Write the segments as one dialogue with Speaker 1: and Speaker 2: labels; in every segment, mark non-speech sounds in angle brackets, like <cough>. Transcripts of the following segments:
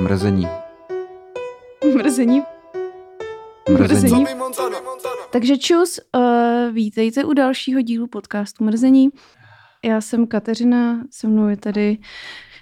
Speaker 1: Mrzení.
Speaker 2: <laughs> Mrzení.
Speaker 1: Mrzení.
Speaker 2: Mrzení. Takže čus, uh, vítejte u dalšího dílu podcastu Mrzení. Já jsem Kateřina, se mnou je tady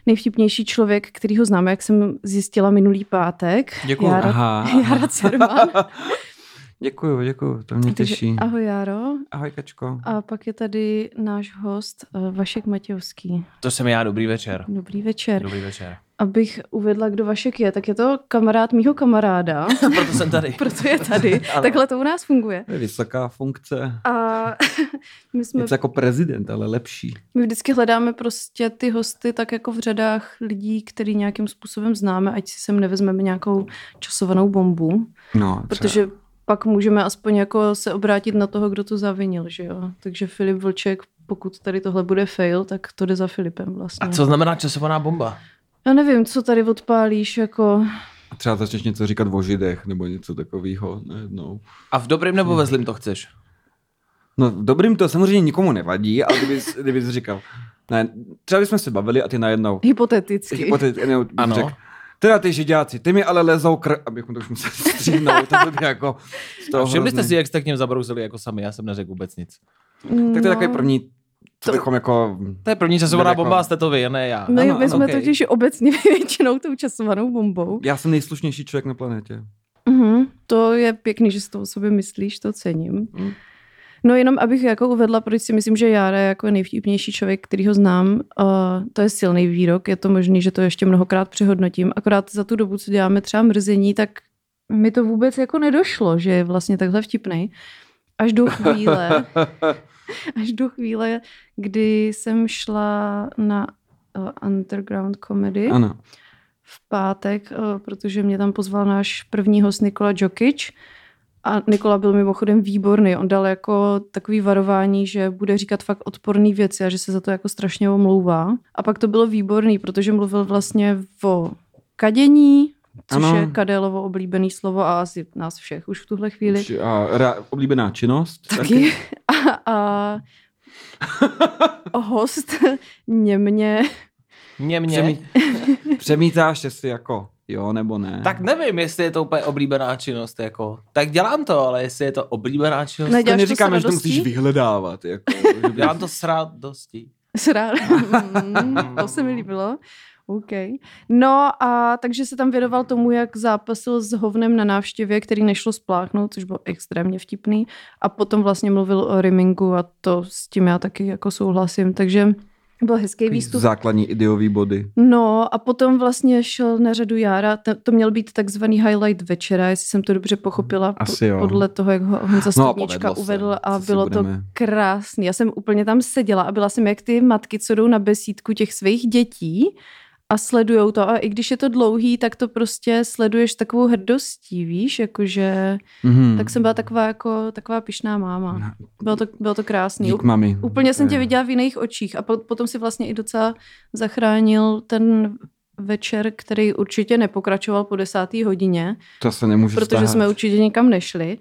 Speaker 2: nejvtipnější člověk, který ho známe, jak jsem zjistila minulý pátek.
Speaker 1: Děkuju.
Speaker 2: Jára,
Speaker 1: Aha.
Speaker 2: <laughs> Jára Cerman.
Speaker 1: <laughs> Děkuju, děkuju, to mě
Speaker 2: Takže
Speaker 1: těší.
Speaker 2: ahoj Járo.
Speaker 1: Ahoj Kačko.
Speaker 2: A pak je tady náš host uh, Vašek Matějovský.
Speaker 3: To jsem já, dobrý večer.
Speaker 2: Dobrý večer.
Speaker 3: Dobrý večer.
Speaker 2: Abych uvedla, kdo Vašek je, tak je to kamarád mýho kamaráda,
Speaker 3: <laughs>
Speaker 2: <laughs>
Speaker 3: Proto jsem tady.
Speaker 2: proto
Speaker 1: <laughs>
Speaker 2: je tady.
Speaker 3: Ano.
Speaker 2: Takhle to u nás funguje.
Speaker 1: To je vysoká funkce.
Speaker 2: A <laughs> my jsme
Speaker 1: Něco jako prezident, ale lepší.
Speaker 2: My vždycky hledáme prostě ty hosty tak jako v řadách lidí, který nějakým způsobem známe, ať si sem nevezmeme nějakou časovanou bombu,
Speaker 1: No,
Speaker 2: protože pak můžeme aspoň jako se obrátit na toho, kdo to zavinil, že jo. Takže Filip Vlček, pokud tady tohle bude fail, tak to jde za Filipem vlastně.
Speaker 3: A co znamená časovaná bomba?
Speaker 2: Já nevím, co tady odpálíš, jako...
Speaker 1: třeba, třeba začneš něco říkat o židech nebo něco takového najednou.
Speaker 3: A v dobrém nebo ve zlým to chceš?
Speaker 1: No v dobrým to samozřejmě nikomu nevadí, ale kdyby, jsi- kdyby jsi říkal, ne, třeba bychom se bavili a ty najednou.
Speaker 2: Hypoteticky.
Speaker 1: Hypoteticky, ne, bych
Speaker 3: Ano.
Speaker 1: Řekl, teda ty židáci, ty mi ale lezou kr... Abychom to už museli <laughs> stříhnout, to by jako... z toho
Speaker 3: Všimli jste
Speaker 1: hrozný.
Speaker 3: si, jak jste k něm zabrousili jako sami, já jsem neřekl vůbec nic.
Speaker 1: Tak to je takový
Speaker 2: No.
Speaker 1: první, co
Speaker 2: To-
Speaker 1: bychom jako...
Speaker 3: To je první časovaná
Speaker 1: Daleko.
Speaker 3: bomba a jste to vy, a ne já.
Speaker 2: My,
Speaker 1: Ano,
Speaker 2: my
Speaker 1: ano,
Speaker 2: jsme
Speaker 3: okej.
Speaker 2: totiž obecně <laughs> většinou tou časovanou bombou.
Speaker 1: Já jsem nejslušnější člověk na planetě.
Speaker 2: Mhm, to je pěkný, že si to o sobě myslíš, to cením.
Speaker 1: Mm.
Speaker 2: No jenom abych jako uvedla, proč si myslím, že Jára je jako nejvtipnější člověk, který ho znám, uh, to je silný výrok, je to možný, že to ještě mnohokrát přehodnotím, akorát za tu dobu, co děláme třeba mrzení, tak mi to vůbec jako nedošlo, že je vlastně takhle vtipný. Až do chvíle, až do chvíle, kdy jsem šla na uh, underground comedy
Speaker 1: Ano.
Speaker 2: v pátek, eh, protože mě tam pozval náš první host Nikola Djokic. A Nikola byl mimochodem výborný. On dal jako takový varování, že bude říkat fakt odporné věci a že se za to jako strašně omlouvá. A pak to bylo výborný, protože mluvil vlastně o kadění, což
Speaker 1: Ano.
Speaker 2: je Kadélovo oblíbený slovo a asi nás všech už v tuhle chvíli.
Speaker 1: Či- A ra- oblíbená činnost.
Speaker 2: Taky. A, <laughs> a host <laughs> Němě.
Speaker 3: Mě, mě.
Speaker 2: <laughs>
Speaker 1: Přemí- přemítáš, jestli jako jo nebo ne.
Speaker 3: Tak nevím, jestli je to úplně oblíbená činnost, jako. Tak dělám to, ale jestli je to oblíbená činnost,
Speaker 2: Ne,
Speaker 1: to
Speaker 2: děláš to s
Speaker 1: neříkáme, že to
Speaker 2: radostí?
Speaker 1: musíš vyhledávat. Jako,
Speaker 2: <laughs>
Speaker 1: že by-
Speaker 3: dělám to s radostí.
Speaker 1: <laughs>
Speaker 2: Srá... Mm, to se mi líbilo. OK. No a takže se tam věnoval tomu, jak zápasil s hovnem na návštěvě, který nešlo spláchnout, což bylo extrémně vtipný. A potom vlastně mluvil o rimingu a to s tím já taky jako souhlasím. Takže byl hezký výstup.
Speaker 1: Základní ideový body.
Speaker 2: No a potom vlastně šel na řadu Jára, to, to měl být takzvaný highlight večera, jestli jsem to dobře pochopila, po-
Speaker 1: Asi jo.
Speaker 2: podle toho, jak ho Honza
Speaker 1: No a povedlo
Speaker 2: Stupnička
Speaker 1: se,
Speaker 2: uvedl a
Speaker 1: co si
Speaker 2: bylo to
Speaker 1: budeme.
Speaker 2: krásný. Já jsem úplně tam seděla a byla jsem jak ty matky, co jdou na besídku těch svých dětí a sledujou to a i když je to dlouhý, tak to prostě sleduješ s takovou hrdostí, víš, jakože
Speaker 1: Mhm.
Speaker 2: tak jsem byla taková jako taková pišná máma.
Speaker 1: No,
Speaker 2: Bylo to, bylo to krásný.
Speaker 1: Dík mami.
Speaker 2: Úplně jsem tě
Speaker 1: Eh,
Speaker 2: viděla v jiných očích a po, potom si vlastně i docela zachránil ten večer, který určitě nepokračoval po desáté hodině,
Speaker 1: To se nemůže
Speaker 2: protože
Speaker 1: stát.
Speaker 2: jsme určitě nikam nešli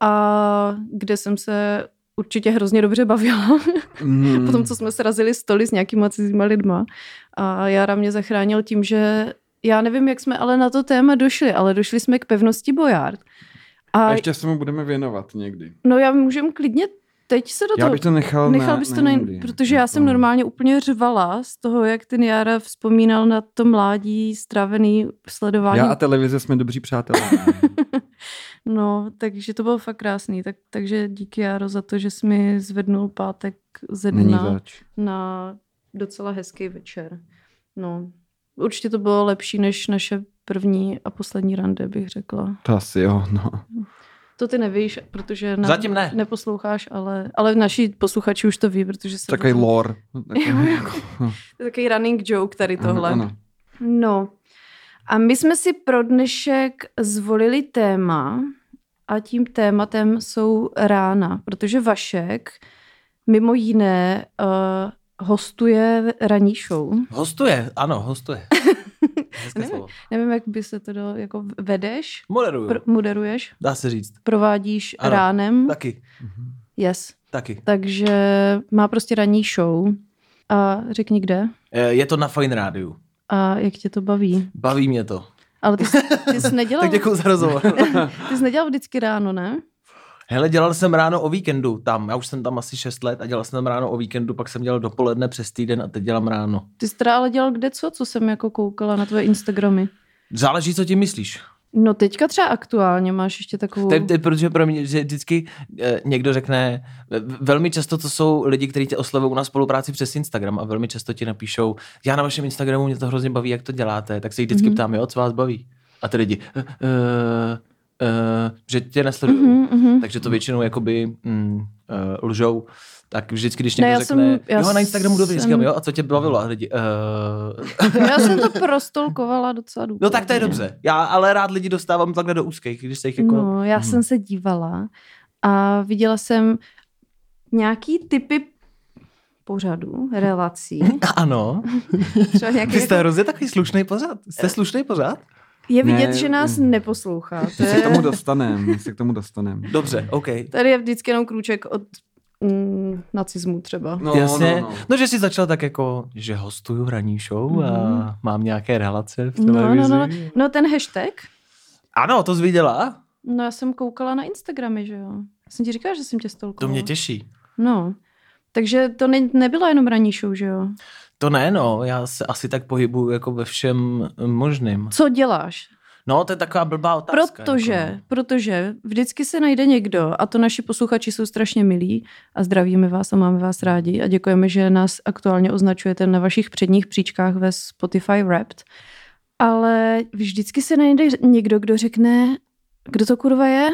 Speaker 2: a kde jsem se určitě hrozně dobře bavila, <laughs>
Speaker 1: Mhm.
Speaker 2: po tom, co jsme srazili stoly s nějakýma cizíma lidma a Jara mě zachránil tím, že já nevím, jak jsme ale na to téma došli, ale došli jsme k pevnosti Bojard. A,
Speaker 1: A ještě se mu budeme věnovat někdy.
Speaker 2: no já můžem klidně teď se do
Speaker 1: Já
Speaker 2: toho
Speaker 1: bych to nechal
Speaker 2: Nechal
Speaker 1: na,
Speaker 2: bys to
Speaker 1: na
Speaker 2: na,
Speaker 1: jindy.
Speaker 2: protože já jsem
Speaker 1: Jako-
Speaker 2: normálně úplně řvala z toho, jak ten Jara vzpomínal na to mládí, stravený sledování.
Speaker 1: Já a televize jsme dobří
Speaker 2: <laughs>
Speaker 1: přátelé.
Speaker 2: No, takže to bylo fakt krásný. Tak, takže díky Jaro za to, že jsi mi zvednul pátek ze
Speaker 1: Není
Speaker 2: dna
Speaker 1: zač.
Speaker 2: na docela hezký večer. No, určitě to bylo lepší než naše první a poslední rande, bych řekla.
Speaker 1: To asi jo, no.
Speaker 2: To ty nevíš, protože na,
Speaker 3: Zatím ne.
Speaker 2: neposloucháš, ale, ale naši posluchači už to ví, protože se...
Speaker 1: Takový
Speaker 2: <laughs>
Speaker 1: lore. Takový- jako-
Speaker 2: To je takový running joke tady
Speaker 1: Ano,
Speaker 2: tohle.
Speaker 1: ano.
Speaker 2: No, a my jsme si pro dnešek zvolili téma a tím tématem jsou rána, protože Vašek mimo jiné uh, hostuje ranní show.
Speaker 3: Hostuje,
Speaker 2: <laughs>
Speaker 3: ano, hostuje. Hezké
Speaker 2: Ne.
Speaker 3: slovo.
Speaker 2: Nevím, jak by se to dalo, jako vedeš,
Speaker 3: Moderuju,
Speaker 2: pr- moderuješ,
Speaker 3: dá se říct.
Speaker 2: provádíš ano,
Speaker 3: Ano,
Speaker 2: ránem. Tak...
Speaker 3: Taky,
Speaker 1: Mhm.
Speaker 2: Yes.
Speaker 3: taky.
Speaker 2: Takže má prostě ranní show. A řekni kde.
Speaker 3: Eh, Je to na Fine Rádiu.
Speaker 2: a jak tě to baví.
Speaker 3: Baví mě to.
Speaker 2: Ale ty, jsi- ty jsi nedělal,
Speaker 3: <laughs> Tak děkuji za rozhovor.
Speaker 2: <laughs> ty jsi nedělal vždycky ráno, ne?
Speaker 3: Hele, dělal jsem ráno o víkendu tam. Já už jsem tam asi 6 let a dělal jsem tam ráno o víkendu, pak jsem dělal dopoledne přes týden a teď dělám ráno.
Speaker 2: Ty jsi teda ale dělal kde co, co jsem jako koukala na tvoje Instagramy.
Speaker 3: Záleží, co tím myslíš.
Speaker 2: No teďka třeba aktuálně máš ještě takovou...
Speaker 3: Te, te, protože pro mě že vždycky eh, někdo řekne, eh, velmi často to jsou lidi, kteří tě oslovují na spolupráci přes Instagram a velmi často ti napíšou, já na vašem Instagramu mě to hrozně baví, jak to děláte, tak se jich vždycky
Speaker 2: Mhm.
Speaker 3: mm-hmm. ptám, jo, co vás baví. A ty lidi, eh, eh, eh, že tě nesledují. Mm-hmm.
Speaker 2: Mhm, mhm.
Speaker 3: Takže to většinou jakoby mm, eh, lžou. Tak vždycky, když
Speaker 2: Ne,
Speaker 3: někdo
Speaker 2: já jsem-
Speaker 3: řekne,
Speaker 2: já
Speaker 3: jo, na Instagramu dobrý,
Speaker 2: jsem-
Speaker 3: říkám, jo, a co tě bavilo? A lidi, eh,
Speaker 2: mhm. Já jsem to prostolkovala docela důkladně.
Speaker 3: no tak to je dobře. Já ale rád lidi dostávám takhle do úzkých, když se jich jako...
Speaker 2: No, já
Speaker 3: Mhm.
Speaker 2: jsem se dívala a viděla jsem nějaký typy pořadů, relací.
Speaker 3: Mhm. Ano.
Speaker 2: Třeba nějaký
Speaker 3: Vy jste
Speaker 2: jako,
Speaker 3: hrozně takový slušný pořád. Jste slušný pořád?
Speaker 2: je vidět,
Speaker 1: Ne,
Speaker 2: že nás
Speaker 3: Mhm.
Speaker 1: mm.
Speaker 2: neposlouchá. To
Speaker 1: My se k tomu
Speaker 2: je,
Speaker 1: dostaneme, my se k tomu <laughs> dostaneme.
Speaker 3: Dobře, OK.
Speaker 2: tady je vždycky jenom krůček od mm, nacismu třeba.
Speaker 1: No,
Speaker 3: Jasně.
Speaker 1: no, no.
Speaker 3: no, že jsi začal tak jako, že hostuju hraní show
Speaker 2: Mhm.
Speaker 3: a mám nějaké relace v
Speaker 2: No, no,
Speaker 3: televizi.
Speaker 2: no, no. No ten hashtag,
Speaker 3: Ano, to jsi viděla?
Speaker 2: no já jsem koukala na Instagramy, že jo. Já jsem ti říkala, že jsem tě stolkovala.
Speaker 3: To mě těší.
Speaker 2: No, takže to ne, nebyla jenom ranní show, že jo.
Speaker 3: To ne, no, já se asi tak pohybuju jako ve všem možným.
Speaker 2: Co děláš?
Speaker 3: No, to je taková blbá otázka.
Speaker 2: Protože,
Speaker 3: Jako.
Speaker 2: protože vždycky se najde někdo, a to naši posluchači jsou strašně milí a zdravíme vás a máme vás rádi a děkujeme, že nás aktuálně označujete na vašich předních příčkách ve Spotify Wrapped. Ale vždycky se najde někdo, kdo řekne, kdo to kurva je,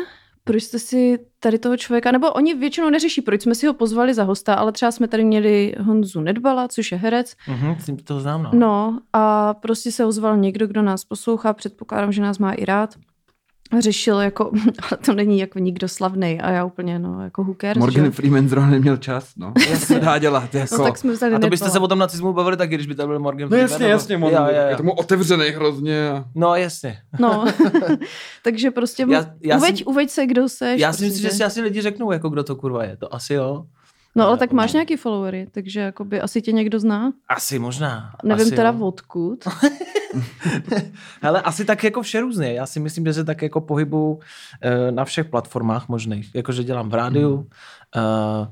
Speaker 2: proč jste si tady toho člověka, nebo oni většinou neřeší, proč jsme si ho pozvali za hosta, ale třeba jsme tady měli Honzu Nedbala, což je herec,
Speaker 3: Mhm, s tím to znám, no.
Speaker 2: No a prostě se ozval někdo, kdo nás poslouchá, předpokládám, že nás má i rád. A Řešil jako, <laughs> ale to není jako nikdo slavný a já úplně, no, jako who cares,
Speaker 1: Morgan
Speaker 2: že?
Speaker 1: Freeman zrovna neměl čas, no. To se dá dělat, jako.
Speaker 2: No tak jsme vzali
Speaker 3: A to byste
Speaker 2: Nedbala.
Speaker 3: se o tom nacismu bavili taky, když by tam byl Morgan
Speaker 1: No
Speaker 3: Freeman,
Speaker 1: jasně,
Speaker 3: nebo-
Speaker 1: jasně, jako on
Speaker 3: Jo, jo,
Speaker 1: je
Speaker 3: jo.
Speaker 1: tomu otevřený hrozně. a-
Speaker 3: No jasně.
Speaker 2: No, <laughs> takže prostě
Speaker 3: Já- já
Speaker 2: uveď,
Speaker 3: si-
Speaker 2: uveď se, kdo seš.
Speaker 3: Já si
Speaker 2: prostě.
Speaker 3: myslím, že si asi lidi řeknou, jako kdo to kurva je. To asi jo.
Speaker 2: No ale tak máš nějaký followery, takže jakoby asi tě někdo zná.
Speaker 3: Asi možná.
Speaker 2: Nevím
Speaker 3: asi
Speaker 2: teda
Speaker 3: jo. <laughs>
Speaker 2: odkud.
Speaker 3: Hele, asi tak jako vše různě. Já si myslím, že se tak jako pohybuju eh, na všech platformách možných. Jakože dělám v rádiu, mm.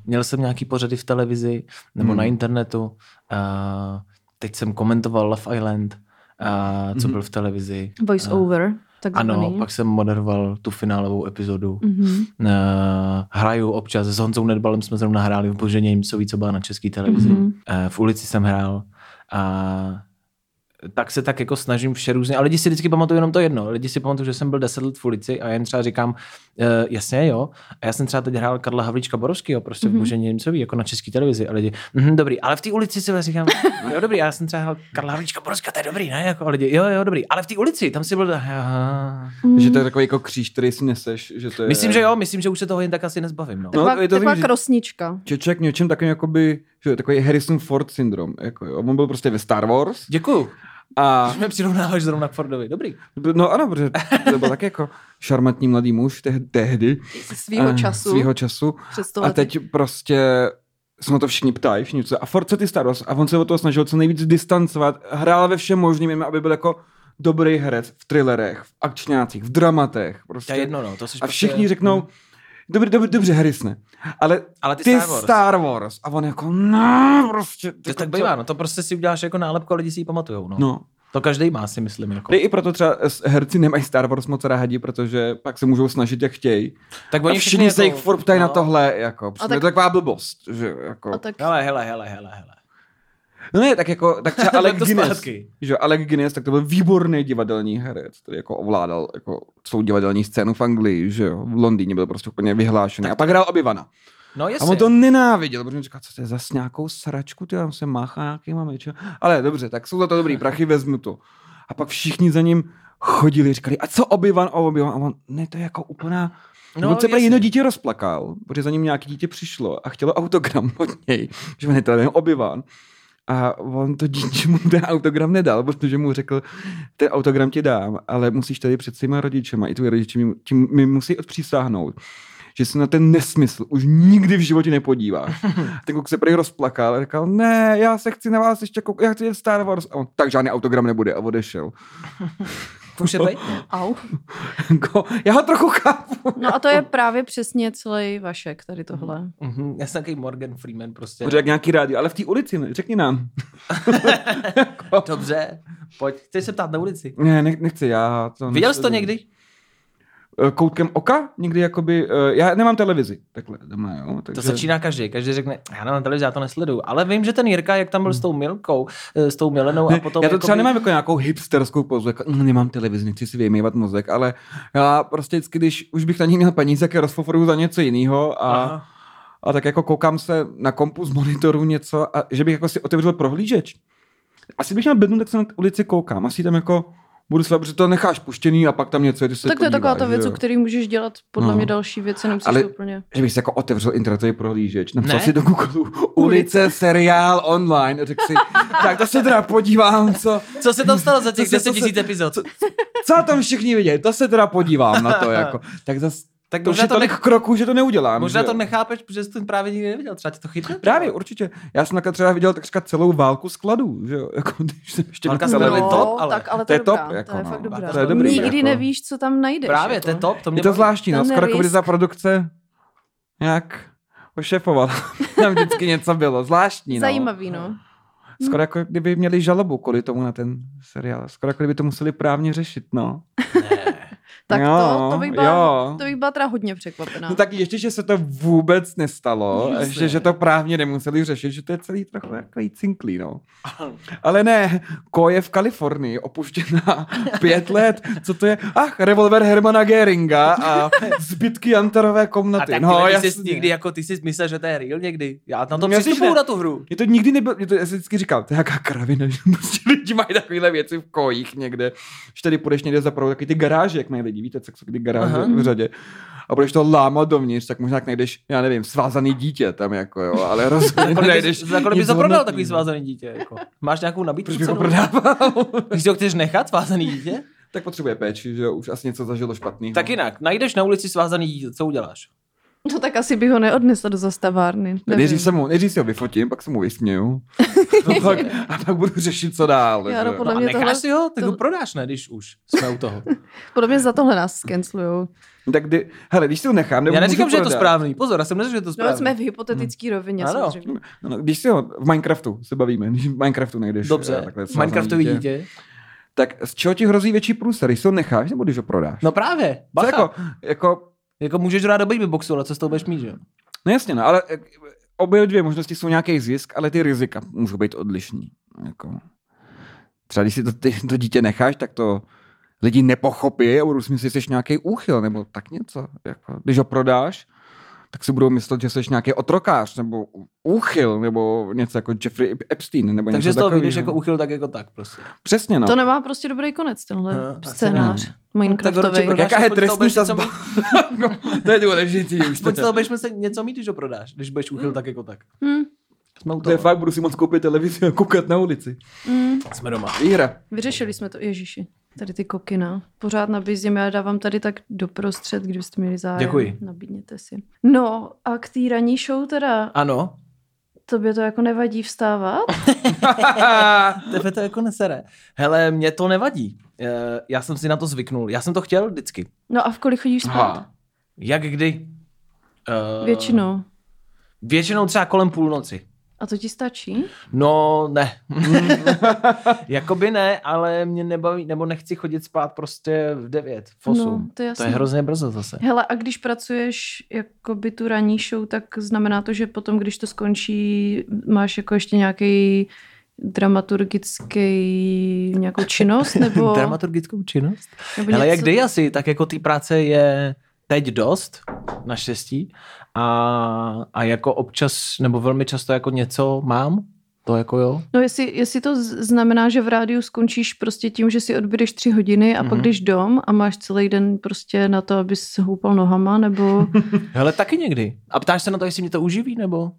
Speaker 3: měl jsem nějaký pořady v televizi nebo
Speaker 1: Mm.
Speaker 3: na internetu. eh, Teď jsem komentoval Love Island, eh, co
Speaker 1: Mhm.
Speaker 3: byl v televizi.
Speaker 2: Voice
Speaker 3: Eh,
Speaker 2: over, takzvaný.
Speaker 3: Ano, pak jsem moderoval tu finálovou epizodu.
Speaker 2: Mhm.
Speaker 3: Eh, Hraju občas, s Honzou Nedbalem jsme zrovna hráli v Boženě Němcový, co byla na české televizi.
Speaker 2: Mhm.
Speaker 3: Eh, v ulici jsem hrál a tak se tak jako snažím vše různě. A lidi si vždycky pamatují jenom to jedno. Lidi si pamatují, že jsem byl 10 let v ulici a já jim třeba říkám, e, jasně jo. A já jsem třeba teď hrál Karla Havlíčka Borovského, prostě mm-hmm.
Speaker 2: Mhm.
Speaker 3: v Boženě Němcový, jako na české televizi. A lidi, mhm, dobrý, ale v té ulici si
Speaker 1: <laughs>
Speaker 3: vlastně říkám, jo dobrý, já jsem třeba hrál Karla Havlíčka Borovského, to je dobrý, ne? Jako, a lidi, jo, jo, dobrý, ale v té ulici, tam si byl, aha.
Speaker 2: Hmm.
Speaker 1: Že to je takový jako kříž, který si neseš, že to je...
Speaker 3: Myslím, že jo, myslím, že už se toho jen tak asi nezbavím. No.
Speaker 1: No,
Speaker 2: Taková,
Speaker 1: je to
Speaker 2: taková
Speaker 1: tím, že-
Speaker 2: krosnička.
Speaker 1: Že člověk v něčem takovým jakoby, že jo, takový Harrison Ford syndrom, jako jo. On byl prostě ve Star Wars
Speaker 3: Děkuju.
Speaker 1: a,
Speaker 3: Mě přirovnáváš zrovna k Fordovi. Dobrý.
Speaker 1: no ano, protože to byl tak jako šarmantní mladý muž teh- tehdy.
Speaker 2: Svýho
Speaker 1: eh,
Speaker 2: času.
Speaker 1: Svýho času.
Speaker 2: před sto
Speaker 1: A
Speaker 2: lety.
Speaker 1: teď prostě se na to všichni ptají, všichni co, a Ford co ty Star Wars, a on se od toho snažil co nejvíc distancovat, hrál ve všem možným, aby byl jako dobrý herec v thrillerech, v akčňácích, v dramatech,
Speaker 3: To
Speaker 1: prostě.
Speaker 3: je jedno, no. To jsi
Speaker 1: a všichni
Speaker 3: prostě-
Speaker 1: řeknou, dobře, dobře, dobře, Harrisne, ale
Speaker 3: Ale
Speaker 1: ty Star Wars. Star Wars. A on jako, no, prostě.
Speaker 3: To
Speaker 1: jako
Speaker 3: tak
Speaker 1: co-
Speaker 3: bývá, no to prostě si uděláš jako nálepku a lidi si ji pamatujou, no. no.
Speaker 1: No.
Speaker 3: To každý má si myslím, jako.
Speaker 1: Dej i proto třeba s- herci nemají Star Wars moc rádi, protože pak se můžou snažit, jak chtějí.
Speaker 3: Tak
Speaker 1: A všichni se jich furt ptají
Speaker 3: no.
Speaker 1: na tohle, jako.
Speaker 2: A
Speaker 1: Tak...
Speaker 2: tak-
Speaker 1: Je to taková blbost, že jo, jako.
Speaker 2: A tak
Speaker 3: Hele, hele, hele, hele, hele.
Speaker 1: No ne, tak jako,
Speaker 3: <laughs>
Speaker 1: tak třeba Alec
Speaker 3: Vem to
Speaker 1: Guinness.
Speaker 3: zpátky.
Speaker 1: Že jo, Alec Guinness, tak to byl výborný divadelní herec, který jako ovládal jako celou divadelní scénu v Anglii, že jo. V Londýně byl prostě úplně vyhlášený. A pak hrál Obivana.
Speaker 3: No
Speaker 1: A
Speaker 3: jasně.
Speaker 1: on to nenáviděl, protože říká, co to je zas nějakou sračku, ty tam se máchá nějakýma meče. Ale dobře, tak jsou za to dobrý prachy, vezmu to. A pak všichni za ním chodili, říkali, a co obyvan, a obyvan, a on, ne, to je jako úplná... No, on se prý
Speaker 3: jasně.
Speaker 1: jedno dítě rozplakal, protože za ním nějaké dítě přišlo a chtělo autogram od něj, že on je to jen obyvan. A on to dítě mu ten autogram nedal, protože mu řekl, ten autogram ti dám, ale musíš tady před svýma rodičema, i tvoji rodiče mi, ti, mi musí odpřísáhnout, že se na ten nesmysl už nikdy v životě nepodíváš. A ten kluk se prý rozplakal a říkal, ne, já se chci na vás ještě koukat, já chci jet Star Wars. A on, tak žádný autogram nebude a odešel. <laughs>
Speaker 3: Může být?
Speaker 2: Au.
Speaker 1: Jako, já ho trochu chápu.
Speaker 2: No a to je právě přesně celý Vašek, tady tohle.
Speaker 3: Mhm, Já jsem takový Morgan Freeman prostě.
Speaker 1: Protože jak nějaký rádio, ale v té ulici, ne? řekni nám.
Speaker 3: Dobře, pojď. Chceš se ptát na ulici?
Speaker 1: Ne, ne nechci, já to...
Speaker 3: Viděl jsi to
Speaker 1: nesleduju.
Speaker 3: někdy?
Speaker 1: Eh, Koutkem oka, někdy jakoby, eh, já nemám televizi, takhle, doma, jo. Takže...
Speaker 3: To začíná každý. Každý řekne, já nemám televizi, já to nesleduju. Ale vím, že ten Jirka, jak tam byl s tou Milkou, eh, s tou Milenou a
Speaker 1: Hmm. Ne,
Speaker 3: potom...
Speaker 1: já to třeba
Speaker 3: jakoby-
Speaker 1: nemám jako nějakou hipsterskou pouzu, jako, "Mm, nemám televizi, nechci si vyjmývat mozek, ale já prostě vždycky, když už bych na ní měl peníze, tak je rozfoforuju za něco jiného a,
Speaker 3: Aha.
Speaker 1: a, tak jako koukám se na kompu z monitoru něco a že bych jako si otevřel prohlížeč. Asi bych měl bednu, tak se na t- ulici koukám, asi tam jako budu slab, že to necháš puštěný a pak tam něco, když se
Speaker 2: No tak to je
Speaker 1: podíváš,
Speaker 2: taková ta věc,
Speaker 1: že
Speaker 2: o
Speaker 1: jo.
Speaker 2: který můžeš dělat podle
Speaker 1: No.
Speaker 2: mě další věci, nemusíš
Speaker 1: Ale-
Speaker 2: to úplně.
Speaker 1: že bych si jako otevřel internetový prohlížeč, napsal
Speaker 3: Ne.
Speaker 1: si do Google ulice, seriál online a řekl si, tak to se teda podívám, co,
Speaker 3: Co se tam stalo za těch
Speaker 1: Co se-
Speaker 3: 10
Speaker 1: co se-
Speaker 3: 000 epizod?
Speaker 1: co tam všichni vidějí, to se teda podívám na to, jako. Tak zas,
Speaker 3: Tak
Speaker 1: to už
Speaker 3: možná jako-
Speaker 1: je
Speaker 3: to,
Speaker 1: tolik
Speaker 3: nech...
Speaker 1: kroků, že to neudělám.
Speaker 3: možná
Speaker 1: že?
Speaker 3: to nechápeš, protože jsi to právě nikdy neviděl. Třeba tě to chytne.
Speaker 1: Právě, určitě. Já jsem takhle třeba viděl takřka celou válku skladů, že jo, jako když jsem ještě
Speaker 3: Válka
Speaker 1: byl
Speaker 3: skladů je
Speaker 1: televizi.
Speaker 3: top, ale-
Speaker 2: No, tak, ale
Speaker 1: to je
Speaker 2: dobrá,
Speaker 1: top, jako
Speaker 2: to je
Speaker 1: no.
Speaker 2: fakt dobrá.
Speaker 3: To je dobrý,
Speaker 2: Nikdy
Speaker 1: jako.
Speaker 2: nevíš, co tam najdeš.
Speaker 3: Právě,
Speaker 2: jako.
Speaker 3: to je top. To mě
Speaker 1: Je to
Speaker 3: baví.
Speaker 1: zvláštní, no,
Speaker 2: Ten
Speaker 1: skoro jako
Speaker 2: risk.
Speaker 1: když za produkce nějak ošefoval. <laughs> tam vždycky něco bylo, zvláštní, no.
Speaker 2: Zajímavý, no.
Speaker 1: Skoro jako kdyby měli žalobu kvůli tomu na ten seriál. Skoro jako kdyby to museli právně řešit, no.
Speaker 3: Ne.
Speaker 2: Tak
Speaker 1: Jo, no.
Speaker 2: to, to bych byla,
Speaker 1: jo.
Speaker 2: to bych byla teda hodně překvapená.
Speaker 1: No tak ještě, že se to vůbec nestalo,
Speaker 3: Jasně.
Speaker 1: ještě, že to právně nemuseli řešit, že to je celý trochu takový cinklý, no. Ale ne, Ko je v Kalifornii opuštěná <laughs> pět let, co to je? Ach, revolver Hermana Geringa a zbytky jantarové
Speaker 3: A
Speaker 1: komnaty. <laughs>
Speaker 3: tak
Speaker 1: no,
Speaker 3: no, ty jsi
Speaker 1: jasně.
Speaker 3: nikdy, jako ty jsi myslel, že to je real někdy. Já na to
Speaker 1: No, jasně,
Speaker 3: přistupuju
Speaker 1: že-
Speaker 3: na
Speaker 1: <laughs>
Speaker 3: tu hru.
Speaker 1: Mě to nikdy nebylo, mě to, já jsem vždycky říkal, to je jaká kravina, <laughs> že prostě lidi mají takovéhle věci v kojích někde. Že tady půjdeš někde zapravdu takový ty garáže, jak mají lidi, víte, co jsou ty garáže
Speaker 3: Aha.
Speaker 1: Aha. v řadě. A budeš to lámat dovnitř, tak možná jak najdeš, já nevím, svázaný dítě tam jako, jo,
Speaker 3: <laughs>
Speaker 1: ale rozhodně
Speaker 3: Nakonec bys-
Speaker 1: najdeš
Speaker 3: Nakonec bys
Speaker 1: nic
Speaker 3: to jako prodal
Speaker 1: hodnotného.
Speaker 3: takový svázaný dítě. Jako. Máš nějakou nabídku?
Speaker 1: Proč bych ho
Speaker 3: cenu?
Speaker 1: prodával?
Speaker 3: <laughs>
Speaker 1: No.
Speaker 3: Když si ho chceš nechat, svázaný dítě?
Speaker 1: tak potřebuje péči, že jo, už asi něco zažilo špatného.
Speaker 3: Tak jinak, najdeš na ulici svázaný dítě, co uděláš?
Speaker 2: No tak asi bych ho neodnesla do zastavárny. nevím.
Speaker 1: Nejdřív, se mu, nejdřív si ho vyfotím, pak se mu vysměju. <laughs> No
Speaker 2: <laughs>
Speaker 1: pak, a pak budu řešit, co dál.
Speaker 2: Já, no,
Speaker 1: že jo.
Speaker 2: podle
Speaker 3: A
Speaker 2: mě
Speaker 3: necháš
Speaker 2: tohle-
Speaker 3: si ho, tak ho
Speaker 2: to-
Speaker 3: prodáš, ne, když už jsme u toho.
Speaker 2: Podle mě za tohle nás skenslujou.
Speaker 1: No tak kdy, hele, když si ho nechám, <laughs> nebo
Speaker 3: Já
Speaker 1: můžu
Speaker 3: neříkám, že je to
Speaker 1: prodat.
Speaker 3: správný. Pozor, já jsem neřekl, že je to
Speaker 2: No, jsme
Speaker 3: správný.
Speaker 2: v hypotetické
Speaker 1: Mhm.
Speaker 2: rovině
Speaker 3: Ano.
Speaker 2: samozřejmě.
Speaker 1: No, no, když si ho v Minecraftu se bavíme, když v Minecraftu najdeš. eh,
Speaker 3: Dobře,
Speaker 1: takhle svázaný
Speaker 3: Minecraftový dítě.
Speaker 1: Tak z čeho ti hrozí větší průser, když si ho necháš nebo když ho prodáš?
Speaker 3: No právě,
Speaker 1: Co
Speaker 3: bacha. Jako?
Speaker 1: jako, jako,
Speaker 3: jako můžeš dát do baby boxu, ale co s tou budeš mít, že? jo?
Speaker 1: no jasně, no, ale eh, obě dvě možnosti jsou nějaký zisk, ale ty rizika můžou být odlišní. Jako. Třeba když si to, ty, to dítě necháš, tak to lidi nepochopí a budou si myslet, že jsi nějaký úchyl nebo tak něco. Jako. Když ho prodáš, tak si budou myslet, že jsi nějaký otrokář nebo úchyl nebo něco jako Jeffrey Epstein. Nebo
Speaker 3: Takže z
Speaker 1: něco
Speaker 3: toho vyjdeš
Speaker 1: takovýho.
Speaker 3: jako uchyl tak jako tak prostě.
Speaker 1: Přesně, no.
Speaker 2: To nemá prostě dobrý konec, tenhle
Speaker 3: No, asi
Speaker 2: scénář. Minecraftový.
Speaker 3: prodáš,
Speaker 1: Jaká je
Speaker 3: buď z toho
Speaker 1: trestní
Speaker 3: budeš něco
Speaker 1: sazba? <laughs>
Speaker 3: mít-
Speaker 1: no, to je
Speaker 3: <laughs>
Speaker 1: důležitý už.
Speaker 3: Buď z toho budeš muset něco mít, když ho prodáš, když budeš uchyl tak jako tak.
Speaker 2: Hm,
Speaker 3: Jsme u
Speaker 1: To je
Speaker 3: toho.
Speaker 1: fakt, budu si moc koupit televizi a koukat na ulici.
Speaker 2: hm.
Speaker 3: Jsme doma.
Speaker 1: Výhra.
Speaker 3: <laughs>
Speaker 2: Vyřešili jsme to, Ježíši. Tady ty kokina. Pořád nabízím, já dávám tady tak doprostřed, kdybyste měli zájem.
Speaker 3: Děkuji.
Speaker 2: Nabídněte si. No a k té ranní show teda,
Speaker 3: Ano,
Speaker 2: tobě to jako nevadí vstávat?
Speaker 3: tebe to jako nesere. Hele, mě to nevadí. Eh, Já jsem si na to zvyknul. Já jsem to chtěl vždycky.
Speaker 2: No a v kolik chodíš spát?
Speaker 1: Aha.
Speaker 3: Jak kdy? Eh,
Speaker 2: Většinou.
Speaker 3: Většinou třeba kolem půlnoci.
Speaker 2: A to ti stačí?
Speaker 3: No, ne.
Speaker 1: <laughs>
Speaker 3: Jakoby ne, ale mě nebaví, nebo nechci chodit spát prostě v 9, v 8.
Speaker 2: No, to je
Speaker 3: to
Speaker 2: jasný.
Speaker 3: je hrozně brzo zase.
Speaker 2: Hele, a když pracuješ jako by tu ranní show, tak znamená to, že potom, když to skončí, máš jako ještě nějaký dramaturgický nějakou činnost?
Speaker 3: <laughs>
Speaker 2: Nebo,
Speaker 3: Dramaturgickou činnost?
Speaker 2: nebo
Speaker 3: Hele, jak
Speaker 2: něco?
Speaker 3: kdy asi, tak jako té práce je teď dost, naštěstí, a, a jako občas, nebo velmi často jako něco mám, to jako jo.
Speaker 2: No jestli, jestli to z- znamená, že v rádiu skončíš prostě tím, že si odbydeš tři hodiny a mm-hmm. pak
Speaker 3: Mhm.
Speaker 2: jdeš dom a máš celý den prostě na to, abys se
Speaker 3: <laughs>
Speaker 2: houpal nohama, nebo...
Speaker 3: Hele, taky někdy. A ptáš se na to, jestli mě to uživí, nebo?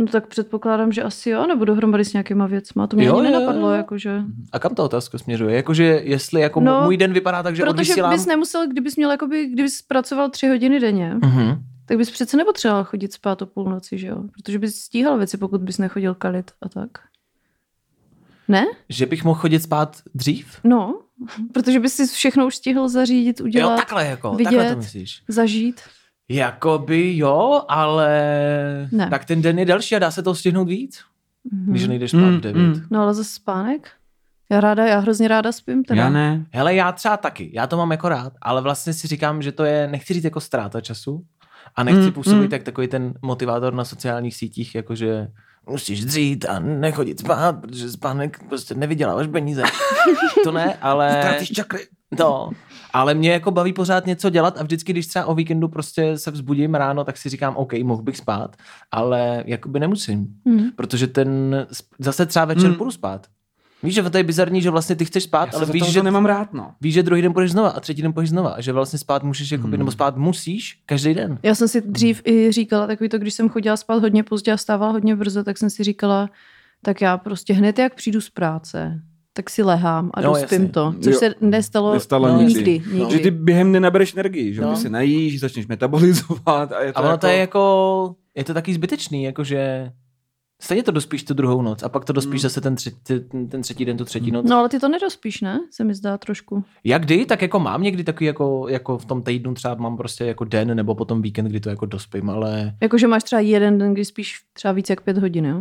Speaker 2: No tak předpokládám, že asi jo, nebo dohromady s nějakýma věcma. To mě
Speaker 3: Jo,
Speaker 2: ani
Speaker 3: jo, jo.
Speaker 2: nenapadlo, jakože...
Speaker 3: A kam ta otázka směřuje? Jakože jestli jako no,
Speaker 2: No,
Speaker 3: můj den vypadá tak, že
Speaker 2: Protože
Speaker 3: odvysílám...
Speaker 2: bys nemusel, kdybys měl, jakoby, kdybys pracoval tři hodiny denně,
Speaker 3: Mhm.
Speaker 2: tak bys přece nepotřeboval chodit spát o půlnoci, že jo? Protože bys stíhal věci, pokud bys nechodil kalit a tak. Ne?
Speaker 3: Že bych mohl chodit spát dřív?
Speaker 2: No, <laughs> protože bys si všechno už stihl zařídit, udělat,
Speaker 3: jo, takhle jako, takhle
Speaker 2: vidět.
Speaker 3: to myslíš.
Speaker 2: zažít.
Speaker 3: Jakoby jo, ale
Speaker 2: Ne.
Speaker 3: tak ten den je další a dá se to stihnout víc,
Speaker 2: Mhm.
Speaker 3: hmm. když nejdeš spát
Speaker 1: Hmm,
Speaker 3: v 9.
Speaker 1: hmm.
Speaker 2: No ale za spánek? Já ráda, já hrozně ráda spím. Teda.
Speaker 1: Já ne.
Speaker 3: Hele, já třeba taky, já to mám jako rád, ale vlastně si říkám, že to je, nechci říct jako ztráta času a nechci
Speaker 1: Hmm,
Speaker 3: mm, působit
Speaker 1: hmm.
Speaker 3: mm. jak takový ten motivátor na sociálních sítích, jakože musíš dřít a nechodit spát, protože spánek prostě nevyděláváš <laughs> peníze. to ne, ale...
Speaker 1: Ztratíš čakry.
Speaker 3: No, ale mě jako baví pořád něco dělat a vždycky, když třeba o víkendu prostě se vzbudím ráno, tak si říkám, OK, mohl bych spát, ale jakoby nemusím,
Speaker 2: Mhm.
Speaker 3: protože ten, sp- zase třeba večer
Speaker 1: Hmm.
Speaker 3: půjdu spát. Víš, že to je bizarní, že vlastně ty chceš spát,
Speaker 1: Já
Speaker 3: ale
Speaker 1: ale
Speaker 3: víš, že
Speaker 1: nemám rád, no.
Speaker 3: Víš, že druhý den půjdeš znova a třetí den půjdeš znova. A že vlastně spát můžeš, jakoby,
Speaker 1: Hmm.
Speaker 3: nebo spát musíš každý den.
Speaker 2: Já jsem si dřív i říkala takový to, když jsem chodila spát hodně pozdě a stávala hodně brzo, tak jsem si říkala, tak já prostě hned jak přijdu z práce, tak si lehám a
Speaker 3: No,
Speaker 2: dospím
Speaker 3: jasně.
Speaker 2: to, což
Speaker 1: Jo.
Speaker 2: se nestalo,
Speaker 1: Nestalo
Speaker 2: no,
Speaker 1: nikdy.
Speaker 2: nikdy.
Speaker 1: Že
Speaker 3: No.
Speaker 2: nikdy.
Speaker 1: ty během dne nabereš energii, že no.
Speaker 3: No.
Speaker 1: ty se najíš, začneš metabolizovat a je to
Speaker 3: A ono
Speaker 1: jako...
Speaker 3: to je jako, je to taky zbytečný, jakože stejně to dospíš tu druhou noc a pak to dospíš
Speaker 1: Hmm.
Speaker 3: zase ten třetí, ten třetí den, tu třetí noc.
Speaker 2: No ale ty to nedospíš, ne? Se mi zdá trošku.
Speaker 3: Já kdy, tak jako mám někdy takový jako, jako v tom týdnu třeba mám prostě jako den nebo potom víkend, kdy to jako dospím, ale
Speaker 2: Jakože máš třeba jeden den, kdy spíš třeba víc jak pět hodin, jo?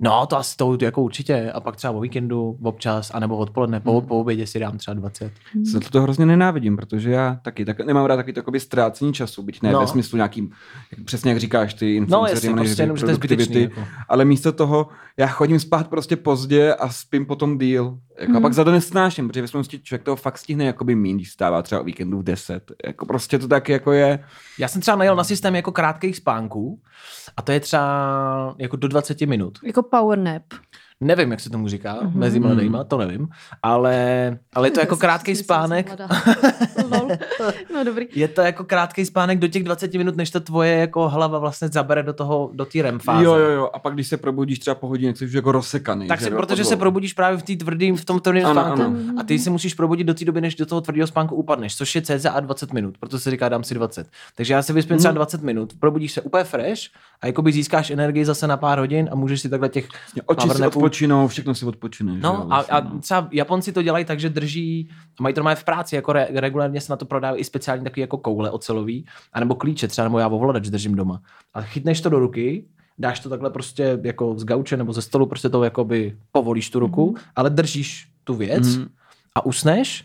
Speaker 3: no to asi to jako určitě a pak třeba o víkendu občas anebo odpoledne po, po obědě si dám třeba 20.
Speaker 1: Se to hrozně nenávidím, protože já taky tak, nemám rád taky takový ztrácení času, byť ne no.
Speaker 3: No.
Speaker 1: ve smyslu nějakým, jak- přesně jak říkáš, ty
Speaker 3: No
Speaker 1: influencery,
Speaker 3: jestli prostě
Speaker 1: manažeři,
Speaker 3: jenom, že to je zbytečný.
Speaker 1: produktivity,
Speaker 3: Jako.
Speaker 1: ale místo toho já chodím spát prostě pozdě a spím potom díl. Jako, A
Speaker 2: Mhm.
Speaker 1: pak za to nesnáším, protože ve skutečnosti člověk toho fakt stihne jakoby mín, když stává třeba o víkendu v 10. Jako prostě to tak jako je.
Speaker 3: Já jsem třeba najel na systém jako krátkých spánků a to je třeba jako do 20 minut.
Speaker 2: Jako power nap.
Speaker 3: Nevím, jak se tomu říká
Speaker 2: Mhm.
Speaker 3: mezi mladejma, to nevím, ale, ale je to
Speaker 1: prostě
Speaker 3: jako krátký spánek.
Speaker 2: Lol. <laughs> no dobrý.
Speaker 3: Je to jako krátký spánek do těch 20 minut, než ta tvoje jako hlava vlastně zabere do toho, do té REM fáze.
Speaker 1: Jo, jo, jo. A pak když se probudíš třeba po hodině, tak jsi už jako rozsekaný.
Speaker 3: Tak
Speaker 1: že
Speaker 3: se,
Speaker 1: jo,
Speaker 3: protože
Speaker 1: po
Speaker 3: se
Speaker 1: dvou.
Speaker 3: probudíš právě v té tvrdým, v tom tvrdém
Speaker 1: Ano,
Speaker 3: spánku.
Speaker 1: ano.
Speaker 3: A ty se musíš probudit do té doby, než do toho tvrdého spánku upadneš, což je cca 20 minut, proto se říká dám si 20. Takže já si vyspím třeba
Speaker 1: Hmm.
Speaker 3: 20 minut, probudíš se úplně fresh a jakoby získáš energii zase na pár hodin a můžeš si takhle těch
Speaker 1: Vlastně Oči
Speaker 3: power
Speaker 1: si
Speaker 3: napů-
Speaker 1: odpočinou, všechno si odpočine. že jo,
Speaker 3: No a,
Speaker 1: vlastně,
Speaker 3: a
Speaker 1: no.
Speaker 3: třeba Japonci to dělají tak, že drží, mají to normálně v práci, jako re, regulárně se na to prodávají i speciální takový jako koule ocelový, anebo klíče třeba, nebo já ovladač držím doma. A chytneš to do ruky, dáš to takhle prostě jako z gauče nebo ze stolu, prostě to jakoby povolíš tu ruku,
Speaker 2: Mhm.
Speaker 3: ale držíš tu věc
Speaker 1: Mhm.
Speaker 3: a usneš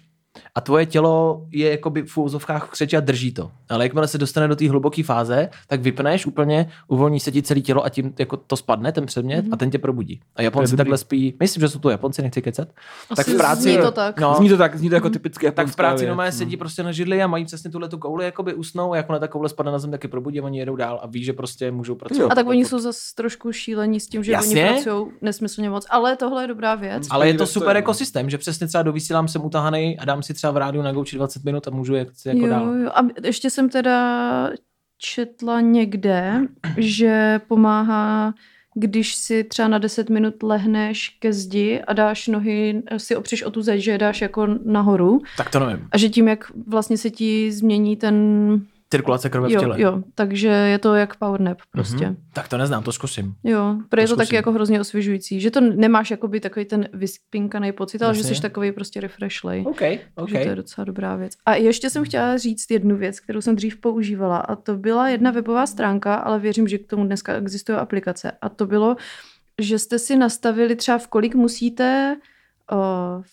Speaker 3: a tvoje tělo je jakoby v úvozovkách v křeči a drží to. Ale jakmile se dostane do té hluboké fáze, tak vypneš úplně, uvolní se ti celé tělo a tím jako to spadne, ten předmět,
Speaker 2: Mhm.
Speaker 3: mm-hmm. a ten tě probudí. A Japonci
Speaker 1: dobrý.
Speaker 3: takhle spí, myslím, že jsou to Japonci, nechci kecat. tak
Speaker 2: Asi
Speaker 3: v práci.
Speaker 2: zní to tak.
Speaker 3: No,
Speaker 1: Zní to tak, zní to jako typicky
Speaker 3: tak
Speaker 1: japonská
Speaker 3: v práci
Speaker 1: věc,
Speaker 3: normálně
Speaker 1: no.
Speaker 3: sedí prostě na židli a mají přesně tuhle tu kouli, jakoby usnou, a jakmile ta koule spadne na zem, taky probudí a oni jedou dál a ví, že prostě můžou pracovat.
Speaker 1: Jo.
Speaker 2: A tak oni jsou zase trošku šílení s tím, že
Speaker 3: Jasně.
Speaker 2: oni pracují nesmyslně moc. Ale tohle je dobrá věc.
Speaker 3: Ale je to
Speaker 1: Investují,
Speaker 3: super
Speaker 1: no.
Speaker 3: ekosystém, že přesně třeba dovysílám, jsem utahaný a dám si třeba v rádiu na gauči 20 minut a můžu jak, jako
Speaker 2: jo,
Speaker 3: dál.
Speaker 2: jo. A ještě jsem teda četla někde, že pomáhá, když si třeba na 10 minut lehneš ke zdi a dáš nohy, si opřeš o tu zeď, že je dáš jako nahoru
Speaker 3: Tak to nevím.
Speaker 2: a že tím, jak vlastně se ti změní ten...
Speaker 3: Cirkulace krve v
Speaker 2: Jo,
Speaker 3: těle.
Speaker 2: jo, takže je to jak power nap prostě.
Speaker 3: Mhm. Tak to neznám, to zkusím.
Speaker 2: Jo, protože je to
Speaker 3: zkusím.
Speaker 2: taky jako hrozně osvěžující, že to nemáš jakoby takový ten vyspinkaný pocit, ale
Speaker 3: Jasně.
Speaker 2: že jsi takový prostě refreshlej.
Speaker 3: OK, OK.
Speaker 2: Takže to je docela dobrá věc. A ještě jsem chtěla říct jednu věc, kterou jsem dřív používala a to byla jedna webová stránka, ale věřím, že k tomu dneska existuje aplikace a to bylo, že jste si nastavili třeba v kolik musíte uh,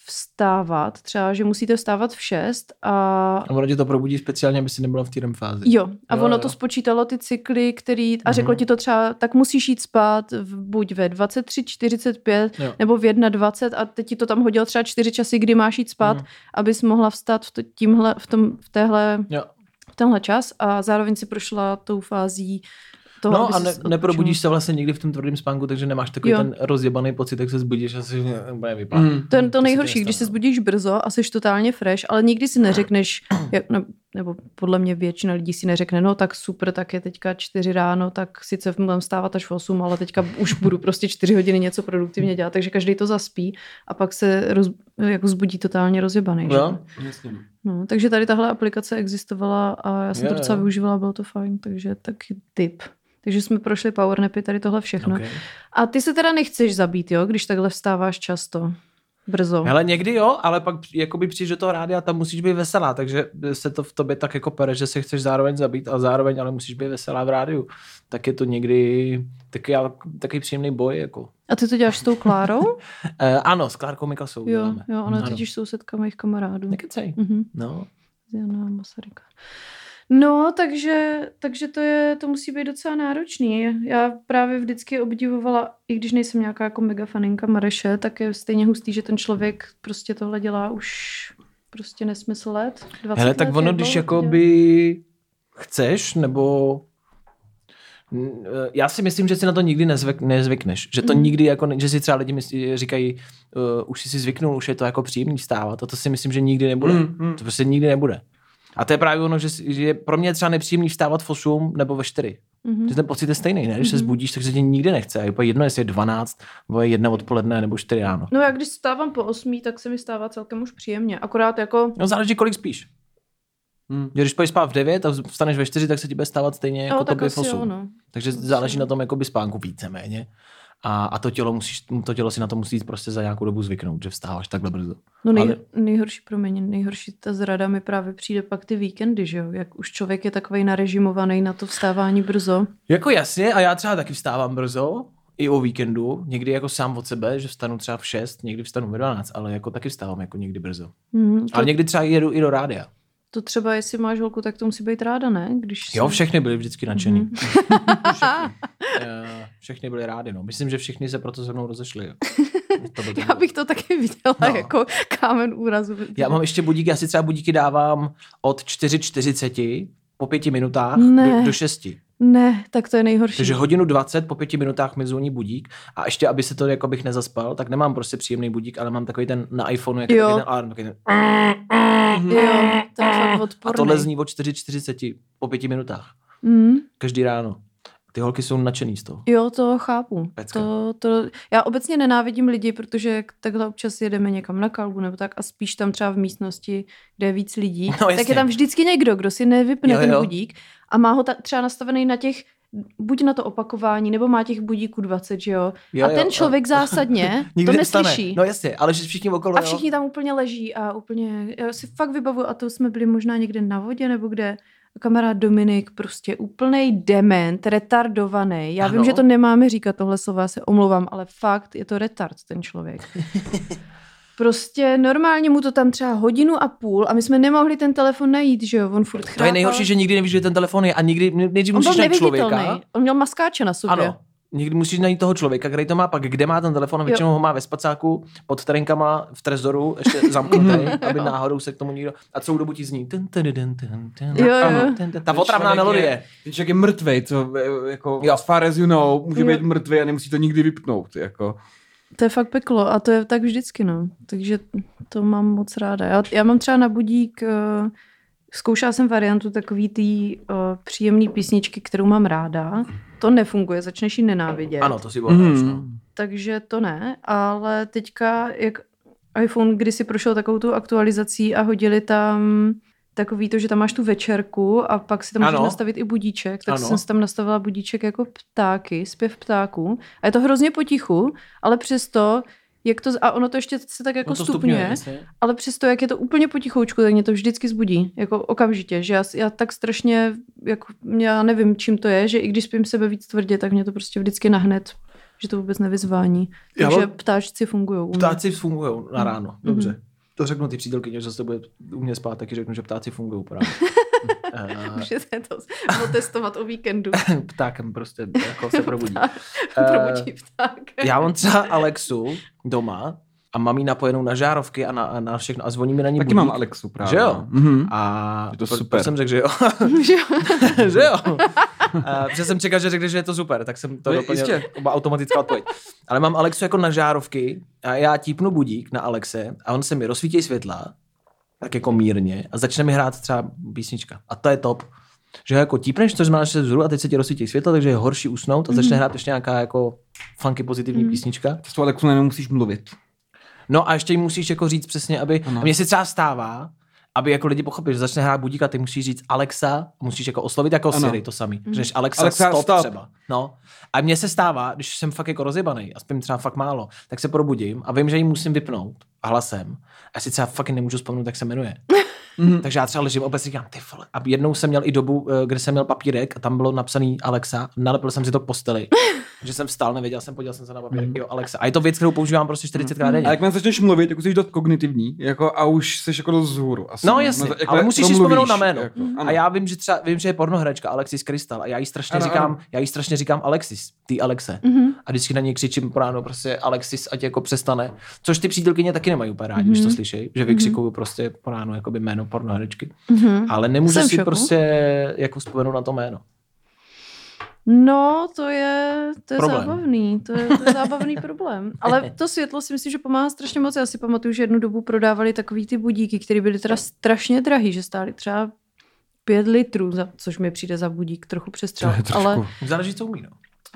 Speaker 2: vstávat, třeba, že musíte vstávat v 6 a
Speaker 3: A ono tě to probudí speciálně, aby si nebyla v té REM fázi.
Speaker 2: Jo, a
Speaker 3: Jo,
Speaker 2: jo, ono
Speaker 3: jo.
Speaker 2: to spočítalo ty cykly, který, a řeklo
Speaker 3: Mhm.
Speaker 2: ti to třeba, tak musíš jít spát v, buď ve 23, 45
Speaker 3: Jo.
Speaker 2: nebo v 21 a teď ti to tam hodilo třeba čtyři časy, kdy máš jít spát,
Speaker 3: Mhm.
Speaker 2: abys mohla vstát v, to, tímhle, v, tom, v, téhle,
Speaker 3: Jo.
Speaker 2: v tenhle čas a zároveň si prošla tou fází toho,
Speaker 3: no
Speaker 2: aby
Speaker 3: a
Speaker 2: ses
Speaker 3: ne,
Speaker 2: odpočinula.
Speaker 3: neprobudíš se vlastně nikdy v tom tvrdém spánku, takže nemáš takový
Speaker 2: Jo.
Speaker 3: ten rozjebaný pocit, jak se zbudíš a eh, si bude vypát.
Speaker 1: Mm.
Speaker 2: To je
Speaker 3: No, To
Speaker 2: to
Speaker 3: se
Speaker 2: nejhorší,
Speaker 3: nestane,
Speaker 2: když se
Speaker 3: no. <clears throat>
Speaker 2: zbudíš brzo a jsi totálně fresh, ale nikdy si neřekneš, jak, ne, nebo podle mě většina lidí si neřekne, no tak super, tak je teďka čtyři ráno, tak sice budem stávat až v 8, ale teďka už budu prostě čtyři hodiny něco produktivně dělat, takže každý to zaspí a pak se roz, jako zbudí totálně rozjebaný. Že?
Speaker 3: No,
Speaker 1: Jasně. no.
Speaker 2: No, takže tady tahle aplikace existovala a já jsem
Speaker 3: Jo,
Speaker 2: to docela
Speaker 3: jo.
Speaker 2: využívala, bylo to fajn, takže taky tip. Takže jsme prošli powernapy, tady tohle všechno.
Speaker 3: okay.
Speaker 2: A ty se teda nechceš zabít, jo, když takhle vstáváš často, brzo.
Speaker 3: Hele, někdy jo, ale pak při- jakoby přijdeš do toho rádia a tam musíš být veselá, takže se to v tobě tak jako pere, že se chceš zároveň zabít a zároveň ale musíš být veselá v rádiu. Tak je to někdy taky, taky příjemný boj. Jako.
Speaker 2: A ty to děláš s tou
Speaker 3: <laughs>
Speaker 2: Klárou?
Speaker 3: E, ano, s Klárkou Mikasou
Speaker 2: jo,
Speaker 3: děláme.
Speaker 2: jo, ona je
Speaker 3: Ano.
Speaker 2: totiž sousedka mojich kamarádů.
Speaker 3: Nekecej.
Speaker 2: Mhm.
Speaker 3: No,
Speaker 2: z Jana Masaryka. No, takže, takže to, je, to musí být docela náročný. Já právě vždycky obdivovala, i když nejsem nějaká jako mega faninka Mareše, tak je stejně hustý, že ten člověk prostě tohle dělá už prostě nesmysl let. 20
Speaker 3: Hele, tak
Speaker 2: let,
Speaker 3: ono,
Speaker 2: jak
Speaker 3: když
Speaker 2: dlouho to dělá?
Speaker 3: jakoby chceš, nebo Mm, eh, já si myslím, že si na to nikdy nezvyk, nezvykneš. Že to
Speaker 2: Mhm.
Speaker 3: nikdy, jako, ne- že si třeba lidi myslí, říkají, uh, už jsi si zvyknul, už je to jako příjemný stávat. A to si myslím, že nikdy nebude.
Speaker 2: Mhm.
Speaker 1: Mm, mm.
Speaker 3: To prostě nikdy nebude. A to je právě ono, že, si- že je pro mě je třeba nepříjemný vstávat v 8 nebo ve 4.
Speaker 2: Mhm.
Speaker 3: Že ten pocit je stejný, ne? Když se
Speaker 2: Mhm.
Speaker 3: zbudíš, tak se ti nikdy nechce. A je úplně jedno, jestli je 12, nebo je jedna odpoledne, nebo 4 ráno.
Speaker 2: No já když stávám po osmí, tak se mi stává celkem už příjemně. Akorát jako,
Speaker 3: No záleží, kolik spíš.
Speaker 1: Hm.
Speaker 3: Že Když půjdeš spát v 9 a vstaneš ve 4, tak se ti bude stávat stejně jako
Speaker 2: no,
Speaker 3: no,
Speaker 2: tak
Speaker 3: tobě v
Speaker 2: asi
Speaker 3: 8.
Speaker 2: jo, no.
Speaker 3: Takže záleží na tom jakoby spánku víceméně. A, a to, tělo musíš, to tělo si na to musí prostě za nějakou dobu zvyknout, že vstáváš takhle brzo.
Speaker 2: No nej,
Speaker 3: Ale-
Speaker 2: nejhorší, promiň, nejhorší ta zrada mi právě přijde pak ty víkendy, že jo? Jak už člověk je takovej narežimovaný na to vstávání brzo.
Speaker 3: Jako jasně, a já třeba taky vstávám brzo, i o víkendu, někdy jako sám od sebe, že vstanu třeba v 6, někdy vstanu ve 12, ale jako taky vstávám jako někdy brzo.
Speaker 2: Hmm, to,
Speaker 3: Ale někdy třeba jedu i do rádia.
Speaker 2: to třeba, jestli máš holku, tak to musí být ráda, ne? Když
Speaker 3: Jo,
Speaker 2: se-
Speaker 3: všechny byly vždycky nadšený.
Speaker 2: Mhm.
Speaker 3: <laughs> Eh, všechny byly rádi, no. Myslím, že všichni se proto se
Speaker 2: <laughs>
Speaker 3: mnou rozešli. jo. To byl ten
Speaker 2: <laughs> Já bych to taky viděla
Speaker 3: No.
Speaker 2: no. jako kámen úrazu.
Speaker 3: Já mám ještě budíky, já si třeba budíky dávám od 4.40 po pěti minutách
Speaker 2: Ne.
Speaker 3: do, do 6.
Speaker 2: Ne, tak to je nejhorší.
Speaker 3: Takže hodinu 20 po pěti minutách mi zvoní budík a ještě, aby se to jako bych nezaspal, tak nemám prostě příjemný budík, ale mám takový ten na iPhoneu, jak je
Speaker 2: Jo.
Speaker 3: takový ten alarm. Takový ten,
Speaker 2: Jo, to je fakt
Speaker 3: a
Speaker 2: odporný.
Speaker 3: tohle zní o 4.40 po pěti minutách.
Speaker 2: Mm.
Speaker 3: Každý ráno. Ty holky jsou nadšený z toho.
Speaker 2: Jo, to chápu.
Speaker 3: Pecka.
Speaker 2: To, to, já obecně nenávidím lidi, protože jak takhle občas jedeme někam na kalbu nebo tak a spíš tam třeba v místnosti, kde je víc lidí,
Speaker 3: No,
Speaker 2: tak
Speaker 3: jasně.
Speaker 2: je tam vždycky někdo, kdo si nevypne
Speaker 3: Jo,
Speaker 2: jo, ten
Speaker 3: jo.
Speaker 2: budík a má ho ta, třeba nastavený na těch buď na to opakování, nebo má těch budíků 20, že jo?
Speaker 3: Jo,
Speaker 2: a ten
Speaker 3: jo,
Speaker 2: člověk zásadně to
Speaker 3: <laughs> Nikdy nestane.
Speaker 2: neslyší.
Speaker 3: No jasně, ale že všichni okolo,
Speaker 2: a všichni tam úplně leží a úplně, já si fakt vybavuju, a to jsme byli možná někde na vodě nebo kde, kamarád Dominik, prostě úplnej dement, retardovaný. Já ano.
Speaker 3: Ano.
Speaker 2: vím, že to nemáme říkat tohle slova, já se omlouvám, ale fakt je to retard ten
Speaker 3: <laughs>
Speaker 2: člověk. Prostě normálně mu to tam třeba hodinu a půl a my jsme nemohli ten telefon najít, že jo, on furt
Speaker 3: jo. To je
Speaker 2: chrápal.
Speaker 3: nejhorší, že nikdy nevíš, že ten telefon je a nikdy, nejdřív
Speaker 2: On byl
Speaker 3: musíš najít člověka.
Speaker 2: neviditelný, on měl maskáče na sobě.
Speaker 3: Ano. Někdy musíš najít toho člověka, který to má pak, kde má ten telefon, a
Speaker 2: Jo.
Speaker 3: většinou ho má ve spacáku, pod terenkama, v trezoru, ještě
Speaker 2: <laughs>
Speaker 3: zamknutý, aby náhodou se k tomu nikdo... A celou dobu ti zní... Ten, ten, ten, ten, ten,
Speaker 2: Jo, jo.
Speaker 3: ano, ten, ten, ta
Speaker 1: Ten
Speaker 3: otravná
Speaker 1: člověk
Speaker 3: melodie.
Speaker 1: Je, ten člověk je mrtvej, co eh, jako
Speaker 3: Jo.
Speaker 1: jo. as far as you know, může
Speaker 2: Jo.
Speaker 1: být mrtvý a nemusí to nikdy vypnout. Jako.
Speaker 2: To je fakt peklo a to je tak vždycky, no. Takže to mám moc ráda. Já, já mám třeba na budík, uh, zkoušela jsem variantu takový tý uh, příjemný písničky, kterou mám ráda. To nefunguje, začneš ji nenávidět.
Speaker 3: Ano, to si bylo
Speaker 2: Jako
Speaker 3: mm.
Speaker 1: Mhm.
Speaker 2: Takže to ne, ale teďka, jak iPhone kdysi prošel takovou tu aktualizací a hodili tam takový to, že tam máš tu večerku a pak si tam můžeš
Speaker 3: Ano.
Speaker 2: nastavit i budíček, tak
Speaker 3: Ano.
Speaker 2: ano. jsem si tam nastavila budíček jako ptáky, zpěv ptáků a je to hrozně potichu, ale přesto, jak to, a ono to ještě se tak jako
Speaker 3: No to
Speaker 2: stupňuje,
Speaker 3: jasně.
Speaker 2: ale přesto, jak je to úplně potichoučku, tak mě to vždycky zbudí, jako okamžitě, že já, s- já tak strašně, jako já nevím, čím to je, že i když spím sebe víc tvrdě, tak mě to prostě vždycky nahned, že to vůbec nevyzvání.
Speaker 3: Já
Speaker 2: Takže
Speaker 3: mám-
Speaker 2: ptáčci fungují. <laughs>
Speaker 3: Ptáci fungují na ráno,
Speaker 2: Mhm.
Speaker 3: dobře. To řeknu ty přítelkyně, že se to bude u mě spát, taky řeknu, že ptáci fungují
Speaker 2: <laughs>
Speaker 3: právě. Eh, <laughs>
Speaker 2: Můžete to <laughs> otestovat o víkendu.
Speaker 3: Ptákem prostě jako
Speaker 2: <laughs>
Speaker 3: se probudí.
Speaker 2: Probudí pták. <laughs>
Speaker 3: Eh, Já mám třeba <laughs> Alexu doma a mám ji napojenou na žárovky a na, a na všechno a zvoní mi na ní
Speaker 1: Taky
Speaker 3: budík.
Speaker 1: mám Alexu právě.
Speaker 3: Že jo?
Speaker 1: Mhm.
Speaker 3: A
Speaker 1: Je to
Speaker 3: pro-
Speaker 1: super.
Speaker 3: proč jsem řekl, že jo. <laughs>
Speaker 2: Že jo?
Speaker 3: že jo. A, protože jsem čekal, že řekne, že je to super, tak jsem to
Speaker 1: No,
Speaker 3: doplnil.
Speaker 1: jistě.
Speaker 3: Oba automatická odpověď. Ale mám Alexu jako na žárovky a já típnu budík na Alexe a on se mi rozsvítí světla tak jako mírně a začne mi hrát třeba písnička. A to je top. Že jako típneš, což znamená, že vzhůru a teď se ti rozsvítí světlo, takže je horší usnout a
Speaker 1: Mhm.
Speaker 3: začne hrát ještě nějaká jako funky pozitivní písnička.
Speaker 1: S tou Alexou nemusíš mluvit.
Speaker 3: No a ještě jim musíš jako říct přesně, aby,
Speaker 1: Ano.
Speaker 3: a mně se třeba stává, aby jako lidi pochopili, že začne hrát budík a ty musíš říct Alexa, musíš jako oslovit jako
Speaker 1: Ano.
Speaker 3: Siri, to samý. Mm. Řekneš Alexa,
Speaker 1: Alexa,
Speaker 3: Alexa stop,
Speaker 1: stop.
Speaker 3: stop, třeba. No. A mně se stává, když jsem fakt jako rozjebaný, a spím třeba fakt málo, tak se probudím a vím, že ji musím vypnout hlasem. A si třeba fakt nemůžu vzpomenout, jak se jmenuje.
Speaker 1: <laughs> Mhm.
Speaker 3: Takže já třeba ležím a opět si říkám, ty vole. A jednou jsem měl i dobu, eh, kde jsem měl papírek a tam bylo napsaný Alexa, nalepil jsem si to k posteli. že jsem vstal, nevěděl jsem, podíval jsem se na papírek, jo, Alexa. A je to věc, kterou používám prostě 40krát denně.
Speaker 1: Mhm. A jakmile začneš mluvit, tak už jsi dost kognitivní, jako a už jsi jako dost zhůru. Asi.
Speaker 3: No jasně,
Speaker 1: Jakmile
Speaker 3: ale musíš si
Speaker 1: promluvíš,
Speaker 3: vzpomenout na jméno.
Speaker 1: Jako,
Speaker 3: a já vím, že třeba, vím, že je pornohračka Alexis Krystal a já jí strašně
Speaker 1: Ano,
Speaker 3: ano, říkám,
Speaker 1: ano.
Speaker 3: ano. já jí strašně říkám Alexis, ty Alexe. Mm-hmm.
Speaker 2: Mhm,
Speaker 3: A vždycky na něj křičím po ráno prostě Alexis, ať jako přestane. Což ty přítelkyně taky nemají úplně rádi, mm-hmm. když to slyší, že vykřikuju mm-hmm. prostě po ráno jakoby jméno pornohračky.
Speaker 2: Mhm.
Speaker 3: Ale nemůžu
Speaker 2: Jsem v
Speaker 3: si
Speaker 2: šoku.
Speaker 3: prostě jako vzpomenout na to jméno.
Speaker 2: No, to je, to je
Speaker 3: Problém.
Speaker 2: zábavný, to je, to je zábavný problém. Ale to světlo si myslím, že pomáhá strašně moc. Já si pamatuju, že jednu dobu prodávali takový ty budíky, které byly teda strašně drahý, že stály třeba pět litrů, za- což mi přijde za budík trochu
Speaker 1: To
Speaker 2: přestřel.
Speaker 1: je trošku...
Speaker 2: Ale
Speaker 1: Ale...
Speaker 3: Záleží, co umí, no.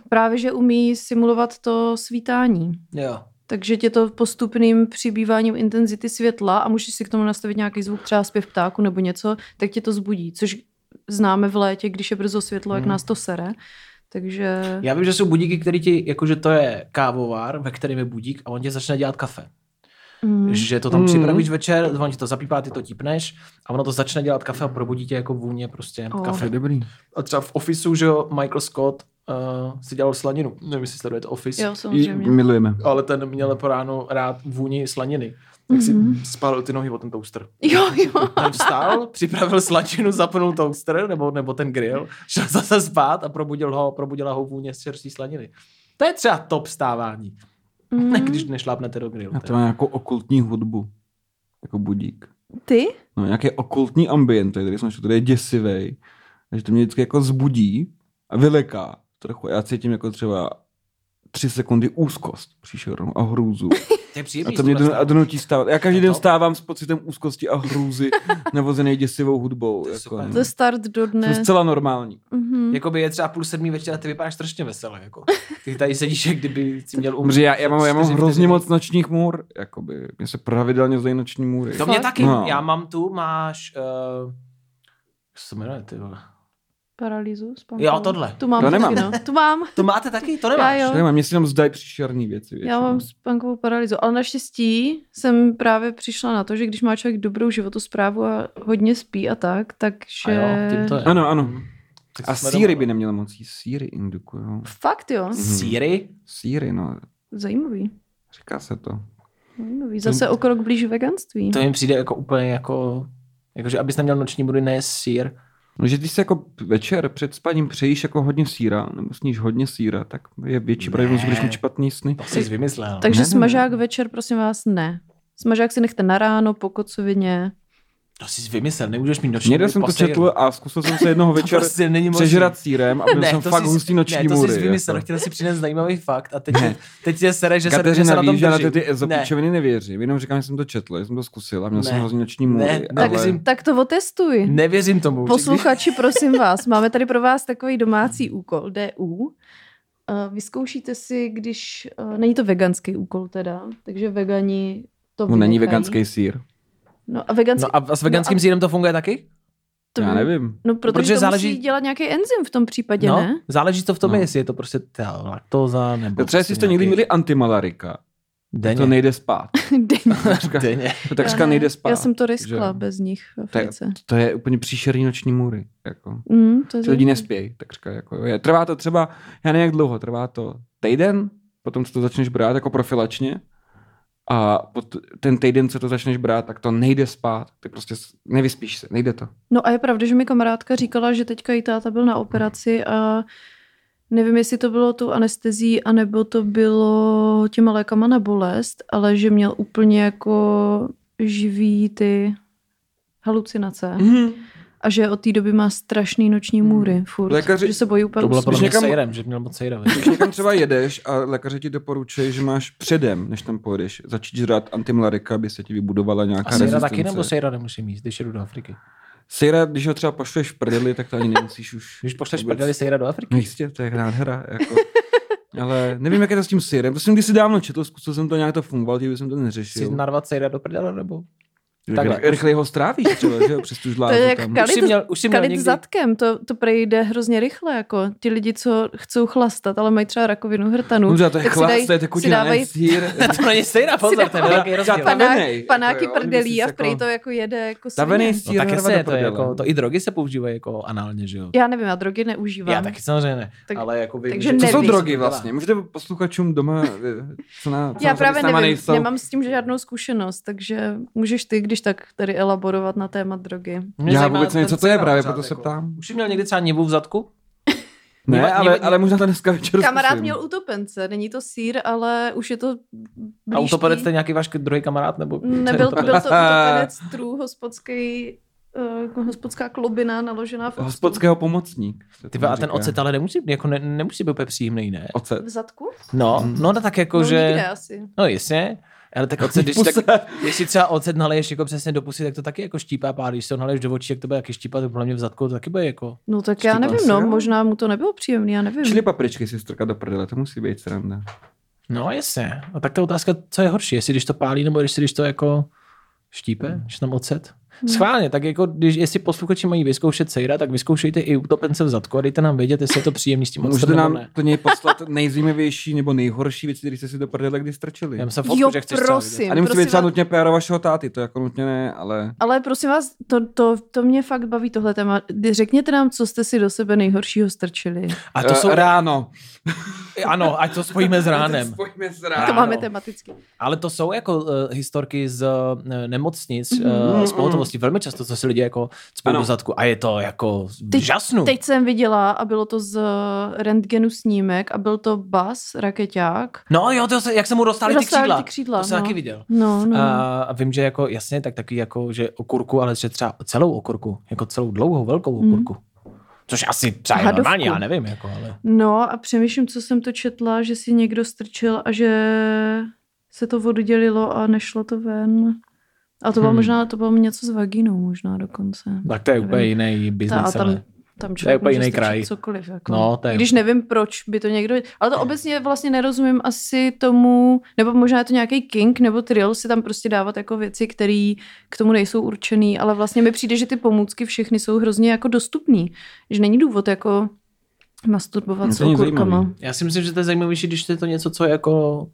Speaker 2: právě, že umí simulovat to svítání.
Speaker 3: Jo.
Speaker 2: Takže tě to postupným přibýváním intenzity světla a můžeš si k tomu nastavit nějaký zvuk, třeba zpěv ptáku nebo něco, tak tě to zbudí, což známe v létě, když je brzo světlo, jak
Speaker 3: Hmm.
Speaker 2: nás to sere. Takže...
Speaker 3: Já vím, že jsou budíky, které ti, jakože to je kávovar, ve kterém je budík a on tě začne dělat kafe.
Speaker 2: Mm.
Speaker 3: že to tam
Speaker 1: Mm.
Speaker 3: mm. připravíš večer, on ti to zapípá, ty to tipneš a ono to začne dělat kafe a probudí tě jako vůně
Speaker 2: O.
Speaker 3: prostě oh.
Speaker 1: To je
Speaker 3: kafe.
Speaker 1: dobrý.
Speaker 3: A třeba v Officeu, že jo, Michael Scott uh, si dělal slaninu, nevím, jestli sledujete Office,
Speaker 2: Jo,
Speaker 1: I, <laughs>
Speaker 2: samozřejmě.
Speaker 1: milujeme.
Speaker 3: ale ten měl po ráno rád vůni slaniny, tak mm-hmm.
Speaker 2: Mhm.
Speaker 3: si spálil ty nohy o ten toaster.
Speaker 2: Jo, jo.
Speaker 3: Ten
Speaker 2: <laughs>
Speaker 3: vstal, připravil slaninu, zapnul toaster nebo, nebo ten grill, šel zase spát a probudil ho, probudila ho vůně z čerství slaniny. To je třeba top vstávání,
Speaker 2: Mm-hmm.
Speaker 3: mm.
Speaker 2: Mhm.
Speaker 3: ne, když nešlápnete do grillu.
Speaker 1: Já to mám nějakou okultní hudbu. Jako budík.
Speaker 2: Ty?
Speaker 1: No, nějaký okultní ambient, který jsem našel, který je děsivý. Takže to mě vždycky jako zbudí a vyleká trochu. Já cítím jako třeba tři sekundy úzkost příšernou a hrůzu.
Speaker 3: <laughs> To je
Speaker 1: A
Speaker 3: příjemný.
Speaker 1: to mě
Speaker 3: tohle
Speaker 1: don- a donutí stávat. Já každý
Speaker 3: Je
Speaker 1: den
Speaker 3: No to?
Speaker 1: stávám s pocitem úzkosti a
Speaker 3: <laughs>
Speaker 1: hrůzy navozený děsivou hudbou.
Speaker 3: je
Speaker 1: Jako,
Speaker 3: super.
Speaker 1: no.
Speaker 2: To je start do dne.
Speaker 1: Jsem zcela normální.
Speaker 2: Mhm.
Speaker 3: Jakoby je třeba půl sedmý večer a ty vypadáš strašně veselé. Jako. Ty tady sedíš, jak kdyby si měl umřít.
Speaker 1: Umře, já, já, mám, já mám
Speaker 3: Čtyři
Speaker 1: hrozně
Speaker 3: vteřiny.
Speaker 1: moc nočních můr. Jakoby. Mně se pravidelně zdají noční můry.
Speaker 3: To mě
Speaker 2: Fakt?
Speaker 3: taky.
Speaker 1: No.
Speaker 3: No. Já mám tu, máš... Uh, jak se jmenuje, ty vole?
Speaker 2: Paralýzu? spánkovou.
Speaker 3: Jo, tohle.
Speaker 2: Tu mám
Speaker 1: To
Speaker 2: to
Speaker 1: nemám.
Speaker 2: taky, no. Tu
Speaker 3: <laughs>
Speaker 2: mám.
Speaker 3: To máte taky? To
Speaker 2: Já
Speaker 3: nemáš?
Speaker 2: jo.
Speaker 1: Nevím, mně se tam zdají příšerný věci.
Speaker 2: Já
Speaker 1: většinou.
Speaker 2: mám spánkovou paralýzu, ale naštěstí jsem právě přišla na to, že když má člověk dobrou životosprávu a hodně spí a tak,
Speaker 3: A
Speaker 2: takže...
Speaker 3: jo, tím to je.
Speaker 1: Ano, ano.
Speaker 3: Tak
Speaker 1: A
Speaker 3: jsme
Speaker 1: síry
Speaker 3: doma,
Speaker 1: by
Speaker 3: no.
Speaker 1: neměla moc jíst. Síry indukujou.
Speaker 2: Fakt jo,
Speaker 1: Mhm.
Speaker 3: Síry?
Speaker 1: Síry, no.
Speaker 2: zajímavý.
Speaker 1: Říká se to.
Speaker 2: zajímavý. Zase o krok blíž veganství.
Speaker 3: To mi přijde jako úplně jako... Jakože abys neměl noční budy, ne sír.
Speaker 1: No, že když se jako večer před spaním přejíš jako hodně síra, nebo sníš hodně síra, tak je větší
Speaker 3: Ne.
Speaker 1: pravděpodobnost, že budeš mít špatný sny.
Speaker 3: To jsi vymyslel. Tak...
Speaker 2: Takže
Speaker 1: Ne, ne, ne.
Speaker 2: smažák večer, prosím vás, ne. Smažák si nechte na ráno, po kocovině.
Speaker 3: To jsi vymyslel, nemůžeš mít noční
Speaker 1: Někde
Speaker 3: budy
Speaker 1: jsem
Speaker 3: po
Speaker 1: to
Speaker 3: síru. <laughs>
Speaker 1: četl a zkusil jsem se jednoho
Speaker 3: To
Speaker 1: večer
Speaker 3: prostě není možný.
Speaker 1: přežrat sírem a
Speaker 3: <laughs>
Speaker 1: byl jsem
Speaker 3: to
Speaker 1: fakt
Speaker 3: jsi-
Speaker 1: hustý noční
Speaker 3: ne, to
Speaker 1: můry.
Speaker 3: jsi vymyslel,
Speaker 1: jako.
Speaker 3: chtěl si přinést zajímavý fakt a teď, tě- teď tě sere, že se, že se
Speaker 1: Kateřina
Speaker 3: na
Speaker 1: ví,
Speaker 3: tom
Speaker 1: že na
Speaker 3: drží.
Speaker 1: ty, ty
Speaker 3: ne,
Speaker 1: ezopíčoviny nevěřím, jenom říkám, že jsem to četl, že jsem to zkusil a měl
Speaker 3: Ne.
Speaker 1: jsem hrozně noční
Speaker 3: Ne,
Speaker 1: můry.
Speaker 2: Tak,
Speaker 1: ale...
Speaker 3: nevěřím.
Speaker 2: tak to otestuj.
Speaker 3: nevěřím tomu.
Speaker 2: Posluchači, prosím vás, máme tady pro vás takový domácí úkol, DU. Eh, Vyzkoušíte si, když... eh, Není to veganský úkol teda, takže vegani to
Speaker 1: On No, není
Speaker 2: vynechají.
Speaker 1: veganský sír.
Speaker 2: No a veganský...
Speaker 3: No a s veganským
Speaker 2: no
Speaker 3: no a... sírem to funguje taky?
Speaker 2: to
Speaker 1: Já
Speaker 2: by-
Speaker 1: nevím.
Speaker 2: No, protože,
Speaker 3: Protože
Speaker 2: to
Speaker 3: záleží-
Speaker 2: musí dělat nějaký enzym v tom případě,
Speaker 3: no,
Speaker 2: ne? <laughs>
Speaker 3: záleží, co v tom
Speaker 1: No.
Speaker 3: je, jestli je to prostě ta laktóza nebo...
Speaker 1: No, třeba
Speaker 3: prostě
Speaker 1: jestli jste někdy
Speaker 3: nějaký-
Speaker 1: měli antimalarika,
Speaker 3: Denně.
Speaker 1: to nejde
Speaker 3: <laughs>
Speaker 1: spát.
Speaker 2: Denně.
Speaker 1: Takřka-
Speaker 3: Denně.
Speaker 1: to <laughs> takřka nejde spát.
Speaker 2: Já jsem to riskla
Speaker 1: že-
Speaker 2: bez nich v
Speaker 1: To je-
Speaker 2: Africe.
Speaker 1: To je úplně příšerný noční můry. Jako.
Speaker 2: Mm, to je
Speaker 1: Ty lidi
Speaker 2: zajímavé.
Speaker 1: nespějí, tak říkají. Jako, jo. je, trvá to třeba, já nevím jak dlouho, trvá to týden, potom co to začneš brát jako profilačně a pot, ten týden, co to začneš brát, tak to nejde spát, ty prostě s- nevyspíš se, nejde to.
Speaker 2: No a je pravda, že mi kamarádka říkala, že teďka její táta byl na operaci a nevím, jestli to bylo tu anestezí, anebo to bylo těma lékama na bolest, ale že měl úplně jako živý ty halucinace.
Speaker 3: Mhm.
Speaker 1: Mm-hmm.
Speaker 2: a že od té doby má strašný noční
Speaker 1: Hmm.
Speaker 2: můry furt.
Speaker 1: Lékaři-
Speaker 2: Že se bojí úplně
Speaker 3: To bylo
Speaker 2: usnout.
Speaker 3: podle mě
Speaker 1: Když někam-
Speaker 3: někam... sejrem, že měl moc sejra.
Speaker 1: Když někam třeba jedeš a lékaři ti doporučují, že máš předem, než tam pojedeš, začít žrát antimlarika, aby se ti vybudovala nějaká
Speaker 3: A sejra
Speaker 1: rezistence.
Speaker 3: taky, nebo sejra nemusím jíst, když jedu do Afriky?
Speaker 1: Sejra, když ho třeba pošleš v prdeli, tak to ani nemusíš už.
Speaker 3: Když pošleš
Speaker 1: vůbec.
Speaker 3: prdeli sejra do Afriky?
Speaker 1: No jistě, to je nádhera.
Speaker 3: <laughs>
Speaker 1: Jako. Ale nevím, jak je to s tím syrem. To jsem kdysi dávno četl, zkusil jsem to nějak to fungoval, tím jsem to
Speaker 3: Chci
Speaker 1: neřešil.
Speaker 3: narvat sejra do prdele, nebo?
Speaker 1: Rychle,
Speaker 3: takhle.
Speaker 1: rychleji ho strávíš třeba, že jo, přes tu žlázu
Speaker 2: To je jak
Speaker 1: tam.
Speaker 2: kal-
Speaker 3: Už
Speaker 2: Kalit-
Speaker 3: jsi měl, už jsi měl
Speaker 2: Kalit
Speaker 3: někdy...
Speaker 2: zadkem, to, to prejde hrozně rychle, jako ti lidi, co chcou chlastat, ale mají třeba rakovinu hrtanu,
Speaker 1: Dobře, to je
Speaker 2: tak si
Speaker 1: chlás,
Speaker 2: dají-
Speaker 1: to je
Speaker 2: si
Speaker 1: tekutina,
Speaker 2: dávají
Speaker 1: ne
Speaker 3: <laughs>
Speaker 1: sír.
Speaker 3: <laughs> To není sejra, pozor, to je
Speaker 2: dávají-
Speaker 3: velký rozdíl.
Speaker 1: Tavenej,
Speaker 2: panák,
Speaker 1: jako
Speaker 2: panáky
Speaker 1: jo,
Speaker 2: prdelí
Speaker 1: myslíš
Speaker 2: a v prej
Speaker 1: jako-
Speaker 2: to jako jede jako
Speaker 1: Tavený
Speaker 2: svině.
Speaker 1: sír.
Speaker 3: No tak
Speaker 1: narvat do
Speaker 3: jasně, to, je
Speaker 1: prdele.
Speaker 3: jako, to i drogy se používají jako análně, že jo?
Speaker 2: Já nevím, já drogy neužívám.
Speaker 3: Já taky samozřejmě ne,
Speaker 2: Tak-
Speaker 3: ale jako vím,
Speaker 2: takže
Speaker 3: že-
Speaker 1: Co
Speaker 2: nevím.
Speaker 1: jsou drogy vlastně? Můžete posluchačům doma, eh, co na, co
Speaker 2: Já
Speaker 1: na
Speaker 2: právě
Speaker 1: s náma
Speaker 2: nevím,
Speaker 1: nejsou.
Speaker 2: nemám s tím žádnou zkušenost, takže můžeš ty, když tak, tady elaborovat na téma drogy.
Speaker 3: Mě
Speaker 1: Já
Speaker 3: zajímá
Speaker 1: vůbec
Speaker 3: ten
Speaker 1: nevím, co to je
Speaker 3: sejra
Speaker 1: právě,
Speaker 3: pořád,
Speaker 1: proto se
Speaker 3: jako.
Speaker 1: ptám.
Speaker 3: Už jsi měl někdy třeba nivu v zadku?
Speaker 1: Ne,
Speaker 3: Nima-
Speaker 1: ale,
Speaker 3: nima-
Speaker 1: ale možná to dneska večer
Speaker 2: Kamarád
Speaker 1: zkusím.
Speaker 2: měl utopence, není to sír, ale už je to blíž
Speaker 3: A utopenec
Speaker 2: tý-
Speaker 3: to je nějaký váš druhý kamarád? Nebo
Speaker 2: Nebyl,
Speaker 3: utopenec?
Speaker 2: byl to
Speaker 3: <laughs>
Speaker 2: utopenec trů, hospodský, uh, hospodská klobina naložená v octu.
Speaker 1: Hospodského pomocník. se
Speaker 3: Ty
Speaker 1: tomu
Speaker 3: vole, a ten
Speaker 1: říká.
Speaker 3: ocet ale nemusí, jako ne, nemusí být úplně příjemný, ne?
Speaker 1: Ocet.
Speaker 2: v zadku?
Speaker 3: No,
Speaker 1: Mm.
Speaker 3: no tak jako,
Speaker 2: no,
Speaker 3: že...
Speaker 2: nikde asi.
Speaker 3: No jasně, ale tak ocet, když
Speaker 1: Puse.
Speaker 3: tak, jestli třeba ocet naleješ jako přesně do pusy, tak to taky jako štípá pár, když se ho naleješ do očí, jak to bude taky štípat, tak podle mě v zadku to taky bude jako...
Speaker 2: No tak já
Speaker 1: Štípal
Speaker 2: nevím,
Speaker 1: si,
Speaker 2: no,
Speaker 1: jo?
Speaker 2: možná mu to nebylo příjemné, já nevím.
Speaker 1: Čili papričky si strkat do prdele, to musí být sranda.
Speaker 3: No jasně, a tak ta otázka, co je horší, jestli když to pálí, nebo jestli když to jako štípe, když tam ocet. Schválně, tak jako, když, jestli posluchači mají vyzkoušet sejra, tak vyzkoušejte i utopence v zadku a dejte nám vědět, jestli je to příjemný s tím
Speaker 1: Můžete
Speaker 3: ocetem, nebo
Speaker 1: nám
Speaker 3: ne.
Speaker 1: to něj poslat <laughs> nejzajímavější nebo nejhorší věci, které jste si do prdele kdy strčili.
Speaker 3: Já se
Speaker 2: Jo,
Speaker 3: fotku, že chceš třeba
Speaker 2: prosím.
Speaker 3: vidět.
Speaker 1: A nemusí
Speaker 2: prosím
Speaker 1: být třeba
Speaker 2: vás-
Speaker 1: nutně PR vašeho táty, to jako nutně ne, ale...
Speaker 2: Ale prosím vás, to, to, to mě fakt baví tohle téma. Kdy- Řekněte nám, co jste si do sebe nejhoršího strčili.
Speaker 3: A to
Speaker 1: Eh,
Speaker 3: jsou,
Speaker 1: Ráno.
Speaker 3: ano, ať to spojíme s <laughs> ránem.
Speaker 1: Spojíme s
Speaker 2: To
Speaker 1: ránem.
Speaker 2: máme tematicky.
Speaker 3: Ale to jsou jako uh, historky z uh, nemocnic, uh, z pohotovosti. Velmi často, co si lidi jako spolu
Speaker 1: Ano.
Speaker 3: do zadku. A je to jako
Speaker 2: Teď-
Speaker 3: žasnu.
Speaker 2: Teď jsem viděla a bylo to z eh, rentgenu snímek a byl to Bas, raketák.
Speaker 3: No jo, to se, jak se mu dostali ty
Speaker 2: Dostali
Speaker 3: křídla.
Speaker 2: ty křídla,
Speaker 3: to jsem
Speaker 2: no.
Speaker 3: taky viděl.
Speaker 2: No, no. A...
Speaker 3: A, a vím, že jako jasně, tak taky jako, že okurku, ale že třeba celou okurku, jako celou dlouhou, velkou
Speaker 2: Mm.
Speaker 3: okurku. Což asi třeba je
Speaker 2: Hadovku.
Speaker 3: normální, já nevím, jako, ale...
Speaker 2: No a přemýšlím, co jsem to četla, že si někdo strčil a že se to oddělilo a nešlo to ven. A to bylo
Speaker 3: Hmm.
Speaker 2: možná, to bylo něco s vagínou možná dokonce.
Speaker 3: Tak to je úplně
Speaker 2: Nevím. Ta,
Speaker 3: jiný
Speaker 2: a
Speaker 3: biznis,
Speaker 2: tam,
Speaker 3: ale...
Speaker 2: tam
Speaker 3: je
Speaker 2: člověk
Speaker 3: úplně
Speaker 2: může
Speaker 3: jiný
Speaker 2: strčit
Speaker 3: kraj.
Speaker 2: cokoliv. Jako.
Speaker 3: No, to je-
Speaker 2: Když nevím, proč by to někdo... Ale to obecně vlastně nerozumím asi tomu, nebo možná je to nějaký king nebo trill si tam prostě dávat jako věci, které k tomu nejsou určený, ale vlastně mi přijde, že ty pomůcky všechny jsou hrozně jako dostupný. Že není důvod jako masturbovat
Speaker 1: No,
Speaker 2: s
Speaker 1: to není
Speaker 2: okurkama.
Speaker 1: zajímavý.
Speaker 3: Já si myslím, že to je zajímavější, když je to něco, co je jako...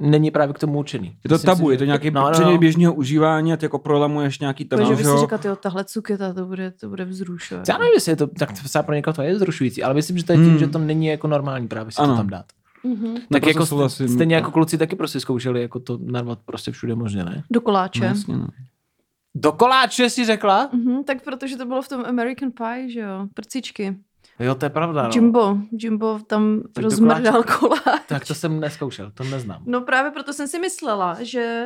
Speaker 3: Není právě k tomu určený.
Speaker 1: Je to
Speaker 3: Myslím si,
Speaker 1: tabu, je to
Speaker 3: že-
Speaker 1: nějaký
Speaker 3: No,
Speaker 1: no,
Speaker 3: no, no.
Speaker 1: běžného užívání a ty jako prolamuješ nějaký tabu,
Speaker 2: Takže
Speaker 1: no,
Speaker 2: bych si říkal, jo, tahle cuketa, to bude, to bude vzrušovat.
Speaker 3: Já nevím, jestli je to, tak třeba pro někoho to je zrušující, ale myslím, že to je tím,
Speaker 1: Hmm.
Speaker 3: že to není jako normální právě si to
Speaker 1: Ano.
Speaker 3: tam dát.
Speaker 2: Mhm.
Speaker 3: Tak
Speaker 1: Naprosto
Speaker 3: jako
Speaker 1: souhlasím. No,
Speaker 3: stejně jako kluci taky prostě zkoušeli jako to narvat prostě všude možně, ne?
Speaker 2: Do koláče.
Speaker 1: No, jasně, no.
Speaker 3: Do koláče si řekla?
Speaker 2: Mhm, tak protože to bylo v tom American Pie, že jo, prcičky.
Speaker 3: Jo, to je pravda, no.
Speaker 2: Jimbo, Jimbo tam
Speaker 3: do
Speaker 2: rozmrdal kola.
Speaker 3: Tak to jsem neskoušel, to neznám.
Speaker 2: <laughs> No právě proto jsem si myslela, že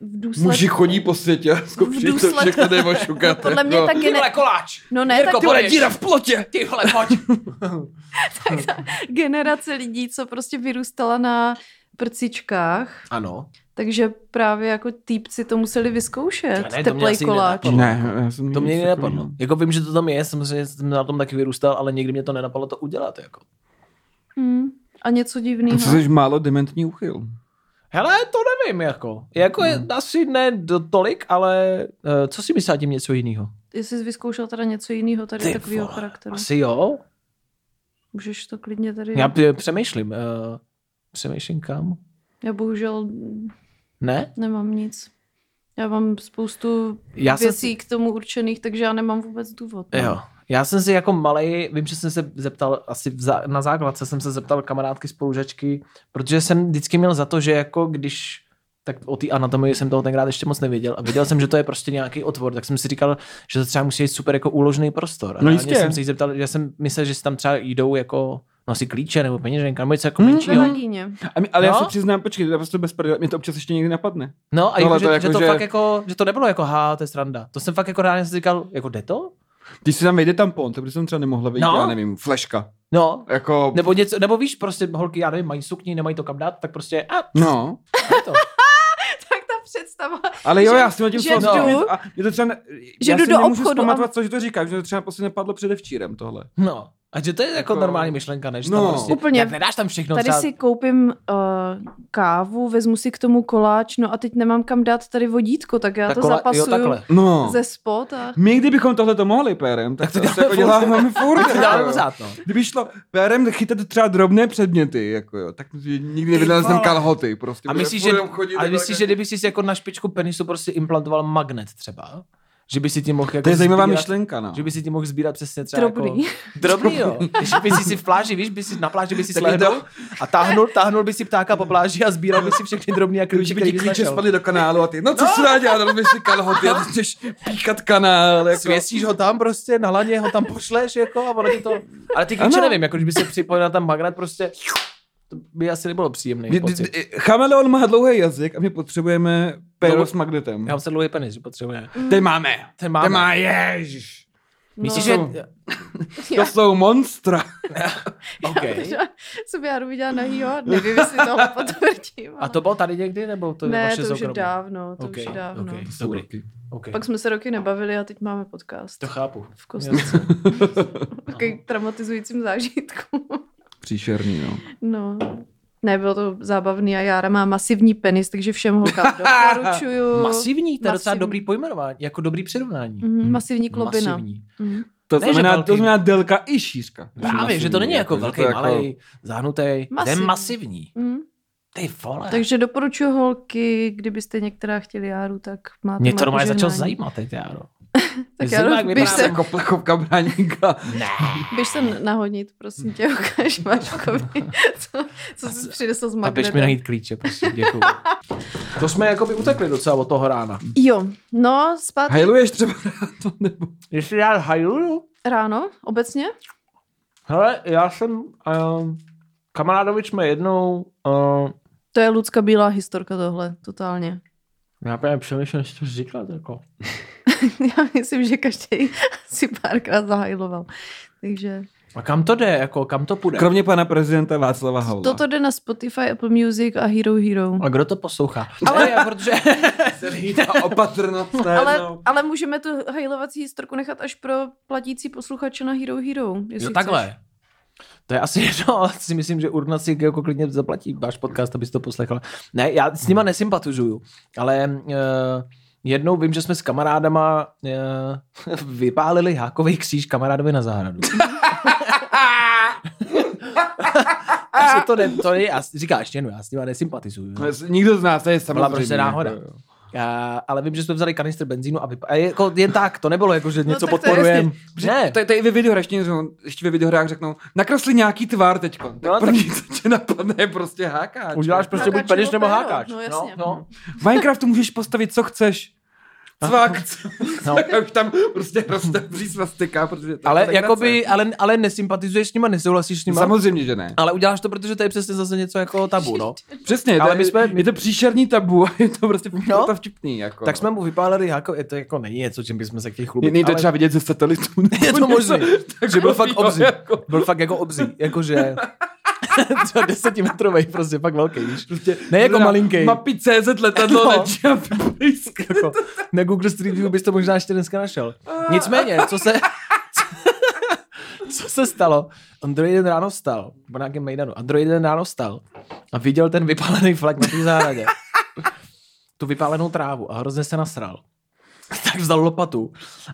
Speaker 2: v důsledku...
Speaker 1: Muži chodí po světě jako a zkouší
Speaker 2: V důsledku-
Speaker 1: to všechno nebo šukat.
Speaker 2: Podle mě
Speaker 1: no.
Speaker 2: tak
Speaker 3: Ty
Speaker 2: gene...
Speaker 3: vole, koláč!
Speaker 2: No ne,
Speaker 3: Jirko,
Speaker 2: tak
Speaker 3: podej
Speaker 1: Bude díra v plotě!
Speaker 3: Ty vole, pojď!
Speaker 2: generace lidí, co prostě vyrůstala na prcičkách,
Speaker 3: <laughs> ano.
Speaker 2: takže právě jako týpci to museli vyzkoušet.
Speaker 3: Ne, to mě
Speaker 2: Teplej
Speaker 3: asi jde
Speaker 2: koláč.
Speaker 3: napadlo.
Speaker 1: Ne, já jsem
Speaker 3: To mě
Speaker 1: nic
Speaker 3: nikdy
Speaker 1: takového.
Speaker 3: nenapadlo. Jako vím, že to tam je, samozřejmě jsem na tom taky vyrůstal, ale nikdy mě to nenapadlo to udělat. Jako.
Speaker 2: Hmm. A něco
Speaker 3: No.
Speaker 2: divného.
Speaker 1: To jsi málo dementní úchyl.
Speaker 3: Hele, to nevím, jako. Jako je, asi ne do tolik, ale eh, co si myslíte tím něco jiného?
Speaker 2: Jestli jsi vyzkoušel teda něco jiného tady takového charakteru.
Speaker 3: Asi jo.
Speaker 2: Můžeš to klidně tady...
Speaker 3: Já p- přemýšlím. eh, Přemýšlím kam?
Speaker 2: Já bohužel
Speaker 3: Ne?
Speaker 2: nemám nic. Já mám spoustu
Speaker 3: Já jsem
Speaker 2: věcí k tomu určených, takže já nemám vůbec důvod. no.
Speaker 3: Jo. Já jsem si jako malej, vím, že jsem se zeptal, asi v zá, na základce jsem se zeptal kamarádky spolužačky, protože jsem vždycky měl za to, že jako když tak o té anatomii jsem toho tenkrát ještě moc nevěděl a věděl jsem, že to je prostě nějaký otvor, tak jsem si říkal, že to třeba musí být super jako úložný prostor. A
Speaker 1: No
Speaker 3: reálně
Speaker 1: jistě.
Speaker 3: jsem se jí zeptal, já jsem myslel, že si tam třeba jdou jako nosí klíče nebo peněženka nebo něco jako
Speaker 1: Hmm.
Speaker 2: Ve
Speaker 3: menšího. <laughs>
Speaker 2: vagíně.
Speaker 1: A my, ale
Speaker 3: No.
Speaker 1: já se přiznám, počkej, to je prostě bez prdele, mě to občas ještě někdy napadne.
Speaker 3: No a
Speaker 1: Tohle
Speaker 3: jako,
Speaker 1: to
Speaker 3: že,
Speaker 1: jako,
Speaker 3: že, to
Speaker 1: že-
Speaker 3: fakt jako, že to nebylo jako há, to je sranda. To jsem fakt jako reálně si říkal, jako jde to?
Speaker 1: Když si tam vejde tampon, to by jsem třeba nemohla vejít,
Speaker 3: No.
Speaker 1: já nevím, fleška.
Speaker 3: No,
Speaker 1: Jako,
Speaker 3: nebo, něco, nebo víš, prostě holky, já nevím, mají sukni, nemají to kam dát, tak prostě a
Speaker 1: no.
Speaker 3: je to.
Speaker 2: tak ta představa.
Speaker 1: Ale jo,
Speaker 2: Že-
Speaker 1: já s tím tím
Speaker 2: že
Speaker 1: souhlasím.
Speaker 2: jdu-
Speaker 1: A mě to třeba, ne,
Speaker 2: že
Speaker 1: já
Speaker 2: jdu
Speaker 1: si
Speaker 2: do
Speaker 1: nemůžu
Speaker 2: obchodu a-
Speaker 1: zpamatovat, co, že to říkáš, že to třeba prostě nepadlo předevčírem tohle.
Speaker 3: No. A že to je jako,
Speaker 1: Jako-
Speaker 3: normální myšlenka, než no,
Speaker 1: No.
Speaker 3: tam prostě,
Speaker 2: Úplně.
Speaker 3: Jak nedáš tam všechno.
Speaker 2: Tady
Speaker 3: třeba-
Speaker 2: si koupím uh, kávu, vezmu si k tomu koláč, no a teď nemám kam dát tady vodítko, tak já
Speaker 3: ta
Speaker 2: to
Speaker 3: kola- Jo,
Speaker 2: zapasuju
Speaker 3: takhle.
Speaker 1: No.
Speaker 2: ze spod a...
Speaker 1: My, kdybychom tohle to mohli pérem, tak,
Speaker 3: to
Speaker 1: to,
Speaker 3: děláme
Speaker 1: to jako děláme
Speaker 3: furt.
Speaker 1: furt.
Speaker 3: Tak si dáme
Speaker 1: jako jo.
Speaker 3: pořád, no.
Speaker 1: Kdyby šlo pérem chytat třeba drobné předměty, jako jo, tak nikdy nevydal jsem
Speaker 3: vole.
Speaker 1: kalhoty. Prostě.
Speaker 3: A
Speaker 1: Bude
Speaker 3: myslíš, že,
Speaker 1: furt jenom chodit
Speaker 3: ale
Speaker 1: takhle-
Speaker 3: myslíš, že kdyby jsi si jako na špičku penisu prostě implantoval magnet třeba, že by si tím mohl jako
Speaker 1: To je zajímavá
Speaker 3: sbírat-
Speaker 1: myšlenka, no.
Speaker 3: Že by si tím mohl sbírat přesně třeba
Speaker 2: Drobný. <laughs>
Speaker 3: Jako, drobný, jo. Že by si si v pláži, víš, by si na pláži by si
Speaker 1: Tak je to-
Speaker 3: slehnul a táhnul, táhnul by si ptáka po pláži a sbíral by si všechny drobný a
Speaker 1: Klíče,
Speaker 3: klíče,
Speaker 1: by ti
Speaker 3: který bys
Speaker 1: klíče
Speaker 3: našel.
Speaker 1: spadly do kanálu a ty, no co se dá dělat, dal bys si kalhoty a ty chceš píchat kanál. Jako.
Speaker 3: Svěstíš ho tam prostě, na laně ho tam pošleš, jako, a ono ti to... Ale ty klíče
Speaker 1: Ano.
Speaker 3: nevím, jako když by se připojil na tam magnet, prostě... To by asi nebylo příjemný
Speaker 1: Kdy-
Speaker 3: pocit.
Speaker 1: kdy- Chameleon má dlouhý jazyk a my potřebujeme pero
Speaker 3: Dlouho-
Speaker 1: s magnetem.
Speaker 3: Já mám se dlouhý penis, že potřebuje.
Speaker 1: Ty máme.
Speaker 3: Ten
Speaker 1: Ty
Speaker 3: máme.
Speaker 1: má, ježiš.
Speaker 3: Myslíš, že...
Speaker 1: No. To
Speaker 2: <laughs>
Speaker 1: jsou monstra.
Speaker 3: Okay.
Speaker 2: Co by já jdu viděla nahýho,
Speaker 3: <laughs>
Speaker 2: nevím, jestli to potvrdím.
Speaker 3: A
Speaker 2: ale-
Speaker 3: to bylo tady někdy, nebo to je
Speaker 2: ne,
Speaker 3: vaše
Speaker 2: to už je
Speaker 3: soukromé?
Speaker 2: dávno, to
Speaker 3: Ok,
Speaker 2: už je dávno.
Speaker 3: ok. Dobrý. Okay.
Speaker 2: Pak jsme se roky nebavili a teď máme podcast.
Speaker 3: To No. chápu.
Speaker 2: v kostce.
Speaker 3: <laughs>
Speaker 2: Takový traumatizujícím zážitku.
Speaker 1: Příšerný, no.
Speaker 2: No. Ne, bylo to zábavný a Jára má masivní penis, takže všem
Speaker 3: <laughs>
Speaker 2: holkám doporučuju.
Speaker 3: Masivní, to je docela
Speaker 2: Masivní.
Speaker 3: dobrý pojmenování, jako dobrý přirovnání.
Speaker 2: Mhm, masivní klobina.
Speaker 3: Masivní.
Speaker 2: Mhm.
Speaker 1: To
Speaker 3: Ne, že
Speaker 1: znamená,
Speaker 3: velký.
Speaker 1: to znamená délka i šířka.
Speaker 3: Právě, že to není jako
Speaker 1: že
Speaker 3: velký,
Speaker 1: to
Speaker 3: malý, zahnutý. To je
Speaker 2: Masivní.
Speaker 3: masivní.
Speaker 2: Mhm.
Speaker 3: Ty vole.
Speaker 2: Takže doporučuji holky, kdybyste některá chtěli Járu, tak máte
Speaker 3: Mě
Speaker 2: moje
Speaker 3: to normálně začalo
Speaker 2: požehnání.
Speaker 3: zajímat teď, Járo.
Speaker 2: Tak
Speaker 3: Zajímá, jak
Speaker 2: Járo, běž
Speaker 3: vypadá
Speaker 2: se,
Speaker 1: Jako plechovka bráníka.
Speaker 2: běž se nahodnit, prosím tě, <laughs> ukáž Maškovi, <laughs> co, co jsi přinesl z
Speaker 3: A běž mi
Speaker 2: magnetem.
Speaker 3: najít klíče, prosím, děkuju. to jsme jako by utekli docela od toho rána.
Speaker 2: Jo, no, spát
Speaker 1: Hejluješ třeba ráno, nebo...
Speaker 3: Jestli já hajluju,
Speaker 2: ráno, obecně?
Speaker 3: hele, já jsem, um, kamarádovi jsme jednou, um,
Speaker 2: To je Lucka Bílá historka tohle, totálně. <laughs>
Speaker 3: já právě přemýšlím, jestli to říkat, jako.
Speaker 2: Já myslím, že každý si párkrát zahajloval. Takže
Speaker 3: A kam to jde, jako, kam to půjde?
Speaker 1: Kromě pana prezidenta Václava Havla.
Speaker 2: toto jde na Spotify, Apple Music a Hero Hero.
Speaker 3: A kdo to poslouchá? Ale
Speaker 1: <laughs>
Speaker 3: já, protože...
Speaker 1: Ta opatrnost
Speaker 2: Ale,
Speaker 1: najednou.
Speaker 2: ale můžeme tu hajlovací historku nechat až pro platící posluchače na Hero Hero. Jestli
Speaker 3: jo,
Speaker 2: chceš.
Speaker 3: takhle. To je asi <laughs> jedno, ale si myslím, že Urna si jako klidně zaplatí váš podcast, aby si to poslechal. Ne, já s
Speaker 2: Hmm.
Speaker 3: nima nesympatizuju, ale uh, jednou vím, že jsme s kamarádama uh, <laughs> vypálili hákový kříž kamarádovi na zahradu. <laughs> Takže to, ne, to je, já říkáš, ještě jednou, já s nima nesympatizuju. jo.
Speaker 1: No, Nikdo z nás, to je samozřejmě.
Speaker 3: prostě náhoda.
Speaker 1: jako jo.
Speaker 3: A, ale vím, že jsme vzali kanistr benzínu a, vypa- a jako jen tak, to nebylo jako, že
Speaker 2: No,
Speaker 3: něco
Speaker 2: tak to je
Speaker 3: podporujeme.
Speaker 1: Protože To, to je i ve videohrách, ještě, něco- ještě ve videohrách řeknou, nakresli nějaký tvár teď. Tak
Speaker 3: No,
Speaker 1: no,
Speaker 3: tak-
Speaker 1: první, <laughs> co tě napadne, je prostě hákáč.
Speaker 3: Uděláš prostě buď
Speaker 2: Hákač
Speaker 3: penis
Speaker 2: nebo
Speaker 3: nebo
Speaker 2: péro,
Speaker 3: hákač.
Speaker 2: no jasně. <laughs>
Speaker 3: No, no.
Speaker 1: V Minecraftu můžeš postavit, co chceš. Cvak. No.
Speaker 3: No.
Speaker 1: Už tam prostě
Speaker 3: <laughs>
Speaker 1: roste přísvastika, protože to
Speaker 3: Ale,
Speaker 1: je Jako legrace.
Speaker 3: jakoby, ale, ale nesympatizuješ s nima, nesouhlasíš s nima.
Speaker 1: Samozřejmě, že ne.
Speaker 3: Ale uděláš to, protože to je přesně zase něco jako tabu, no.
Speaker 1: Přesně,
Speaker 3: Ale
Speaker 1: ale
Speaker 3: my
Speaker 1: my
Speaker 3: jsme-
Speaker 1: je to příšerní tabu a je to prostě
Speaker 3: No.
Speaker 1: no. to vtipný. Jako.
Speaker 3: Tak jsme mu vypálili, jako, je to jako není něco, čím bychom se chtěli chlubit.
Speaker 1: Není to
Speaker 3: ale
Speaker 1: třeba vidět ze satelitu.
Speaker 3: <laughs> je to možné, že byl fakt obří.
Speaker 1: Jako,
Speaker 3: Byl fakt jako obří, jakože <laughs> třeba desetimetrový, prostě fakt velký, víš.
Speaker 1: prostě,
Speaker 3: Ne jako
Speaker 1: teda
Speaker 3: malinký.
Speaker 1: Mapy CZ letadlo
Speaker 3: No.
Speaker 1: no. na <laughs>
Speaker 3: Jako, na Google Street View bys to možná ještě dneska našel. Nicméně, co se... Co se stalo? Android jeden ráno vstal, po nějakém mejdanu. Android jeden ráno vstal a viděl ten vypálený flak na té zahradě. Tu vypálenou trávu a hrozně se nasral. Tak vzal lopatu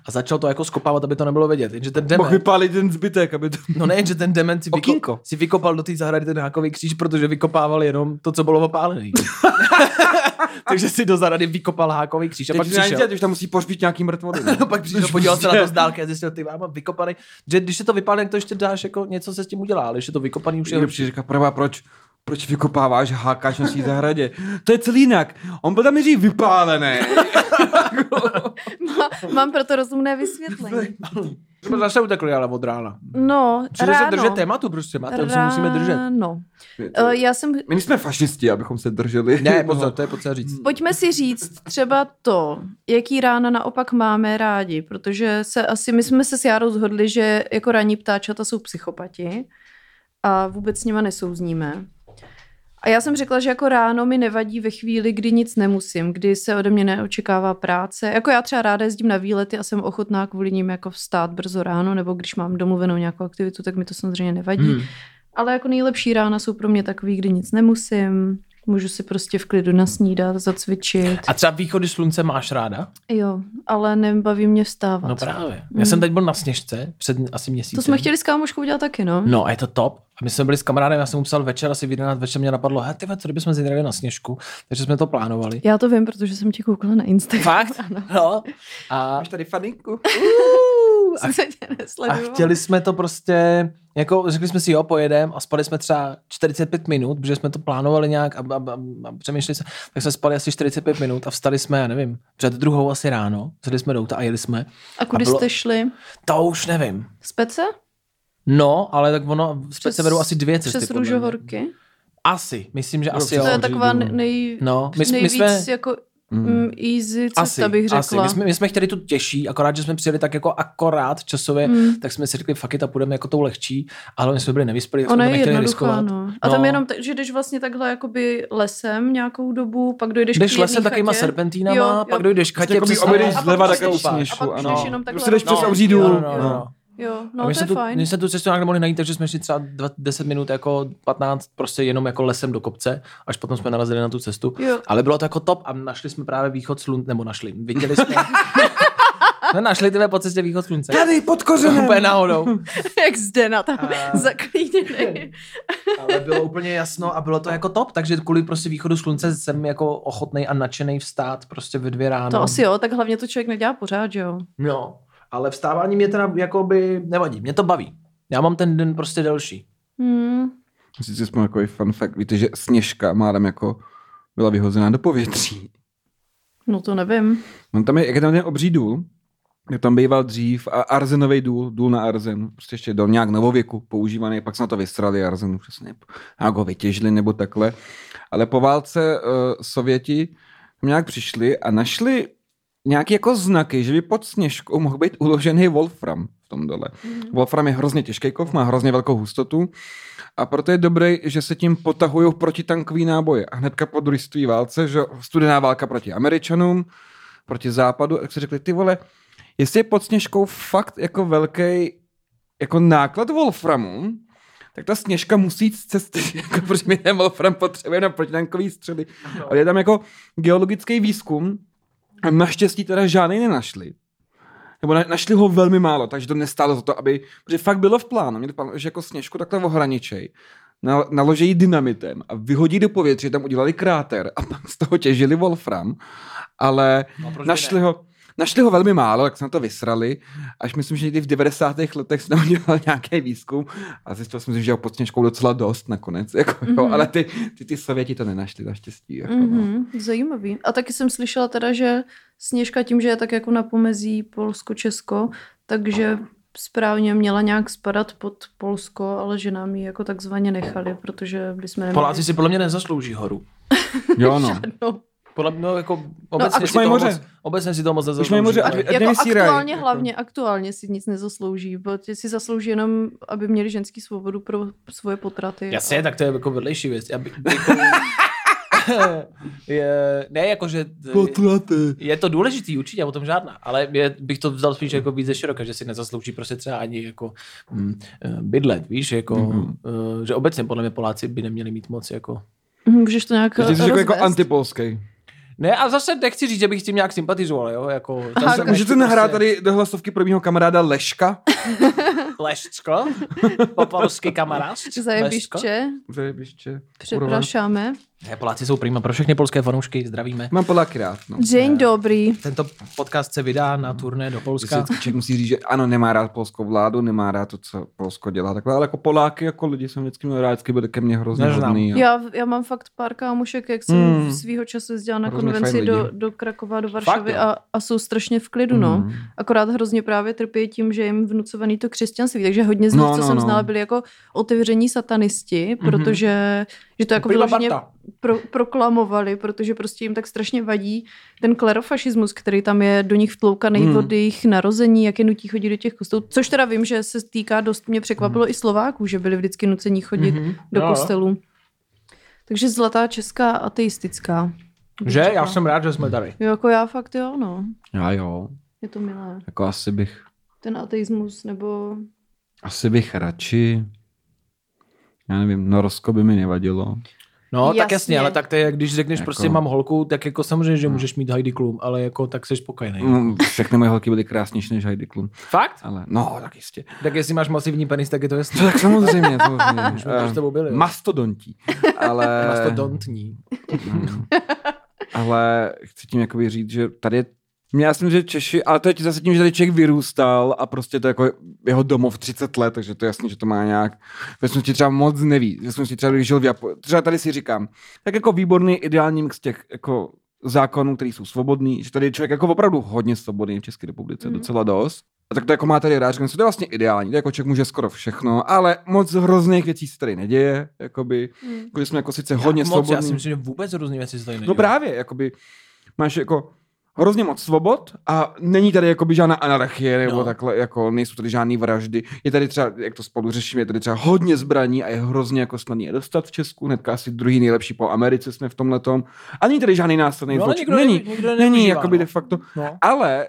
Speaker 3: a začal to jako skopávat, aby to nebylo vidět. Jenže ten
Speaker 1: Mohl
Speaker 3: dement,
Speaker 1: vypálit ten zbytek, aby to...
Speaker 3: no ne, že ten dement si, vyko-
Speaker 1: Okýnko.
Speaker 3: si vykopal do té zahrady ten hákový kříž, protože vykopával jenom to, co bylo opálený. <laughs> Takže si do zahrady vykopal hákový kříž a pak
Speaker 1: Teď
Speaker 3: přišel.
Speaker 1: dělat, už tam musí pořbít nějaký mrtvoly.
Speaker 3: <laughs> No, pak přišel, podíval se na to z dálky a zjistil, ty mám vykopaný, že když se to vypálí, tak to ještě dáš, jako něco se s tím udělá, ale když je to vykopaný, už je
Speaker 1: Přijde,
Speaker 3: lepší.
Speaker 1: přijde, říká, pravá, proč, proč vykopáváš hákáš na svý zahradě? To je celý jinak. On byl tam nejdřív
Speaker 2: <laughs>
Speaker 1: vypálený.
Speaker 2: Má, mám proto rozumné vysvětlení.
Speaker 3: Jsme zase utekli ale od rána.
Speaker 2: No,
Speaker 3: Musíte se
Speaker 2: ráno.
Speaker 3: držet tématu prostě, a to se musíme držet.
Speaker 2: No. Já jsem...
Speaker 1: My nejsme fašisti, abychom se drželi. <laughs>
Speaker 3: Ne, pozor, to je potřeba říct.
Speaker 2: Pojďme si říct třeba to, jaký rána naopak máme rádi, protože se asi, my jsme se s Járou zhodli, že jako ranní ptáčata jsou psychopati a vůbec s nima nesouzníme. A já jsem řekla, že jako ráno mi nevadí ve chvíli, kdy nic nemusím, kdy se ode mě neočekává práce. Jako já třeba ráda jezdím na výlety a jsem ochotná kvůli ním jako vstát brzo ráno, nebo když mám domluvenou nějakou aktivitu, tak mi to samozřejmě nevadí.
Speaker 1: Hmm.
Speaker 2: Ale jako nejlepší rána jsou pro mě takový, kdy nic nemusím, můžu si prostě v klidu nasnídat, zacvičit.
Speaker 3: A třeba východy slunce máš ráda?
Speaker 2: Jo, ale nebaví mě vstávat.
Speaker 3: No právě. Já
Speaker 2: Mm.
Speaker 3: jsem teď byl na Sněžce před asi měsícem.
Speaker 2: to jsme chtěli s kámoškou udělat taky, no.
Speaker 3: No a je to top. A my jsme byli s kamarádem, já jsem mu psal večer, asi v 11 večer mě napadlo, hej, ty vole, co kdybychom zítra jeli na Sněžku, takže jsme to plánovali.
Speaker 2: Já to vím, protože jsem ti koukala na Instagram.
Speaker 3: Fakt?
Speaker 2: Ano.
Speaker 3: No. A,
Speaker 1: Máš tady faninku.
Speaker 2: <laughs> Jsem se tě
Speaker 3: a
Speaker 2: nesledovala.
Speaker 3: chtěli jsme to prostě, jako řekli jsme si jo, pojedem a spali jsme třeba 45 minut, protože jsme to plánovali nějak a, a, a, a přemýšleli jsme, tak jsme spali asi 45 minut a vstali jsme, já nevím, před druhou asi ráno, vzali jsme douta a jeli jsme.
Speaker 2: A kudy
Speaker 3: a bylo-
Speaker 2: jste šli?
Speaker 3: To už nevím.
Speaker 2: Spece?
Speaker 3: No, ale tak ono, zpět
Speaker 2: Přes-
Speaker 3: se vedou asi dvě cesty.
Speaker 2: Přes
Speaker 3: podle mě.
Speaker 2: růžohorky?
Speaker 3: Asi, myslím, že asi
Speaker 1: přes
Speaker 3: jo.
Speaker 2: To je
Speaker 1: Růžohorky,
Speaker 2: taková
Speaker 1: no.
Speaker 2: nej,
Speaker 3: No, my, my
Speaker 2: nejvíc
Speaker 3: jsme, Hmm.
Speaker 2: jako mm, easy cesta,
Speaker 3: asi,
Speaker 2: bych řekla.
Speaker 3: asi. My, jsme, my jsme chtěli tu těžší, akorát, že jsme přijeli tak jako akorát časově,
Speaker 2: Mm.
Speaker 3: tak jsme si řekli, fakt it a půjdeme jako tou lehčí, ale my jsme byli nevyspělí, tak
Speaker 2: Ona
Speaker 3: jsme to
Speaker 2: je
Speaker 3: nechtěli
Speaker 2: jednoduchá,
Speaker 3: riskovat.
Speaker 2: no. A tam jenom, t- že jdeš vlastně takhle jakoby lesem nějakou dobu, pak dojdeš
Speaker 3: Jdeš
Speaker 2: k jedný
Speaker 3: lesem takovýma
Speaker 2: chatě.
Speaker 3: serpentínama,
Speaker 2: Jo, jo. Prostě
Speaker 3: pak dojdeš k
Speaker 1: Prostě
Speaker 3: chatě,
Speaker 1: jakoby
Speaker 3: přes
Speaker 1: obejdeš
Speaker 2: A pak
Speaker 1: zleva
Speaker 2: už
Speaker 1: takovou
Speaker 2: jdeš- a
Speaker 1: směšku.
Speaker 2: pak už
Speaker 1: ano.
Speaker 2: jdeš jenom
Speaker 1: Prostě
Speaker 2: takhle
Speaker 1: jdeš
Speaker 2: na-
Speaker 1: přes
Speaker 2: no,
Speaker 1: obří
Speaker 2: jo,
Speaker 1: důl.
Speaker 3: No, no,
Speaker 1: no.
Speaker 3: no.
Speaker 2: Jo,
Speaker 3: A
Speaker 2: no
Speaker 3: my
Speaker 2: to
Speaker 3: jsme
Speaker 2: je
Speaker 3: tu,
Speaker 2: fajn.
Speaker 3: my jsme tu cestu nějak nemohli najít, takže jsme šli třeba dva- 10 minut jako 15 prostě jenom jako lesem do kopce, až potom jsme narazili na tu cestu.
Speaker 2: Jo. <laughs>
Speaker 3: Ale bylo to jako top a našli jsme právě východ slunce, nebo našli,
Speaker 2: <laughs>
Speaker 3: viděli jsme. no, našli tyhle po cestě východ slunce. <laughs>
Speaker 1: Tady, pod kořenem.
Speaker 3: Úplně náhodou.
Speaker 2: <laughs> Jak zde na tam <laughs>
Speaker 3: A- <laughs>
Speaker 2: zaklíněný.
Speaker 3: Ale bylo úplně jasno a bylo to jako top, takže kvůli prostě východu slunce jsem jako ochotnej a nadšenej vstát prostě ve dvě ráno.
Speaker 2: To asi jo, tak hlavně to člověk nedělá pořád, že jo.
Speaker 3: No, ale vstávání mě teda jakoby nevadí, mě to baví. Já mám ten den prostě delší.
Speaker 2: Hmm.
Speaker 1: Sice jsme jako i fun fact, víte, že Sněžka málem jako byla vyhozená do povětří.
Speaker 2: No to nevím.
Speaker 1: On No, tam je, jak je tam ten obří důl, jak tam býval dřív, a arzenový důl, důl na arzen, prostě ještě do nějak novověku používaný, pak se na to vysrali arzen, přesně, nějak ho vytěžili nebo takhle. Ale po válce uh, Sověti tam nějak přišli a našli nějaké jako znaky, že by pod sněžkou mohl být uložený Wolfram v tom dole. Mm-hmm. Wolfram je hrozně těžký kov, má hrozně velkou hustotu a proto je dobré, že se tím potahují protitankový náboje. A hnedka po druhé světové válce, že studená válka proti Američanům, proti západu, tak si řekli, ty vole, jestli je pod sněžkou fakt jako velký jako náklad Wolframu, tak ta sněžka musí jít z cesty, <laughs> jako, protože my ten Wolfram potřebujeme na protitankový střely. Ale je tam jako geologický výzkum, a naštěstí teda žádný nenašli. Nebo na- našli ho velmi málo, takže to nestálo za to, aby... Protože fakt bylo v plánu, měli plán, že jako sněžku takhle ohraničej, nal- naloží ji dynamitem a vyhodí do povětří, tam udělali kráter a pak z toho těžili Wolfram, ale
Speaker 3: No, proč by
Speaker 1: našli ho, našli ho velmi málo, tak se na to vysrali, až myslím, že někdy v 90. letech se <laughs> tam udělal nějaký výzkum a zjistil jsem, si, že ho pod sněžkou docela dost nakonec, jako, mm-hmm. jo,
Speaker 2: Mhm.
Speaker 1: ale ty, ty, ty Sověti to nenašli naštěstí. Jako, mm-hmm. no.
Speaker 2: Mm-hmm. Zajímavý. A taky jsem slyšela teda, že Sněžka tím, že je tak jako na pomezí Polsko-Česko, takže správně měla nějak spadat pod Polsko, ale že nám ji jako takzvaně nechali, protože bychom neměli...
Speaker 3: Poláci si podle mě nezaslouží horu.
Speaker 1: Jo,
Speaker 2: <laughs>
Speaker 1: no.
Speaker 2: No,
Speaker 3: Podle mě no, jako obecně,
Speaker 1: už
Speaker 3: si
Speaker 1: mají
Speaker 3: toho
Speaker 1: moře.
Speaker 3: moc, obecně si toho moc nezaslouží.
Speaker 1: mají moře a
Speaker 3: ale-
Speaker 1: dvě-
Speaker 2: jako
Speaker 1: nevysíraj,
Speaker 2: aktuálně
Speaker 1: jako.
Speaker 2: hlavně, aktuálně si nic nezaslouží, protože si zaslouží jenom, aby měli ženský svobodu pro svoje potraty.
Speaker 3: Jasně, tak to je jako vedlejší věc. <laughs> Já bych, jako, je, ne, jako, že
Speaker 1: Potraty.
Speaker 3: je to důležitý, určitě, o tom žádná, ale je, bych to vzal spíš jako víc ze široka, že si nezaslouží prostě třeba ani jako mm, eh, bydlet, víš, jako,
Speaker 1: Mhm.
Speaker 3: mm-hmm. že obecně podle mě Poláci by neměli mít moc jako
Speaker 2: Mhm, Můžeš to nějak
Speaker 1: Ty jsi řekl jako
Speaker 2: rozvést?
Speaker 1: antipolský.
Speaker 3: Ne, a zase nechci říct, že bych s tím nějak sympatizoval, jo? Jako, tam
Speaker 2: Aha,
Speaker 3: jsem
Speaker 2: jako,
Speaker 1: Můžete
Speaker 3: ještě
Speaker 1: nahrát
Speaker 3: prostě
Speaker 1: tady do hlasovky pro mého kamaráda Leška?
Speaker 3: Leščko, popolský <laughs> kamarád.
Speaker 2: Zajebiště,
Speaker 1: Zajebiště.
Speaker 2: přeprašáme.
Speaker 3: Ne, Poláci jsou prima pro všechny polské fanoušky, zdravíme.
Speaker 1: Mám Poláky rád. No.
Speaker 2: Jane Dobrý.
Speaker 3: Tento podcast se vydá na turné do Polska.
Speaker 1: Vždycky člověk musí říct, že ano, nemá rád polskou vládu, nemá rád to, co Polsko dělá. Takhle, ale jako Poláky, jako lidi jsem vždycky měl rád, vždycky byli ke mně hrozně
Speaker 3: Neznám.
Speaker 1: hodný. a-
Speaker 2: Já, já mám fakt pár kámošek, jak jsem
Speaker 1: Mm.
Speaker 2: mm. svýho času jezdila na
Speaker 1: Hrozně
Speaker 2: konvenci
Speaker 1: fajn
Speaker 2: do,
Speaker 1: lidi.
Speaker 2: do Krakova, do Varšavy
Speaker 3: jo?
Speaker 2: a, a jsou strašně v klidu, no.
Speaker 1: Mm.
Speaker 2: Akorát hrozně právě trpí tím, že jim vnucovaný to křesťanství, takže hodně z nich,
Speaker 1: No,
Speaker 2: co
Speaker 1: no,
Speaker 2: jsem
Speaker 1: no.
Speaker 2: znala, byli jako otevření satanisti,
Speaker 1: Mhm.
Speaker 2: protože že to jako
Speaker 3: Prima
Speaker 2: vyloženě
Speaker 3: parta.
Speaker 2: pro, proklamovali, protože prostě jim tak strašně vadí ten klerofašismus, který tam je do nich vtloukaný
Speaker 1: Mhm.
Speaker 2: hmm. od jejich narození, jak je nutí chodit do těch kostelů. Což teda vím, že se týká dost, mě
Speaker 1: Hmm.
Speaker 2: překvapilo i Slováků, že byli vždycky nuceni chodit
Speaker 3: Mhm.
Speaker 2: do
Speaker 3: Jo, jo.
Speaker 2: kostelů. Takže zlatá česká ateistická.
Speaker 3: Že? Já
Speaker 2: Řekla.
Speaker 3: jsem rád, že jsme tady.
Speaker 2: Jo, jako já fakt jo, no.
Speaker 1: Já jo,
Speaker 2: Je to milé.
Speaker 1: jako asi bych,
Speaker 2: Ten ateismus, nebo...
Speaker 1: asi bych radši, já nevím, Norsko by mi nevadilo.
Speaker 3: No, jasně. tak
Speaker 2: Jasně.
Speaker 3: jasně, ale tak to je, když řekneš
Speaker 1: Jako-
Speaker 3: jako... prostě mám holku, tak jako samozřejmě, že
Speaker 1: Hmm.
Speaker 3: můžeš mít Heidi Klum, ale jako tak seš spokojený.
Speaker 1: Mm, Všechny moje holky byly krásnější než Heidi Klum.
Speaker 3: Fakt?
Speaker 1: Ale no, tak jistě.
Speaker 3: Tak jestli máš masivní penis, tak je to <laughs> jasné.
Speaker 1: To tak samozřejmě. <laughs> samozřejmě.
Speaker 3: Už jsme to s tebou byli,
Speaker 1: Eh,
Speaker 3: jo.
Speaker 1: Mastodontí. Ale...
Speaker 3: Eh, Mastodontní.
Speaker 1: Mm. ale chci tím jakoby říct, že tady je mě já si myslím, že Češi, ale to je zase tím, že tady Čech vyrůstal a prostě to je jako jeho domov 30 let, takže to je jasný, že to má nějak, ve smyslu třeba moc neví, ve smyslu třeba když žil v Japo, třeba tady si říkám, tak jako výborný ideální mix těch jako zákonů, který jsou svobodný, že tady je člověk jako opravdu hodně svobodný v České republice,
Speaker 3: Hmm.
Speaker 1: mm.
Speaker 2: Mhm.
Speaker 1: docela dost. A tak to jako má tady rád, že to je vlastně ideální, to jako člověk může skoro všechno, ale moc hrozných věcí se tady neděje, jakoby,
Speaker 2: Mm.
Speaker 1: když jsme jako sice hodně
Speaker 3: moc,
Speaker 1: svobodní.
Speaker 3: Já si myslím, že vůbec různý věci se tady
Speaker 1: No
Speaker 3: nedějí.
Speaker 1: právě, jakoby máš jako hrozně moc svobod a není tady jakoby žádná anarchie nebo no.
Speaker 3: No.
Speaker 1: takhle, jako nejsou tady žádný vraždy. Je tady třeba, jak to spolu řešíme, je tady třeba hodně zbraní a je hrozně jako snadný je dostat v Česku, hnedka asi druhý nejlepší po Americe jsme v tomhle tom. A není tady žádný násilný
Speaker 3: No, ale
Speaker 1: zločin.
Speaker 3: nikdo
Speaker 1: Není,
Speaker 3: ne- nikdo
Speaker 1: není,
Speaker 3: nevyužívá,
Speaker 1: jakoby
Speaker 3: no.
Speaker 1: de facto.
Speaker 3: No.
Speaker 1: Ale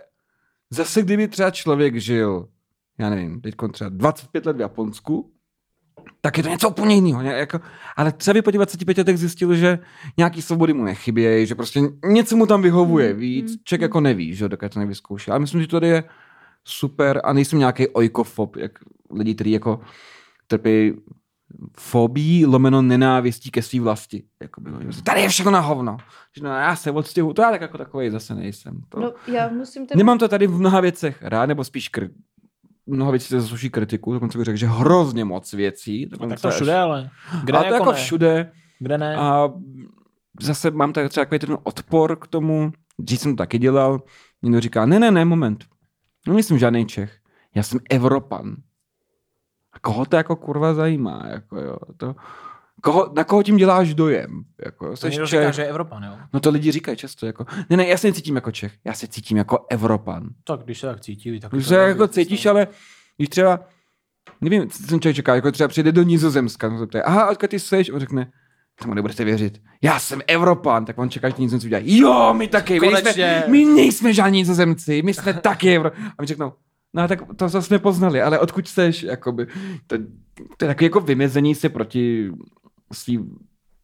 Speaker 1: zase kdyby třeba člověk žil, já nevím, teď třeba 25 let v Japonsku, tak je to něco úplně jiného. ně- Jako, ale třeba by po těch 25 letech zjistil, že nějaký svobody mu nechybějí, že prostě něco mu tam vyhovuje
Speaker 2: Mm,
Speaker 1: víc.
Speaker 2: mm,
Speaker 1: Člověk
Speaker 2: mm.
Speaker 1: jako neví, že jo, dokud to nevyzkouší. Ale myslím, že to tady je super a nejsem nějaký ojkofob, jak lidi, kteří jako trpí fobií lomeno nenávistí ke své vlasti. Jakoby, že tady je všechno na hovno. Že no, já se odstěhu, to já tak jako takový zase nejsem. To...
Speaker 2: No, já musím teda...
Speaker 1: Nemám to tady v mnoha věcech rád, nebo spíš kr... mnoha věcí se zasluší kritiku, dokonce bych řekl, že hrozně moc věcí.
Speaker 3: No, tak
Speaker 1: dokonce
Speaker 3: to
Speaker 1: až-
Speaker 3: všude, ale. Kde
Speaker 1: ale to jako
Speaker 3: ne?
Speaker 1: všude.
Speaker 3: Kde ne?
Speaker 1: A zase mám tak třeba takový ten odpor k tomu, dřív jsem to taky dělal, někdo říká, ne, ne, ne, moment, no nejsem žádný Čech, já jsem Evropan. A koho to jako kurva zajímá, jako jo, to... Koho, na koho tím děláš dojem? Jako, jo,
Speaker 3: To
Speaker 1: seš
Speaker 3: někdo
Speaker 1: Čech,
Speaker 3: říká, že je Evropan, jo.
Speaker 1: No to lidi říkají často, jako, ne, ne, já se necítím jako Čech, já se cítím jako Evropan.
Speaker 3: Tak když se tak cítí, tak...
Speaker 1: Když
Speaker 3: to
Speaker 1: se
Speaker 3: je
Speaker 1: jako
Speaker 3: věc,
Speaker 1: cítíš,
Speaker 3: no.
Speaker 1: ale když třeba, nevím, co ten člověk čeká, jako třeba přijde do Nizozemska, no se ptá, aha, odkud ty jsi? On řekne, tomu nebudete věřit. Já jsem Evropan, tak on čeká, že ti Nizozemci udělají. Jo, my taky, my nejsme,
Speaker 3: Konečně.
Speaker 1: my nejsme žádní Nizozemci, my
Speaker 3: <laughs>
Speaker 1: jsme taky Evro. A my řeknou, no tak to zase jsme poznali, ale odkud seš, jakoby, to, to je takové jako vymezení se proti svým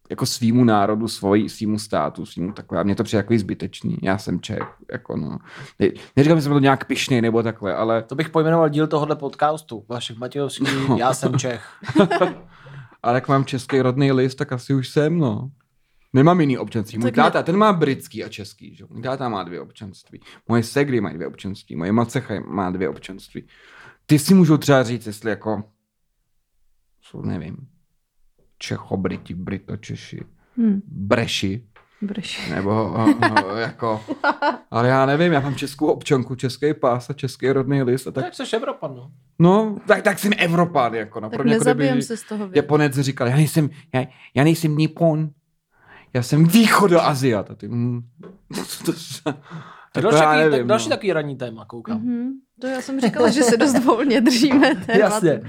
Speaker 1: jako svýmu národu, svoji, svýmu státu, svýmu takhle. A mně to přijde takový zbytečný. Já jsem Čech, jako no. Ne, neříkám, že jsem to nějak pišnej nebo takhle, ale,
Speaker 3: To bych pojmenoval díl tohohle podcastu. Vašek Matějovský,
Speaker 1: No.
Speaker 3: já jsem Čech.
Speaker 1: ale jak mám český rodný list, tak asi už jsem, no. Nemám jiný občanství. Můj
Speaker 2: Tak ne-
Speaker 1: táta, ten má britský a český, že? jo. Můj táta má dvě občanství. Moje segry mají dvě občanství. Moje macecha je- má dvě občanství. Ty si můžou třeba říct, jestli jako... Jsou, nevím. Čechobriti, Britočeši,
Speaker 2: Hmm,
Speaker 1: Breši,
Speaker 2: brž.
Speaker 1: Nebo <laughs> o, o, jako, ale já nevím, já mám českou občanku, český pás a český rodný list a tak,
Speaker 3: <laughs> Tak jsi Evropan, no.
Speaker 1: no, tak, tak jsem Evropán, jako, no,
Speaker 2: Tak
Speaker 1: pro mě, jako
Speaker 2: nezabijem
Speaker 1: kdyby
Speaker 2: se z toho věc.
Speaker 1: Japonec říkal, já nejsem, já, já nejsem Nipon, já jsem východoaziat. A ty, mm, <laughs> to, to,
Speaker 3: To
Speaker 1: to,
Speaker 3: je další,
Speaker 1: já
Speaker 3: takový, tak,
Speaker 1: nevím,
Speaker 3: další
Speaker 1: no.
Speaker 3: takový ranní téma, koukám.
Speaker 2: Mhm. To já jsem říkala, že se dost volně držíme tématu.
Speaker 3: Jasně,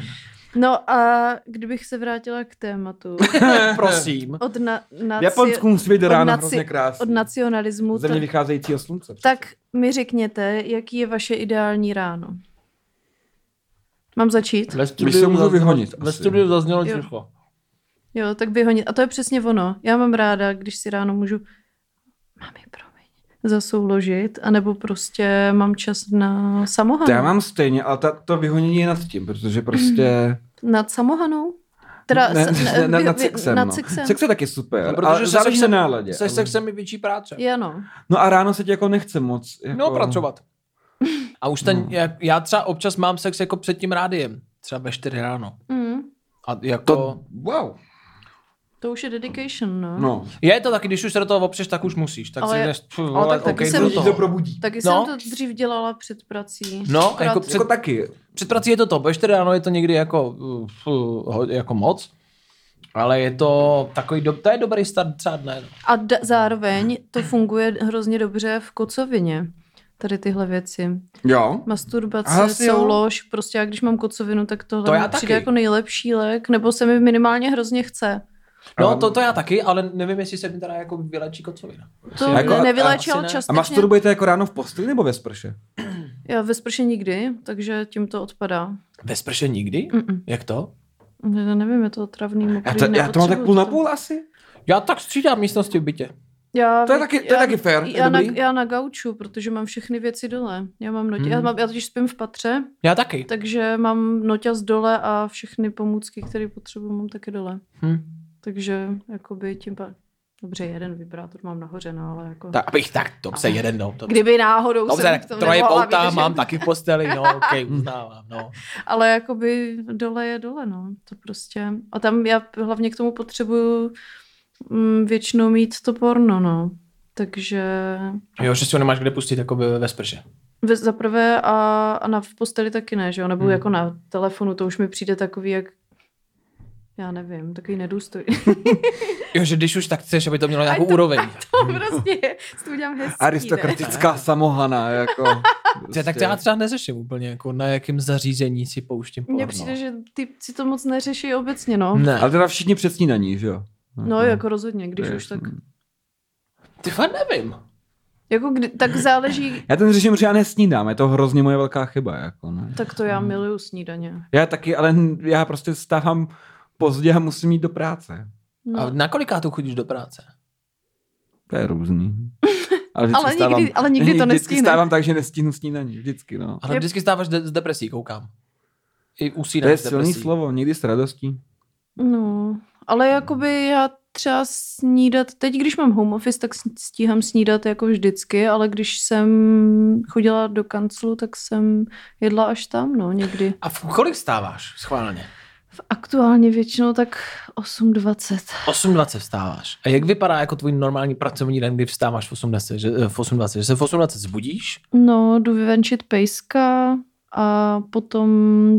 Speaker 2: No a kdybych se vrátila k
Speaker 1: <laughs>
Speaker 2: tématu
Speaker 3: <laughs> prosím.
Speaker 2: od, na,
Speaker 1: V
Speaker 2: naci-
Speaker 1: Japonsku musí být
Speaker 2: od
Speaker 1: ráno
Speaker 2: naci-
Speaker 1: hrozně krásný.
Speaker 2: od nacionalismu,
Speaker 1: Země
Speaker 2: tak,
Speaker 1: vycházejícího slunce.
Speaker 2: tak mi řekněte, jaký je vaše ideální ráno? Mám začít?
Speaker 3: Ve
Speaker 1: se
Speaker 3: studiu,
Speaker 1: můžu vyhonit,
Speaker 3: ve
Speaker 1: asi.
Speaker 3: studiu zaznělo
Speaker 2: Jo.
Speaker 3: ticho.
Speaker 2: Jo, tak vyhonit. A to je přesně ono. Já mám ráda, když si ráno můžu mami, promiň, zasouložit, anebo prostě mám čas na
Speaker 1: To já
Speaker 2: samohanu.
Speaker 1: mám stejně, ale ta, to vyhonění je nad tím, protože prostě...
Speaker 2: Nad samohanou? <clears throat> Teda
Speaker 1: ne,
Speaker 2: s-
Speaker 1: ne, ne,
Speaker 2: vy-
Speaker 1: nad
Speaker 2: vy-
Speaker 1: sexem.
Speaker 2: Nad
Speaker 1: no.
Speaker 2: sexem.
Speaker 1: Sex je taky super,
Speaker 3: No,
Speaker 1: no,
Speaker 3: protože
Speaker 1: protože
Speaker 3: se
Speaker 1: záleží na
Speaker 3: sexem-
Speaker 1: náladě.
Speaker 3: Se
Speaker 1: ale-
Speaker 3: sexem mi větší práce.
Speaker 2: Je, no.
Speaker 1: No a ráno se ti jako nechce moc. Jako... No.
Speaker 3: No,
Speaker 1: <laughs>
Speaker 3: pracovat. A už ten, jak, já třeba občas mám sex jako před tím rádiem. Třeba ve 4 ráno.
Speaker 2: Mm.
Speaker 3: A jako...
Speaker 1: To, wow.
Speaker 2: To už je dedication, no.
Speaker 1: No.
Speaker 3: Je to taky, když už se do toho opřeš, tak už musíš. Tak
Speaker 2: Ale-
Speaker 3: si jdeš, pff,
Speaker 2: ale tak taky
Speaker 3: okej,
Speaker 2: jsem-
Speaker 3: do
Speaker 1: Lidi
Speaker 3: toho.
Speaker 1: to probudí.
Speaker 2: Taky
Speaker 3: No.
Speaker 2: jsem to dřív dělala před prací.
Speaker 3: No,
Speaker 2: Akorát-
Speaker 3: jako před-
Speaker 1: Jako taky.
Speaker 3: Před prací je to to, ve 4 ráno je to někdy jako, uh, uh, ho- jako moc, ale je to takový, do, to je dobrý start třeba dne. no.
Speaker 2: A d- zároveň to funguje hrozně dobře v kocovině. Tady tyhle věci.
Speaker 1: Jo.
Speaker 2: Masturbace,
Speaker 1: Asi jo.
Speaker 2: soulož, prostě já když mám kocovinu, tak tohle
Speaker 3: To
Speaker 2: mi
Speaker 3: já
Speaker 2: přijde
Speaker 3: taky.
Speaker 2: jako nejlepší lék, nebo se mi minimálně hrozně chce.
Speaker 3: No,
Speaker 1: Ale-
Speaker 3: to, to já taky, ale nevím, jestli se mi teda jako vylečí kocovina.
Speaker 2: To
Speaker 1: Jako-
Speaker 2: jako, ne, nevyléčí,
Speaker 3: asi
Speaker 2: ale
Speaker 3: ne.
Speaker 1: A
Speaker 2: částečně.
Speaker 1: masturbujete jako ráno v posteli nebo ve sprše?
Speaker 2: Já ve sprše nikdy, takže tím to odpadá.
Speaker 3: Ve sprše nikdy?
Speaker 2: Mm-mm.
Speaker 3: Jak to?
Speaker 2: Já nevím, je to otravný, mokrý,
Speaker 1: Já to, já to mám tak
Speaker 2: nepotřebuju
Speaker 1: půl na půl asi.
Speaker 3: Já tak střídám místnosti v bytě.
Speaker 2: Já,
Speaker 1: To je taky- to je
Speaker 2: já,
Speaker 1: taky fair, to je
Speaker 2: Já na,
Speaker 1: dobrý.
Speaker 2: já na gauču, protože mám všechny věci dole. Já mám notě,
Speaker 3: Hmm.
Speaker 2: já, mám, já totiž spím v patře,
Speaker 3: Já taky.
Speaker 2: takže mám noťaz dole a všechny pomůcky, které potřebuji, mám taky dole.
Speaker 3: Hm.
Speaker 2: Takže jakoby tím pak... Dobře, jeden vibrátor mám nahoře, no, ale jako...
Speaker 3: Tak, abych tak, to se jeden, no. To,
Speaker 2: Kdyby náhodou
Speaker 3: Dobře,
Speaker 2: jsem k
Speaker 3: tak
Speaker 2: tomu
Speaker 3: troje
Speaker 2: nemohla
Speaker 3: pouta
Speaker 2: vydržet.
Speaker 3: mám taky v posteli, no, okej, uznávám, no.
Speaker 2: Ale jakoby dole je dole, no. To prostě... A tam já hlavně k tomu potřebuju mm, většinou mít to porno, no. Takže
Speaker 3: Jo, že si ho nemáš kde pustit jako ve, ve sprše.
Speaker 2: ve- za prvé a, a na v posteli taky ne, že jo? Nebo
Speaker 3: Hmm.
Speaker 2: hmm. jako na telefonu, to už mi přijde takový, jak já nevím, takový nedůstoj.
Speaker 3: Jo, že když už tak chceš, aby to mělo nějakou
Speaker 2: Ať to-
Speaker 3: úroveň. Hmm.
Speaker 2: to prostě je, si to udělám hezký, ne?
Speaker 1: Aristokratická samohana, <laughs> jako.
Speaker 3: Prostě. Tak to já třeba neřeším úplně, jako na jakém zařízení si pouštím porno.
Speaker 2: Mně přijde, že ty si to moc neřeší obecně, no.
Speaker 3: Ne.
Speaker 1: Ale teda všichni před snídaní, že jo?
Speaker 2: No, jako rozhodně, když
Speaker 1: To je-
Speaker 2: už tak.
Speaker 3: Ty fakt nevím.
Speaker 2: Jako kdy, tak záleží,
Speaker 1: Já ten řeším, že já nesnídám, je to hrozně moje velká chyba, jako. No.
Speaker 2: tak to já
Speaker 3: Hmm.
Speaker 2: miluju snídaně.
Speaker 1: Já taky, ale já prostě stávám pozdě a musím jít do práce.
Speaker 3: A
Speaker 2: No.
Speaker 3: na kolikátou chodíš do práce?
Speaker 1: To je různý.
Speaker 2: <laughs>
Speaker 1: Ale, vždycky
Speaker 2: Ale nikdy- ale nikdy
Speaker 1: <laughs>
Speaker 2: to
Speaker 1: Vždycky
Speaker 2: nestihne.
Speaker 1: stávám tak, že nestíhnu snídaní, vždycky, no.
Speaker 3: Ale
Speaker 2: Je-
Speaker 3: vždycky stáváš de- s depresí, koukám. I
Speaker 1: To je
Speaker 3: usínáš s
Speaker 1: silný
Speaker 3: depresí.
Speaker 1: slovo, někdy s radostí.
Speaker 2: no, ale jakoby já třeba snídat, teď když mám home office, tak s- stíhám snídat jako vždycky, ale když jsem chodila do kanclu, tak jsem jedla až tam, no, někdy.
Speaker 3: A v kolik stáváš schválně?
Speaker 2: V aktuálně většinou tak 8.20.
Speaker 3: 8.20 vstáváš. A jak vypadá jako tvůj normální pracovní den, kdy vstáváš v 8.20? Že, eh, v 8.20, že se v 8.20 zbudíš?
Speaker 2: No, jdu vyvenčit pejska a potom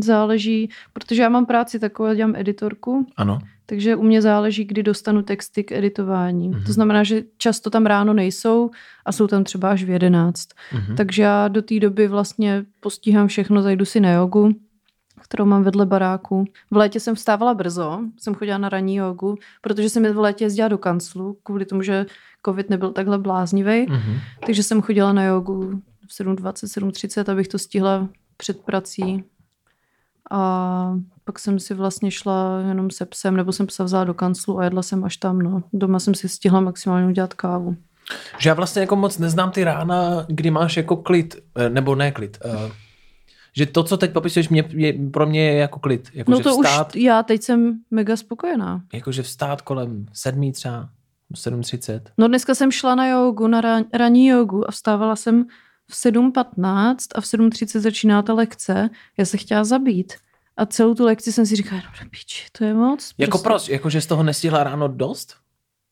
Speaker 2: záleží, protože já mám práci takovou, já dělám editorku,
Speaker 3: Ano.
Speaker 2: takže u mě záleží, kdy dostanu texty k editování.
Speaker 3: Mhm.
Speaker 2: Mm-hmm. To znamená, že často tam ráno nejsou a jsou tam třeba až v 11.
Speaker 3: Mhm.
Speaker 2: Takže já do té doby vlastně postíhám všechno, zajdu si na jogu, kterou mám vedle baráku. V létě jsem vstávala brzo, jsem chodila na ranní jogu, protože jsem v létě jezdila do kanclu, kvůli tomu, že covid nebyl takhle bláznivý.
Speaker 3: Mhm.
Speaker 2: Takže jsem chodila na jogu v 7.20, 7.30, abych to stihla před prací. A pak jsem si vlastně šla jenom se psem, nebo jsem psa vzala do kanclu a jedla jsem až tam. No. Doma jsem si stihla maximálně udělat kávu.
Speaker 3: Že já vlastně jako moc neznám ty rána, kdy máš jako klid, eh, nebo ne klid. eh, Že to, co teď popisuješ, mě, je, pro mě je jako klid. Jako,
Speaker 2: No
Speaker 3: že
Speaker 2: to
Speaker 3: vstát,
Speaker 2: už, já teď jsem mega spokojená.
Speaker 3: Jakože vstát kolem sedmi třeba, 7.30.
Speaker 2: No dneska jsem šla na jogu, na ran- ranní jogu a vstávala jsem v 7.15 a v 7.30 začíná ta lekce. Já se chtěla zabít. A celou tu lekci jsem si říkala, no do píči, to je moc.
Speaker 3: Jako
Speaker 2: prostě.
Speaker 3: proč? Jako, že z toho nestihla ráno dost?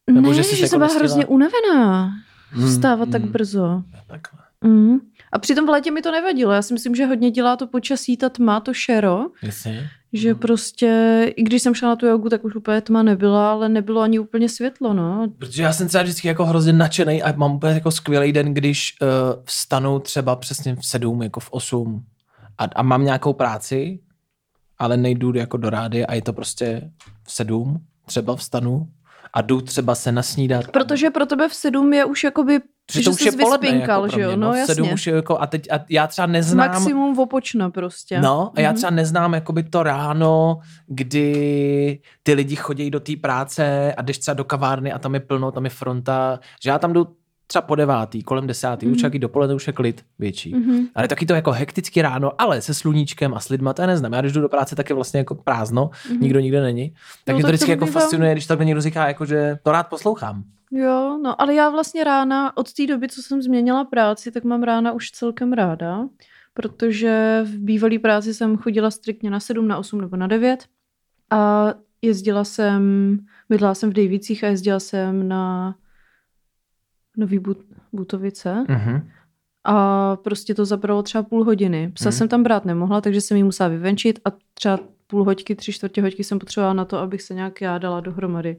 Speaker 2: Nebo
Speaker 3: Nebo
Speaker 2: ne,
Speaker 3: že
Speaker 2: že,
Speaker 3: jsi
Speaker 2: že
Speaker 3: jako
Speaker 2: jsem byla
Speaker 3: nestihla?
Speaker 2: hrozně unavená
Speaker 1: Hmm.
Speaker 2: vstávat
Speaker 3: Mm,
Speaker 2: tak
Speaker 3: mm.
Speaker 2: brzo.
Speaker 3: Takhle.
Speaker 2: Mm. A přitom v létě mi to nevadilo. Já si myslím, že hodně dělá to počasí, ta tma, to šero,
Speaker 3: Jasně.
Speaker 2: že prostě, i když jsem šla na tu jogu, tak už úplně tma nebyla, ale nebylo ani úplně světlo, no.
Speaker 3: Protože já jsem třeba vždycky jako hrozně nadšený a mám úplně jako skvělý den, když uh, vstanu třeba přesně v 7, jako v 8 a, a mám nějakou práci, ale nejdu jako do rády a je to prostě v 7, třeba vstanu a jdu třeba se nasnídat.
Speaker 2: Protože pro tebe v sedm je už jakoby,
Speaker 3: Protože
Speaker 2: že, jsi vyspinkal,
Speaker 3: jako
Speaker 2: že
Speaker 3: pro
Speaker 2: jo,
Speaker 3: mě,
Speaker 2: no
Speaker 3: v 7
Speaker 2: jasně.
Speaker 3: už je jako, a teď a já třeba neznám,
Speaker 2: Maximum opočna prostě.
Speaker 3: No, a já
Speaker 2: Mhm.
Speaker 3: třeba neznám jakoby to ráno, kdy ty lidi chodí do té práce a jdeš třeba do kavárny a tam je plno, tam je fronta, že já tam jdu třeba po devátý, kolem desátý, mm. už
Speaker 2: Mhm.
Speaker 3: jaký dopoledne už je klid větší. Mm.
Speaker 2: Mhm.
Speaker 3: Ale taky to jako hekticky ráno, ale se sluníčkem a s lidma, to já neznám. Já když jdu do práce, tak je vlastně jako prázdno, mm.
Speaker 2: Mhm.
Speaker 3: nikdo nikde není. Tak
Speaker 2: No,
Speaker 3: no, mě to
Speaker 2: tak to
Speaker 3: vždycky jako
Speaker 2: bývá.
Speaker 3: fascinuje, když takhle někdo říká, jako, že to rád poslouchám.
Speaker 2: Jo, no ale já vlastně rána, od té doby, co jsem změnila práci, tak mám rána už celkem ráda, protože v bývalé práci jsem chodila striktně na 7, na 8 nebo na 9 a jezdila jsem, bydlela jsem v Dejvících a jezdila jsem na Nový But, Butovice
Speaker 3: Mhm.
Speaker 2: a prostě to zabralo třeba půl hodiny. Psa
Speaker 3: Mhm.
Speaker 2: jsem tam brát nemohla, takže jsem ji musela vyvenčit a třeba půl hoďky, tři čtvrtě hoďky jsem potřebovala na to, abych se nějak já dala dohromady.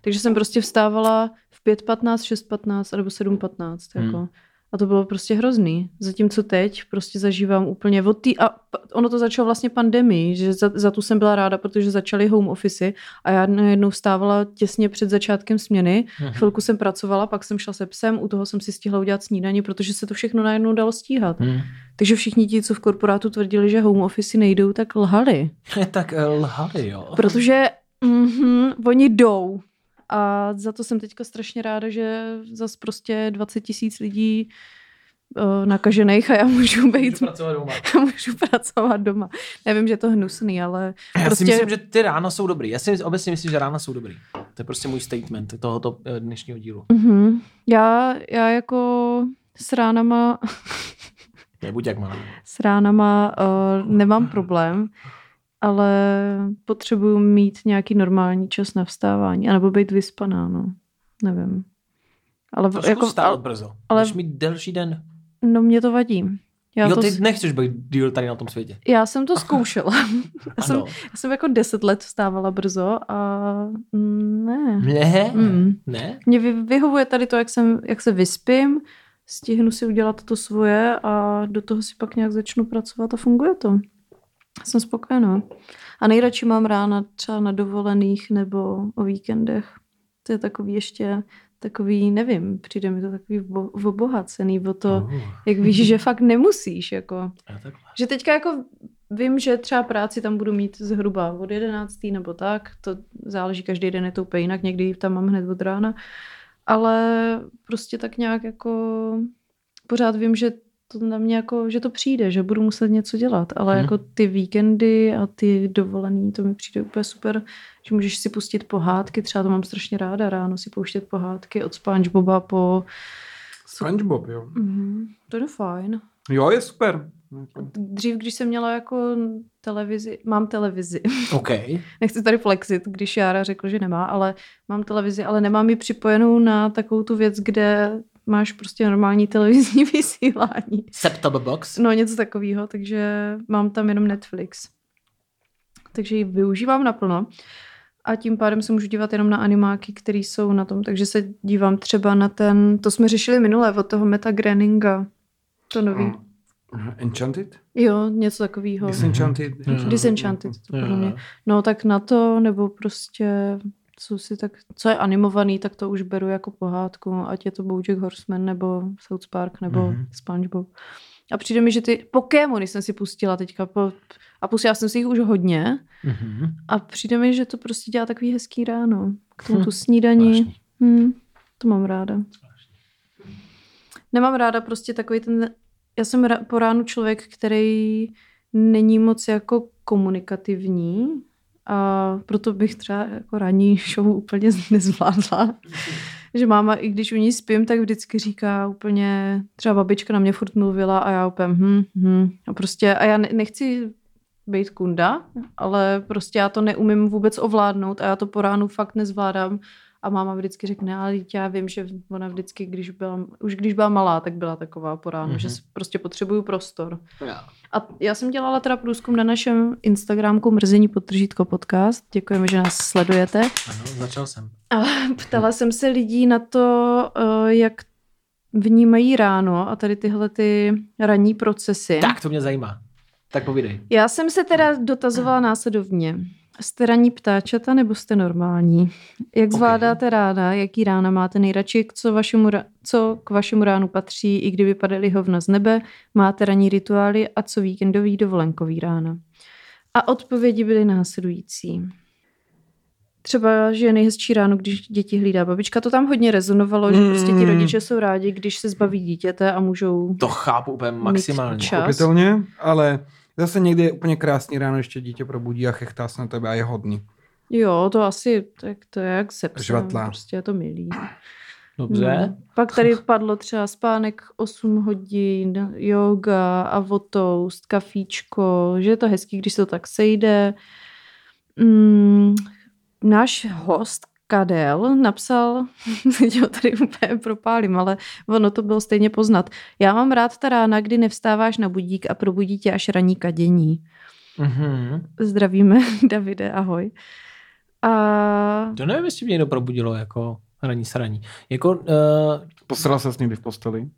Speaker 2: Takže jsem prostě vstávala v 5.15, 6.15 nebo 7.15. Jako.
Speaker 3: Mhm.
Speaker 2: A to bylo prostě hrozný. Zatímco teď prostě zažívám úplně od tý, a p- ono to začalo vlastně pandemii, že za, za tu jsem byla ráda, protože začaly home office a já najednou vstávala těsně před začátkem směny
Speaker 3: Mhm.
Speaker 2: Chvilku jsem pracovala, pak jsem šla se psem, u toho jsem si stihla udělat snídaní, protože se to všechno najednou dalo stíhat.
Speaker 3: Mhm. <laughs>
Speaker 2: Takže všichni ti, co v korporátu tvrdili, že home office nejdou, tak lhali.
Speaker 3: tak eh, lhali, jo.
Speaker 2: Protože mm-hmm, oni jdou. A za to jsem teďka strašně ráda, že zas prostě 20 tisíc lidí eh, nakažených a já můžu být,
Speaker 3: Můžu pracovat doma.
Speaker 2: můžu pracovat doma. Nevím, že je to hnusný, ale
Speaker 3: Já
Speaker 2: Prostě-
Speaker 3: si myslím, že ty rána jsou dobrý. Já si obecně myslím, že rána jsou dobrý. To je prostě můj statement tohoto eh, dnešního dílu.
Speaker 2: mm-hmm. já, já jako s ránama
Speaker 3: Nebuď jak malá.
Speaker 2: S ránama uh, nemám problém, ale potřebuju mít nějaký normální čas na vstávání, anebo být vyspaná, no. Nevím. Ale
Speaker 3: To
Speaker 2: v,
Speaker 3: jako
Speaker 2: jako,
Speaker 3: vstávat
Speaker 2: ale-
Speaker 3: brzo. Ale...
Speaker 2: ale-
Speaker 3: Budeš mít delší den.
Speaker 2: no mě to vadí. Já,
Speaker 3: jo,
Speaker 2: to,
Speaker 3: ty
Speaker 2: s-
Speaker 3: nechceš být díl tady na tom světě.
Speaker 2: já jsem to zkoušela. <laughs> já, jsem,
Speaker 3: Ano.
Speaker 2: já jsem jako deset let vstávala brzo a mm, ne.
Speaker 3: Ne?
Speaker 2: Mm.
Speaker 3: Ne?
Speaker 2: Mě vy, vyhovuje tady to, jak, jsem, jak se vyspím, stihnu si udělat to svoje a do toho si pak nějak začnu pracovat a funguje to. Jsem spokojená. A nejradši mám rána třeba na dovolených nebo o víkendech. To je takový ještě takový, nevím, přijde mi to takový obo- obohacený o to,
Speaker 3: Uh,
Speaker 2: jak víš, že fakt nemusíš, jako.
Speaker 3: já takhle.
Speaker 2: Že teďka jako vím, že třeba práci tam budu mít zhruba od 11. nebo tak, to záleží, každý den je to úplně jinak, někdy ji tam mám hned od rána, ale prostě tak nějak jako pořád vím, že to na mě jako, že to přijde, že budu muset něco dělat, ale
Speaker 3: Mhm.
Speaker 2: hmm. jako ty víkendy a ty dovolený, to mi přijde úplně super, že můžeš si pustit pohádky, třeba to mám strašně ráda ráno si pouštět pohádky od Spongeboba po...
Speaker 1: SpongeBob, jo.
Speaker 2: Mhm, to je fajn.
Speaker 1: Jo, je super.
Speaker 2: Dřív, když jsem měla jako televizi, mám televizi, <laughs>
Speaker 3: OK.
Speaker 2: nechci tady flexit, když Jára řekl, že nemá, ale mám televizi, ale nemám ji připojenou na takovou tu věc, kde máš prostě normální televizní <laughs> vysílání.
Speaker 3: Septable box.
Speaker 2: No něco takového, takže mám tam jenom Netflix. Takže ji využívám naplno. A tím pádem se můžu dívat jenom na animáky, které jsou na tom. Takže se dívám třeba na ten, to jsme řešili minule, od toho Meta Groeninga. To
Speaker 1: Hmm.
Speaker 2: nový.
Speaker 1: Hm. Enchanted?
Speaker 2: Jo, něco takového.
Speaker 1: Disenchanted. Hm.
Speaker 3: Mhm.
Speaker 2: Disenchanted, to pro mě.
Speaker 3: Eh,
Speaker 2: No tak na to, nebo prostě co, si tak, co je animovaný, tak to už beru jako pohádku, ať je to Bojack Horseman, nebo South Park, nebo
Speaker 3: Mhm.
Speaker 2: mm-hmm. Spongebob. A přijde mi, že ty Pokémony jsem si pustila teďka po, a pustila jsem si jich už hodně
Speaker 3: Mhm.
Speaker 2: a přijde mi, že to prostě dělá takový hezký ráno. K tomu
Speaker 3: Hm,
Speaker 2: tu snídaní. Hmm, to mám ráda. Nemám ráda prostě takový ten... Já jsem ra- po ránu člověk, který není moc jako komunikativní a proto bych třeba jako ranní <laughs> show úplně nezvládla. že máma, i když u ní spím, tak vždycky říká úplně, třeba babička na mě furt mluvila a já úplně hm, hm. A prostě, a já ne- nechci být kunda, ale prostě já to neumím vůbec ovládnout a já to po ránu fakt nezvládám. A máma vždycky řekne, ale dítě, já vím, že ona vždycky, když byla, už když byla malá, tak byla taková po ránu,
Speaker 3: Mhm.
Speaker 2: mm-hmm. že s- prostě potřebuju prostor.
Speaker 3: Já.
Speaker 2: A já jsem dělala teda průzkum na našem Instagramku Mrzení potržítko podcast. Děkujeme, že nás sledujete.
Speaker 3: Ano, začal jsem.
Speaker 2: A <laughs> ptala jsem se lidí na to, eh, jak vnímají ráno a tady tyhle ty ranní procesy.
Speaker 3: Tak, to mě zajímá. Tak povídej.
Speaker 2: Já jsem se teda dotazovala následovně. Jste ranní ptáčata nebo jste normální? Jak
Speaker 3: Ok.
Speaker 2: zvládáte rána? Jaký rána máte nejradši? Co, vašemu, ra- co k vašemu ránu patří, i kdyby padaly hovna z nebe? Máte ranní rituály a co víkendový dovolenkový rána? A odpovědi byly následující. Třeba, že je nejhezčí ráno, když děti hlídá babička. To tam hodně rezonovalo, že prostě ti
Speaker 1: Mm.
Speaker 2: rodiče jsou rádi, když se zbaví dítěte a můžou...
Speaker 3: To chápu úplně maximálně.
Speaker 2: čas.
Speaker 1: Pochopitelně, ale zase někdy je úplně krásný ráno, ještě dítě probudí a chechtá se na tebe a je hodný.
Speaker 2: Jo, to asi, tak to je jak se psem,
Speaker 1: Žvatla.
Speaker 2: prostě je to milý.
Speaker 3: Dobře.
Speaker 2: No. Pak tady padlo třeba spánek 8 hodin, yoga, avotoast, kafíčko, že je to hezký, když se to tak sejde. Mm, náš host Kadel napsal, <laughs> teď ho tady úplně propálím, ale ono to bylo stejně poznat. Já mám rád ta rána, kdy nevstáváš na budík a probudí tě až raní kadění. Mhm.
Speaker 3: Mm-hmm.
Speaker 2: Zdravíme, <laughs> Davide, ahoj. A
Speaker 3: To nevím, jestli mě někdo probudilo jako hraní sraní. Jako, uh,
Speaker 1: Posral se s někdy v posteli?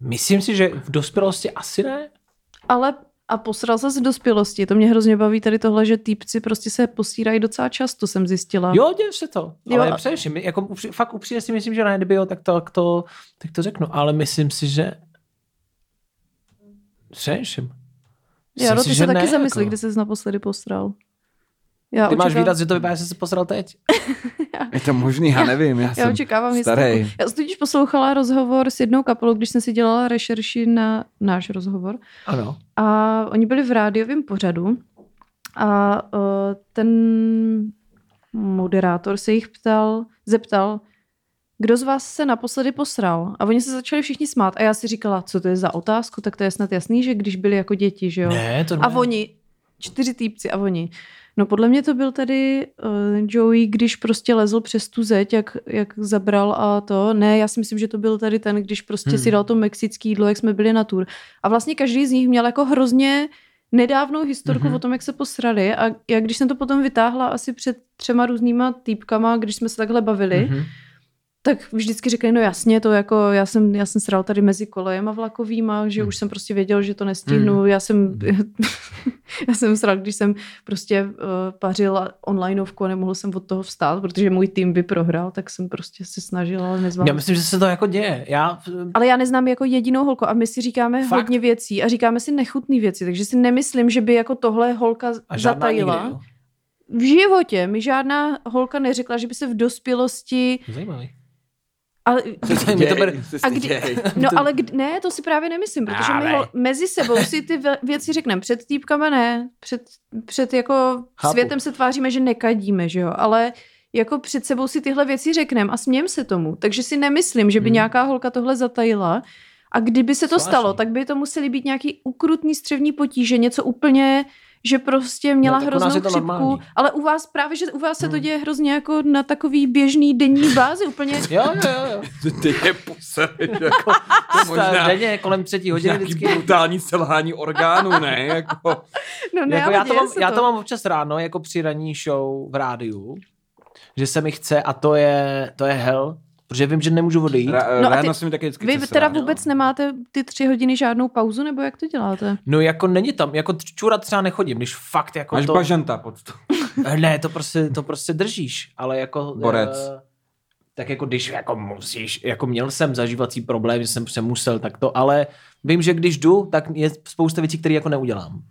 Speaker 3: myslím si, že v dospělosti asi ne.
Speaker 2: Ale a posral se z dospělosti. To mě hrozně baví tady tohle, že týpci prostě se posírají docela často, jsem zjistila.
Speaker 3: Jo, děje se to.
Speaker 2: No. Jo,
Speaker 3: ale
Speaker 2: a-
Speaker 3: především, jako upří, fakt upřímně si myslím, že ne, kdyby jo, tak to, tak, to, tak to řeknu. Ale myslím si, že především.
Speaker 2: Já
Speaker 3: Myslím
Speaker 2: no,
Speaker 3: si,
Speaker 2: ty
Speaker 3: že
Speaker 2: se taky
Speaker 3: ne,
Speaker 2: zamysli,
Speaker 3: jako.
Speaker 2: kdy jsi naposledy posral. Já
Speaker 3: Ty máš
Speaker 2: očekávám-
Speaker 3: výraz, že to vypadá, že jsi se posral teď.
Speaker 1: Je to možný, já nevím. Já,
Speaker 2: Já
Speaker 1: jsem...
Speaker 2: očekávám
Speaker 1: starej.
Speaker 2: historii. Já jsem totiž poslouchala rozhovor s jednou kapelou, když jsem si dělala rešerši na náš rozhovor.
Speaker 3: Ano.
Speaker 2: A oni byli v rádiovém pořadu a uh, ten moderátor se jich ptal, zeptal, kdo z vás se naposledy posral? A oni se začali všichni smát. A já si říkala, co to je za otázku, tak to je snad jasný, že když byli jako děti, že jo?
Speaker 3: Ne, to
Speaker 2: A
Speaker 3: ne.
Speaker 2: oni, čtyři týpci a oni. No podle mě to byl tady uh, Joey, když prostě lezl přes tu zeď, jak, jak zabral a to. Ne, já si myslím, že to byl tady ten, když prostě
Speaker 3: Hmm.
Speaker 2: hmm. si dal to mexický jídlo, jak jsme byli na tour. A vlastně každý z nich měl jako hrozně nedávnou historku
Speaker 3: Mhm.
Speaker 2: mm-hmm. o tom, jak se posrali a já když jsem to potom vytáhla asi před třema různýma týpkama, když jsme se takhle bavili, mm-hmm.
Speaker 3: Mhm.
Speaker 2: tak vždycky říkají, no jasně, to jako já jsem, já jsem sral tady mezi kolejem a vlakovýma, že
Speaker 3: Mhm.
Speaker 2: už jsem prostě věděl, že to nestihnu, já jsem, <laughs> já jsem sral, když jsem prostě uh, pařila onlineovku a nemohl jsem od toho vstát, protože můj tým by prohrál, tak jsem prostě se snažila, ale nezvládla.
Speaker 3: Já myslím, že se to jako děje. Já,
Speaker 2: Ale já neznám jako jedinou holku a my si říkáme
Speaker 3: Fakt?
Speaker 2: Fakt? hodně věcí a říkáme si nechutné věci, takže si nemyslím, že by jako tohle holka
Speaker 3: a žádná
Speaker 2: zatajila.
Speaker 3: Nikdy, jo.
Speaker 2: v životě mi žádná holka neřekla, že by se v dospělosti...
Speaker 3: Zajímavý.
Speaker 2: Ale,
Speaker 3: Mě to bere-
Speaker 2: a kdy, no ale kdy, ne, to si právě nemyslím, protože my
Speaker 3: Ale.
Speaker 2: ho, mezi sebou si ty ve- věci řekneme. Před týpkama ne, před, před jako
Speaker 3: Chápu.
Speaker 2: světem se tváříme, že nekadíme, že jo, ale jako před sebou si tyhle věci řekneme a smějeme se tomu. Takže si nemyslím, že by
Speaker 3: Hmm.
Speaker 2: hmm. nějaká holka tohle zatajila. A kdyby se to
Speaker 3: Zvláštní.
Speaker 2: stalo, tak by to museli být nějaký ukrutný střevní potíže, něco úplně, že prostě měla
Speaker 3: No, tak u nás
Speaker 2: hroznou
Speaker 3: je to
Speaker 2: chřipku.
Speaker 3: normální.
Speaker 2: Ale u vás právě, že u vás se to
Speaker 3: Hmm.
Speaker 2: děje hrozně jako na takový běžný denní bázi,
Speaker 3: <laughs>
Speaker 2: úplně
Speaker 3: Jo, jo, jo. jo.
Speaker 1: Ty je posereš, <laughs> jako, to je možná
Speaker 3: Denně kolem třetí hodiny
Speaker 1: nějaký
Speaker 3: vždycky.
Speaker 1: brutální selhání orgánů, ne? Jako,
Speaker 2: No ne,
Speaker 3: jako
Speaker 2: ale
Speaker 3: já, to
Speaker 2: děje
Speaker 3: mám,
Speaker 2: se
Speaker 3: já to mám občas ráno, jako při ranní show v rádiu, že se mi chce a to je, to je hell, protože vím, že nemůžu odejít.
Speaker 1: ra,
Speaker 2: No a
Speaker 1: ráno
Speaker 2: ty-
Speaker 1: se mi taky vždycky
Speaker 2: Vy
Speaker 1: chce
Speaker 2: teda
Speaker 1: srát.
Speaker 2: vůbec nemáte ty tři hodiny žádnou pauzu, nebo jak to děláte?
Speaker 3: No jako není tam, jako tč- čurat třeba nechodím, když fakt jako
Speaker 1: Máš
Speaker 3: to...
Speaker 1: bažanta pod to.
Speaker 3: Ne, to prostě, to prostě držíš, ale jako...
Speaker 1: Borec.
Speaker 3: eh, tak jako když jako musíš, jako měl jsem zažívací problém, že jsem se musel tak to, ale vím, že když jdu, tak je spousta věcí, které jako neudělám.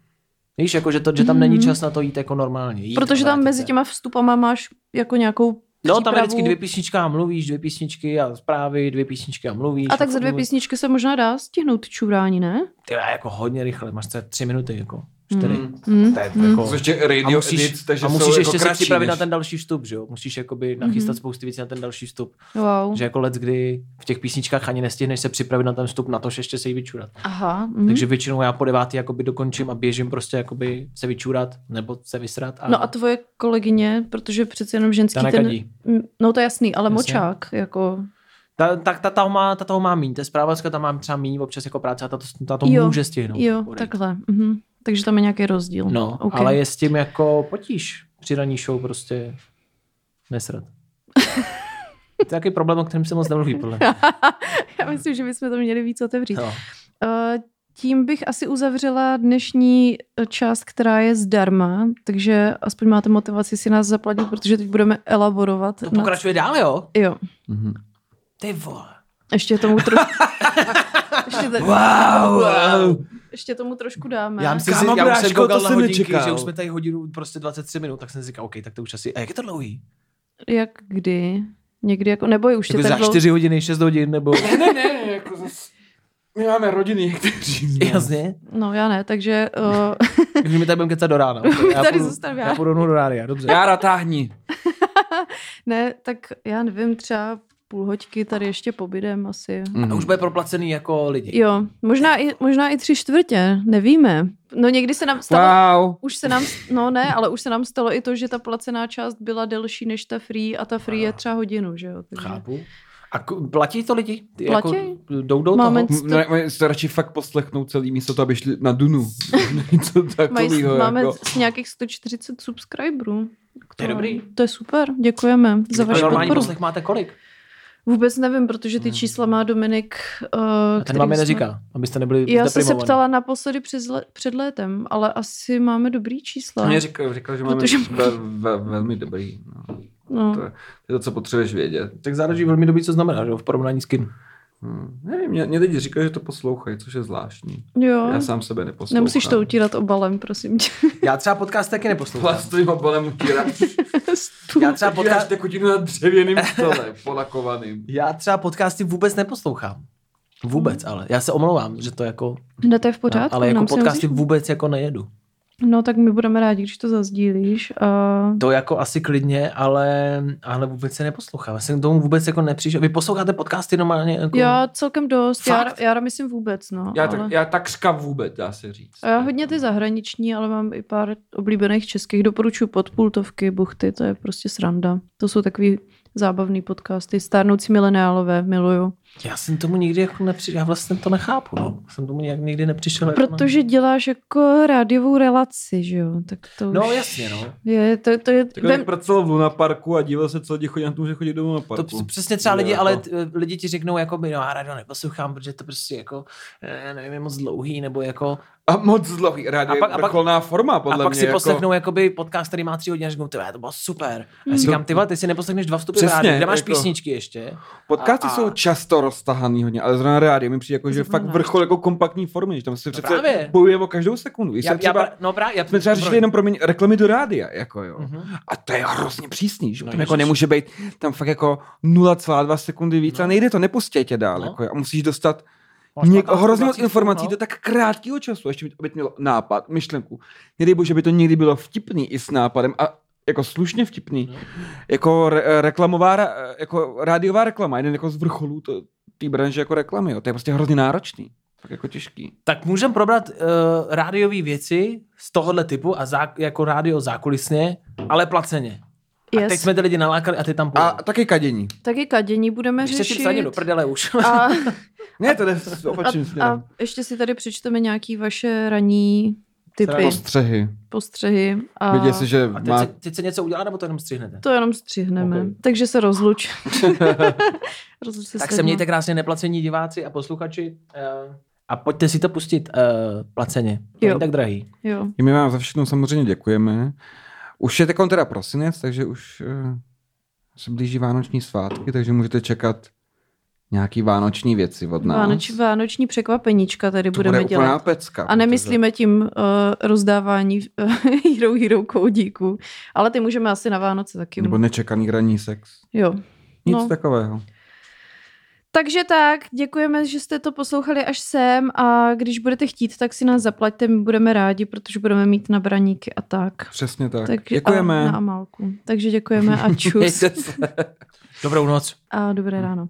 Speaker 3: Víš, jako že, to, že tam není
Speaker 2: Mhm.
Speaker 3: čas na to jít jako normálně. Jít
Speaker 2: Protože
Speaker 3: a
Speaker 2: tam
Speaker 3: vrátit
Speaker 2: mezi
Speaker 3: se.
Speaker 2: těma vstupama máš jako nějakou
Speaker 3: No, tam je
Speaker 2: přípravu.
Speaker 3: vždycky dvě písnička a mluvíš, dě písničky a zprávy, dvě písničky a mluvíš.
Speaker 2: A tak za dvě
Speaker 3: mluvíš.
Speaker 2: písničky se možná dá stihnout čurání, ne?
Speaker 3: Ty já jako hodně rychle, máš třeba tři minuty, jako čtyři. Mm.
Speaker 2: Hmm.
Speaker 3: To je
Speaker 2: Hmm.
Speaker 3: jako...
Speaker 1: Což ještě radio
Speaker 3: A musíš,
Speaker 1: edit, takže
Speaker 3: a musíš
Speaker 1: jsou
Speaker 3: ještě
Speaker 1: jako
Speaker 3: se
Speaker 1: kratší,
Speaker 3: připravit
Speaker 1: než-
Speaker 3: na ten další vstup, že jo? Musíš jakoby nachystat
Speaker 2: Mhm.
Speaker 3: spoustu věcí na ten další vstup.
Speaker 2: Wow.
Speaker 3: Že jako let, kdy v těch písničkách ani nestihneš se připravit na ten vstup, na to, že ještě se jí vyčurat.
Speaker 2: Aha. Hmm.
Speaker 3: Takže většinou já po devátý jakoby dokončím a běžím prostě jakoby se vyčurat nebo se vysrat. A
Speaker 2: No a tvoje kolegyně, protože přece jenom ženský
Speaker 3: ta nekadí.
Speaker 2: ten... Mm, No to je jasný, ale
Speaker 3: Jasně.
Speaker 2: močák, jako...
Speaker 3: Ta, tak ta, ta, ho má, ta toho má míň, ta zprávačka tam mám třeba míň občas jako práce a ta, to- ta to
Speaker 2: Jo,
Speaker 3: může stihnout.
Speaker 2: Jo,
Speaker 3: Odejít.
Speaker 2: takhle. Mhm. Takže tam je nějaký rozdíl.
Speaker 3: No, okay.
Speaker 2: Okay.
Speaker 3: ale je s tím jako potíž při ranní show prostě <laughs> nesrat. to je taky problém, o kterém se moc nemluví, podle <laughs> mě.
Speaker 2: <laughs> Já myslím, že bychom to měli víc otevřít.
Speaker 3: No.
Speaker 2: Eh, Tím bych asi uzavřela dnešní eh, část, která je zdarma, takže aspoň máte motivaci si nás zaplatit, protože teď budeme elaborovat.
Speaker 3: To
Speaker 2: nad-
Speaker 3: pokračuje dál, jo?
Speaker 2: Jo,
Speaker 1: Mhm.
Speaker 3: Ty vole.
Speaker 2: ještě tomu
Speaker 3: <laughs>
Speaker 2: trošku... ještě, te...
Speaker 1: Wow,
Speaker 2: ještě tomu trošku dáme.
Speaker 3: Já, myslím,
Speaker 1: Kámo,
Speaker 3: si, já už
Speaker 1: bráško,
Speaker 3: jsem koukal
Speaker 1: to
Speaker 3: na
Speaker 1: jsem
Speaker 3: hodinky,
Speaker 1: nečekal.
Speaker 3: že už jsme tady hodinu prostě 23 minut, tak jsem si říkal, OK, tak to už asi, a jak je to dlouhý?
Speaker 2: Jak kdy? Někdy jako... Nebo je už je
Speaker 3: Jako
Speaker 2: tak
Speaker 3: za
Speaker 2: dlouho...
Speaker 3: 4 hodiny, 6 hodin, <laughs> nebo...
Speaker 1: <laughs> Ne, ne, ne, jako zas... My máme rodiny, <laughs> kteří zná.
Speaker 3: Jasně.
Speaker 2: No já ne, takže... Uh...
Speaker 3: Takže my <laughs> tady budeme kecat do rána. Okay, já
Speaker 2: tady
Speaker 3: půjdu-
Speaker 2: zůstaneme. Jako-
Speaker 3: Já půjdu rovnou do rádia, dobře.
Speaker 1: Jára, táhni.
Speaker 2: Ne, tak já nevím, třeba půl hoďky tady ještě pobydem asi.
Speaker 1: Mhm.
Speaker 3: A už bude proplacený jako lidi.
Speaker 2: Jo, možná i, možná i tři čtvrtě, nevíme. No někdy se nám stalo,
Speaker 1: Wow.
Speaker 2: už se nám, no ne, ale už se nám stalo i to, že ta placená část byla delší než ta free a ta free je třeba hodinu, že jo. Takže.
Speaker 3: Chápu. A k- platí to lidi? Ty
Speaker 2: Platí.
Speaker 3: Jako jdou do
Speaker 2: Máme
Speaker 3: toho?
Speaker 2: c-
Speaker 1: M- Ne, mají se radši fakt poslechnout celý místo to, aby šli na Dunu. <laughs> Něco
Speaker 2: Mají,
Speaker 1: takového.
Speaker 2: máme
Speaker 1: Jako.
Speaker 2: z nějakých 140 subscriberů.
Speaker 3: To je dobrý.
Speaker 2: To je super, děkujeme za
Speaker 3: A
Speaker 2: vaši
Speaker 3: normální
Speaker 2: podporu.
Speaker 3: poslech máte kolik?
Speaker 2: Vůbec nevím, protože ty čísla má Dominik. Uh,
Speaker 3: Hmm. A ten vám je neříká, abyste nebyli
Speaker 2: Já jsem se
Speaker 3: zdeprimovaní.
Speaker 2: ptala naposledy před, le- před létem, ale asi máme dobrý čísla.
Speaker 1: Mě říkal, říkal, že máme
Speaker 2: Protože-
Speaker 1: ve, ve, velmi dobrý. No.
Speaker 2: No.
Speaker 1: To, je, to je to, co potřebuješ vědět.
Speaker 3: Tak záleží velmi dobře, co znamená, že jo, v porovnání s kým.
Speaker 1: Hmm. Nevím, mě, mě teď říkají, že to poslouchají, což je zvláštní.
Speaker 2: Jo,
Speaker 1: Já sám sebe neposlouchám.
Speaker 2: No. nemusíš to utírat obalem, prosím tě. <laughs>
Speaker 3: Já třeba podcast taky neposlouchám.
Speaker 1: Plastovým obalem utíráš.
Speaker 2: Stůl.
Speaker 3: Já třeba,
Speaker 1: Utíráš
Speaker 3: podca-
Speaker 1: tekutinu na dřevěným
Speaker 2: <laughs>
Speaker 1: stole, polakovaným.
Speaker 3: já třeba podcasty vůbec neposlouchám. Vůbec, ale. Já se omlouvám, že to jako...
Speaker 2: Ne, No, to je Mm. v pořádku.
Speaker 3: ale jako
Speaker 2: nám se
Speaker 3: podcasty
Speaker 2: nemusíš-
Speaker 3: vůbec jako nejedu.
Speaker 2: No tak my budeme rádi, když to zazdílíš. A...
Speaker 3: To jako asi klidně, ale, ale vůbec se neposlouchám. Já jsem k tomu vůbec jako nepřišel. Vy posloucháte podcasty normálně? Jako...
Speaker 2: Já celkem dost, já,
Speaker 3: Fakt?
Speaker 2: já myslím vůbec, no.
Speaker 1: Já,
Speaker 2: ale...
Speaker 1: tak, já takřka vůbec, dá se říct.
Speaker 2: A já hodně ty zahraniční, ale mám i pár oblíbených českých. Doporučuji podpultovky, buchty, to je prostě sranda. To jsou takový zábavný podcasty. Stárnoucí mileniálové, miluju.
Speaker 3: já jsem tomu nikdy jako nepřišel. Já vlastně to nechápu. No. Jsem tomu nějak nikdy nepřišel. jako na-
Speaker 2: Protože děláš jako rádiovou relaci, že jo? Tak to
Speaker 3: No
Speaker 2: už
Speaker 3: jasně, no.
Speaker 2: je, to, to je,
Speaker 1: Tak
Speaker 2: vem,
Speaker 1: Vem... pracoval v Luna Parku a díval se, co lidi chodí na tom, že chodí do Luna
Speaker 3: To
Speaker 1: Parku.
Speaker 3: p- přesně třeba
Speaker 1: Jo,
Speaker 3: lidi,
Speaker 1: jako-
Speaker 3: ale t- lidi ti řeknou, jako by, no já rádio neposlouchám, protože to prostě jako, eh, nevím, je moc dlouhý, nebo jako,
Speaker 1: A moc zlohy. Rádio
Speaker 3: A
Speaker 1: je
Speaker 3: pak- a pak-
Speaker 1: vrcholná forma,
Speaker 3: Podle
Speaker 1: podle
Speaker 3: a pak
Speaker 1: mě.
Speaker 3: si
Speaker 1: jako...
Speaker 3: poslechnou jakoby podcast, který má tři hodiny a řeknou, ty, vole, to bylo super. A já
Speaker 2: Mm.
Speaker 3: říkám, ty vole, ty si neposlechneš dva vstupy
Speaker 1: Hmm. Přesně,
Speaker 3: rádi, kde máš
Speaker 1: jako-
Speaker 3: písničky ještě? No
Speaker 1: Podcasty
Speaker 3: A- a-
Speaker 1: jsou často roztahaný hodně, ale zrovna rádio mi přijde jako, že je fakt
Speaker 2: Zrovna.
Speaker 1: vrchol jako kompaktní formy, že tam se
Speaker 3: No právě.
Speaker 1: přece bojuje o každou sekundu. Když
Speaker 3: Já,
Speaker 1: se
Speaker 3: já,
Speaker 1: třeba,
Speaker 3: pra- no, pra, já,
Speaker 1: jsme třeba řešili jenom pro mě reklamy do rádia, jako jo.
Speaker 3: Mhm.
Speaker 1: A to je hrozně přísný, že?
Speaker 3: No
Speaker 1: No, tam jako
Speaker 3: ježiš.
Speaker 1: nemůže být tam fakt jako 0,2 sekundy víc a nejde to, nepustě tě dál.
Speaker 3: No.
Speaker 1: Jako, a musíš dostat
Speaker 3: Máš
Speaker 1: Něk,
Speaker 3: pak
Speaker 1: hrozně moc
Speaker 3: informací,
Speaker 1: informací
Speaker 3: no.
Speaker 1: do tak krátkého času, ještě by to mělo nápad, myšlenku. Nedej bože, by to někdy bylo vtipný i s nápadem a jako slušně vtipný.
Speaker 3: No.
Speaker 1: Jako re, reklamová, ra- jako rádiová reklama, jeden jako z vrcholů to- té branže jako reklamy, jo. to je prostě hrozně náročný. Tak jako těžký.
Speaker 3: Tak můžeme probrat uh, rádiové věci z tohohle typu a zá, jako rádio zákulisně, ale placeně. A
Speaker 2: yes.
Speaker 3: teď jsme ty lidi nalákali a ty tam
Speaker 1: A
Speaker 3: půjdou.
Speaker 1: taky kadění.
Speaker 2: taky kadění budeme
Speaker 3: Ještě si
Speaker 2: řešit.
Speaker 3: psaně do prdele už. <laughs>
Speaker 2: a,
Speaker 1: Ne, to jde s opačným
Speaker 2: a, a
Speaker 1: směrem.
Speaker 2: ještě si tady přečteme nějaký vaše ranní typy,
Speaker 3: Sranda.
Speaker 1: Postřehy.
Speaker 2: postřehy. A...
Speaker 1: Vidět si, že
Speaker 3: A teď,
Speaker 1: má...
Speaker 3: se, teď se něco udělá, nebo to jenom střihnete?
Speaker 2: To jenom střihneme.
Speaker 1: Ok.
Speaker 2: Takže
Speaker 1: <laughs>
Speaker 2: se rozluč. rozluč se
Speaker 3: Tak
Speaker 2: s
Speaker 3: se
Speaker 2: lidma.
Speaker 3: mějte krásně neplacení diváci a posluchači eh, a pojďte si to pustit eh, placeně. To
Speaker 2: Jo.
Speaker 3: je tak drahý.
Speaker 2: Jo.
Speaker 1: My vám za všechno samozřejmě děkujeme. Už je tekon teda prosinec, takže už eh, se blíží vánoční svátky, takže můžete čekat nějaký vánoční věci od nás.
Speaker 2: Vánoč, vánoční překvapeníčka tady
Speaker 1: No. to
Speaker 2: budeme
Speaker 1: bude úplná
Speaker 2: dělat.
Speaker 1: pecka.
Speaker 2: A nemyslíme tím uh, rozdávání uh, <laughs> hero hero koudíků, ale ty můžeme asi na Vánoce taky.
Speaker 1: Nebo nečekaný ranní sex.
Speaker 2: Jo.
Speaker 1: Nic
Speaker 2: No.
Speaker 1: takového.
Speaker 2: Takže tak, děkujeme, že jste to poslouchali až sem a když budete chtít, tak si nás zaplaťte, my budeme rádi, protože budeme mít nabraníky a tak.
Speaker 1: Přesně tak.
Speaker 2: Takže,
Speaker 1: děkujeme. <laughs>
Speaker 3: <laughs>
Speaker 2: A na Amálku. Takže děkujeme a čus
Speaker 3: Dobrou noc.
Speaker 2: a dobré ráno.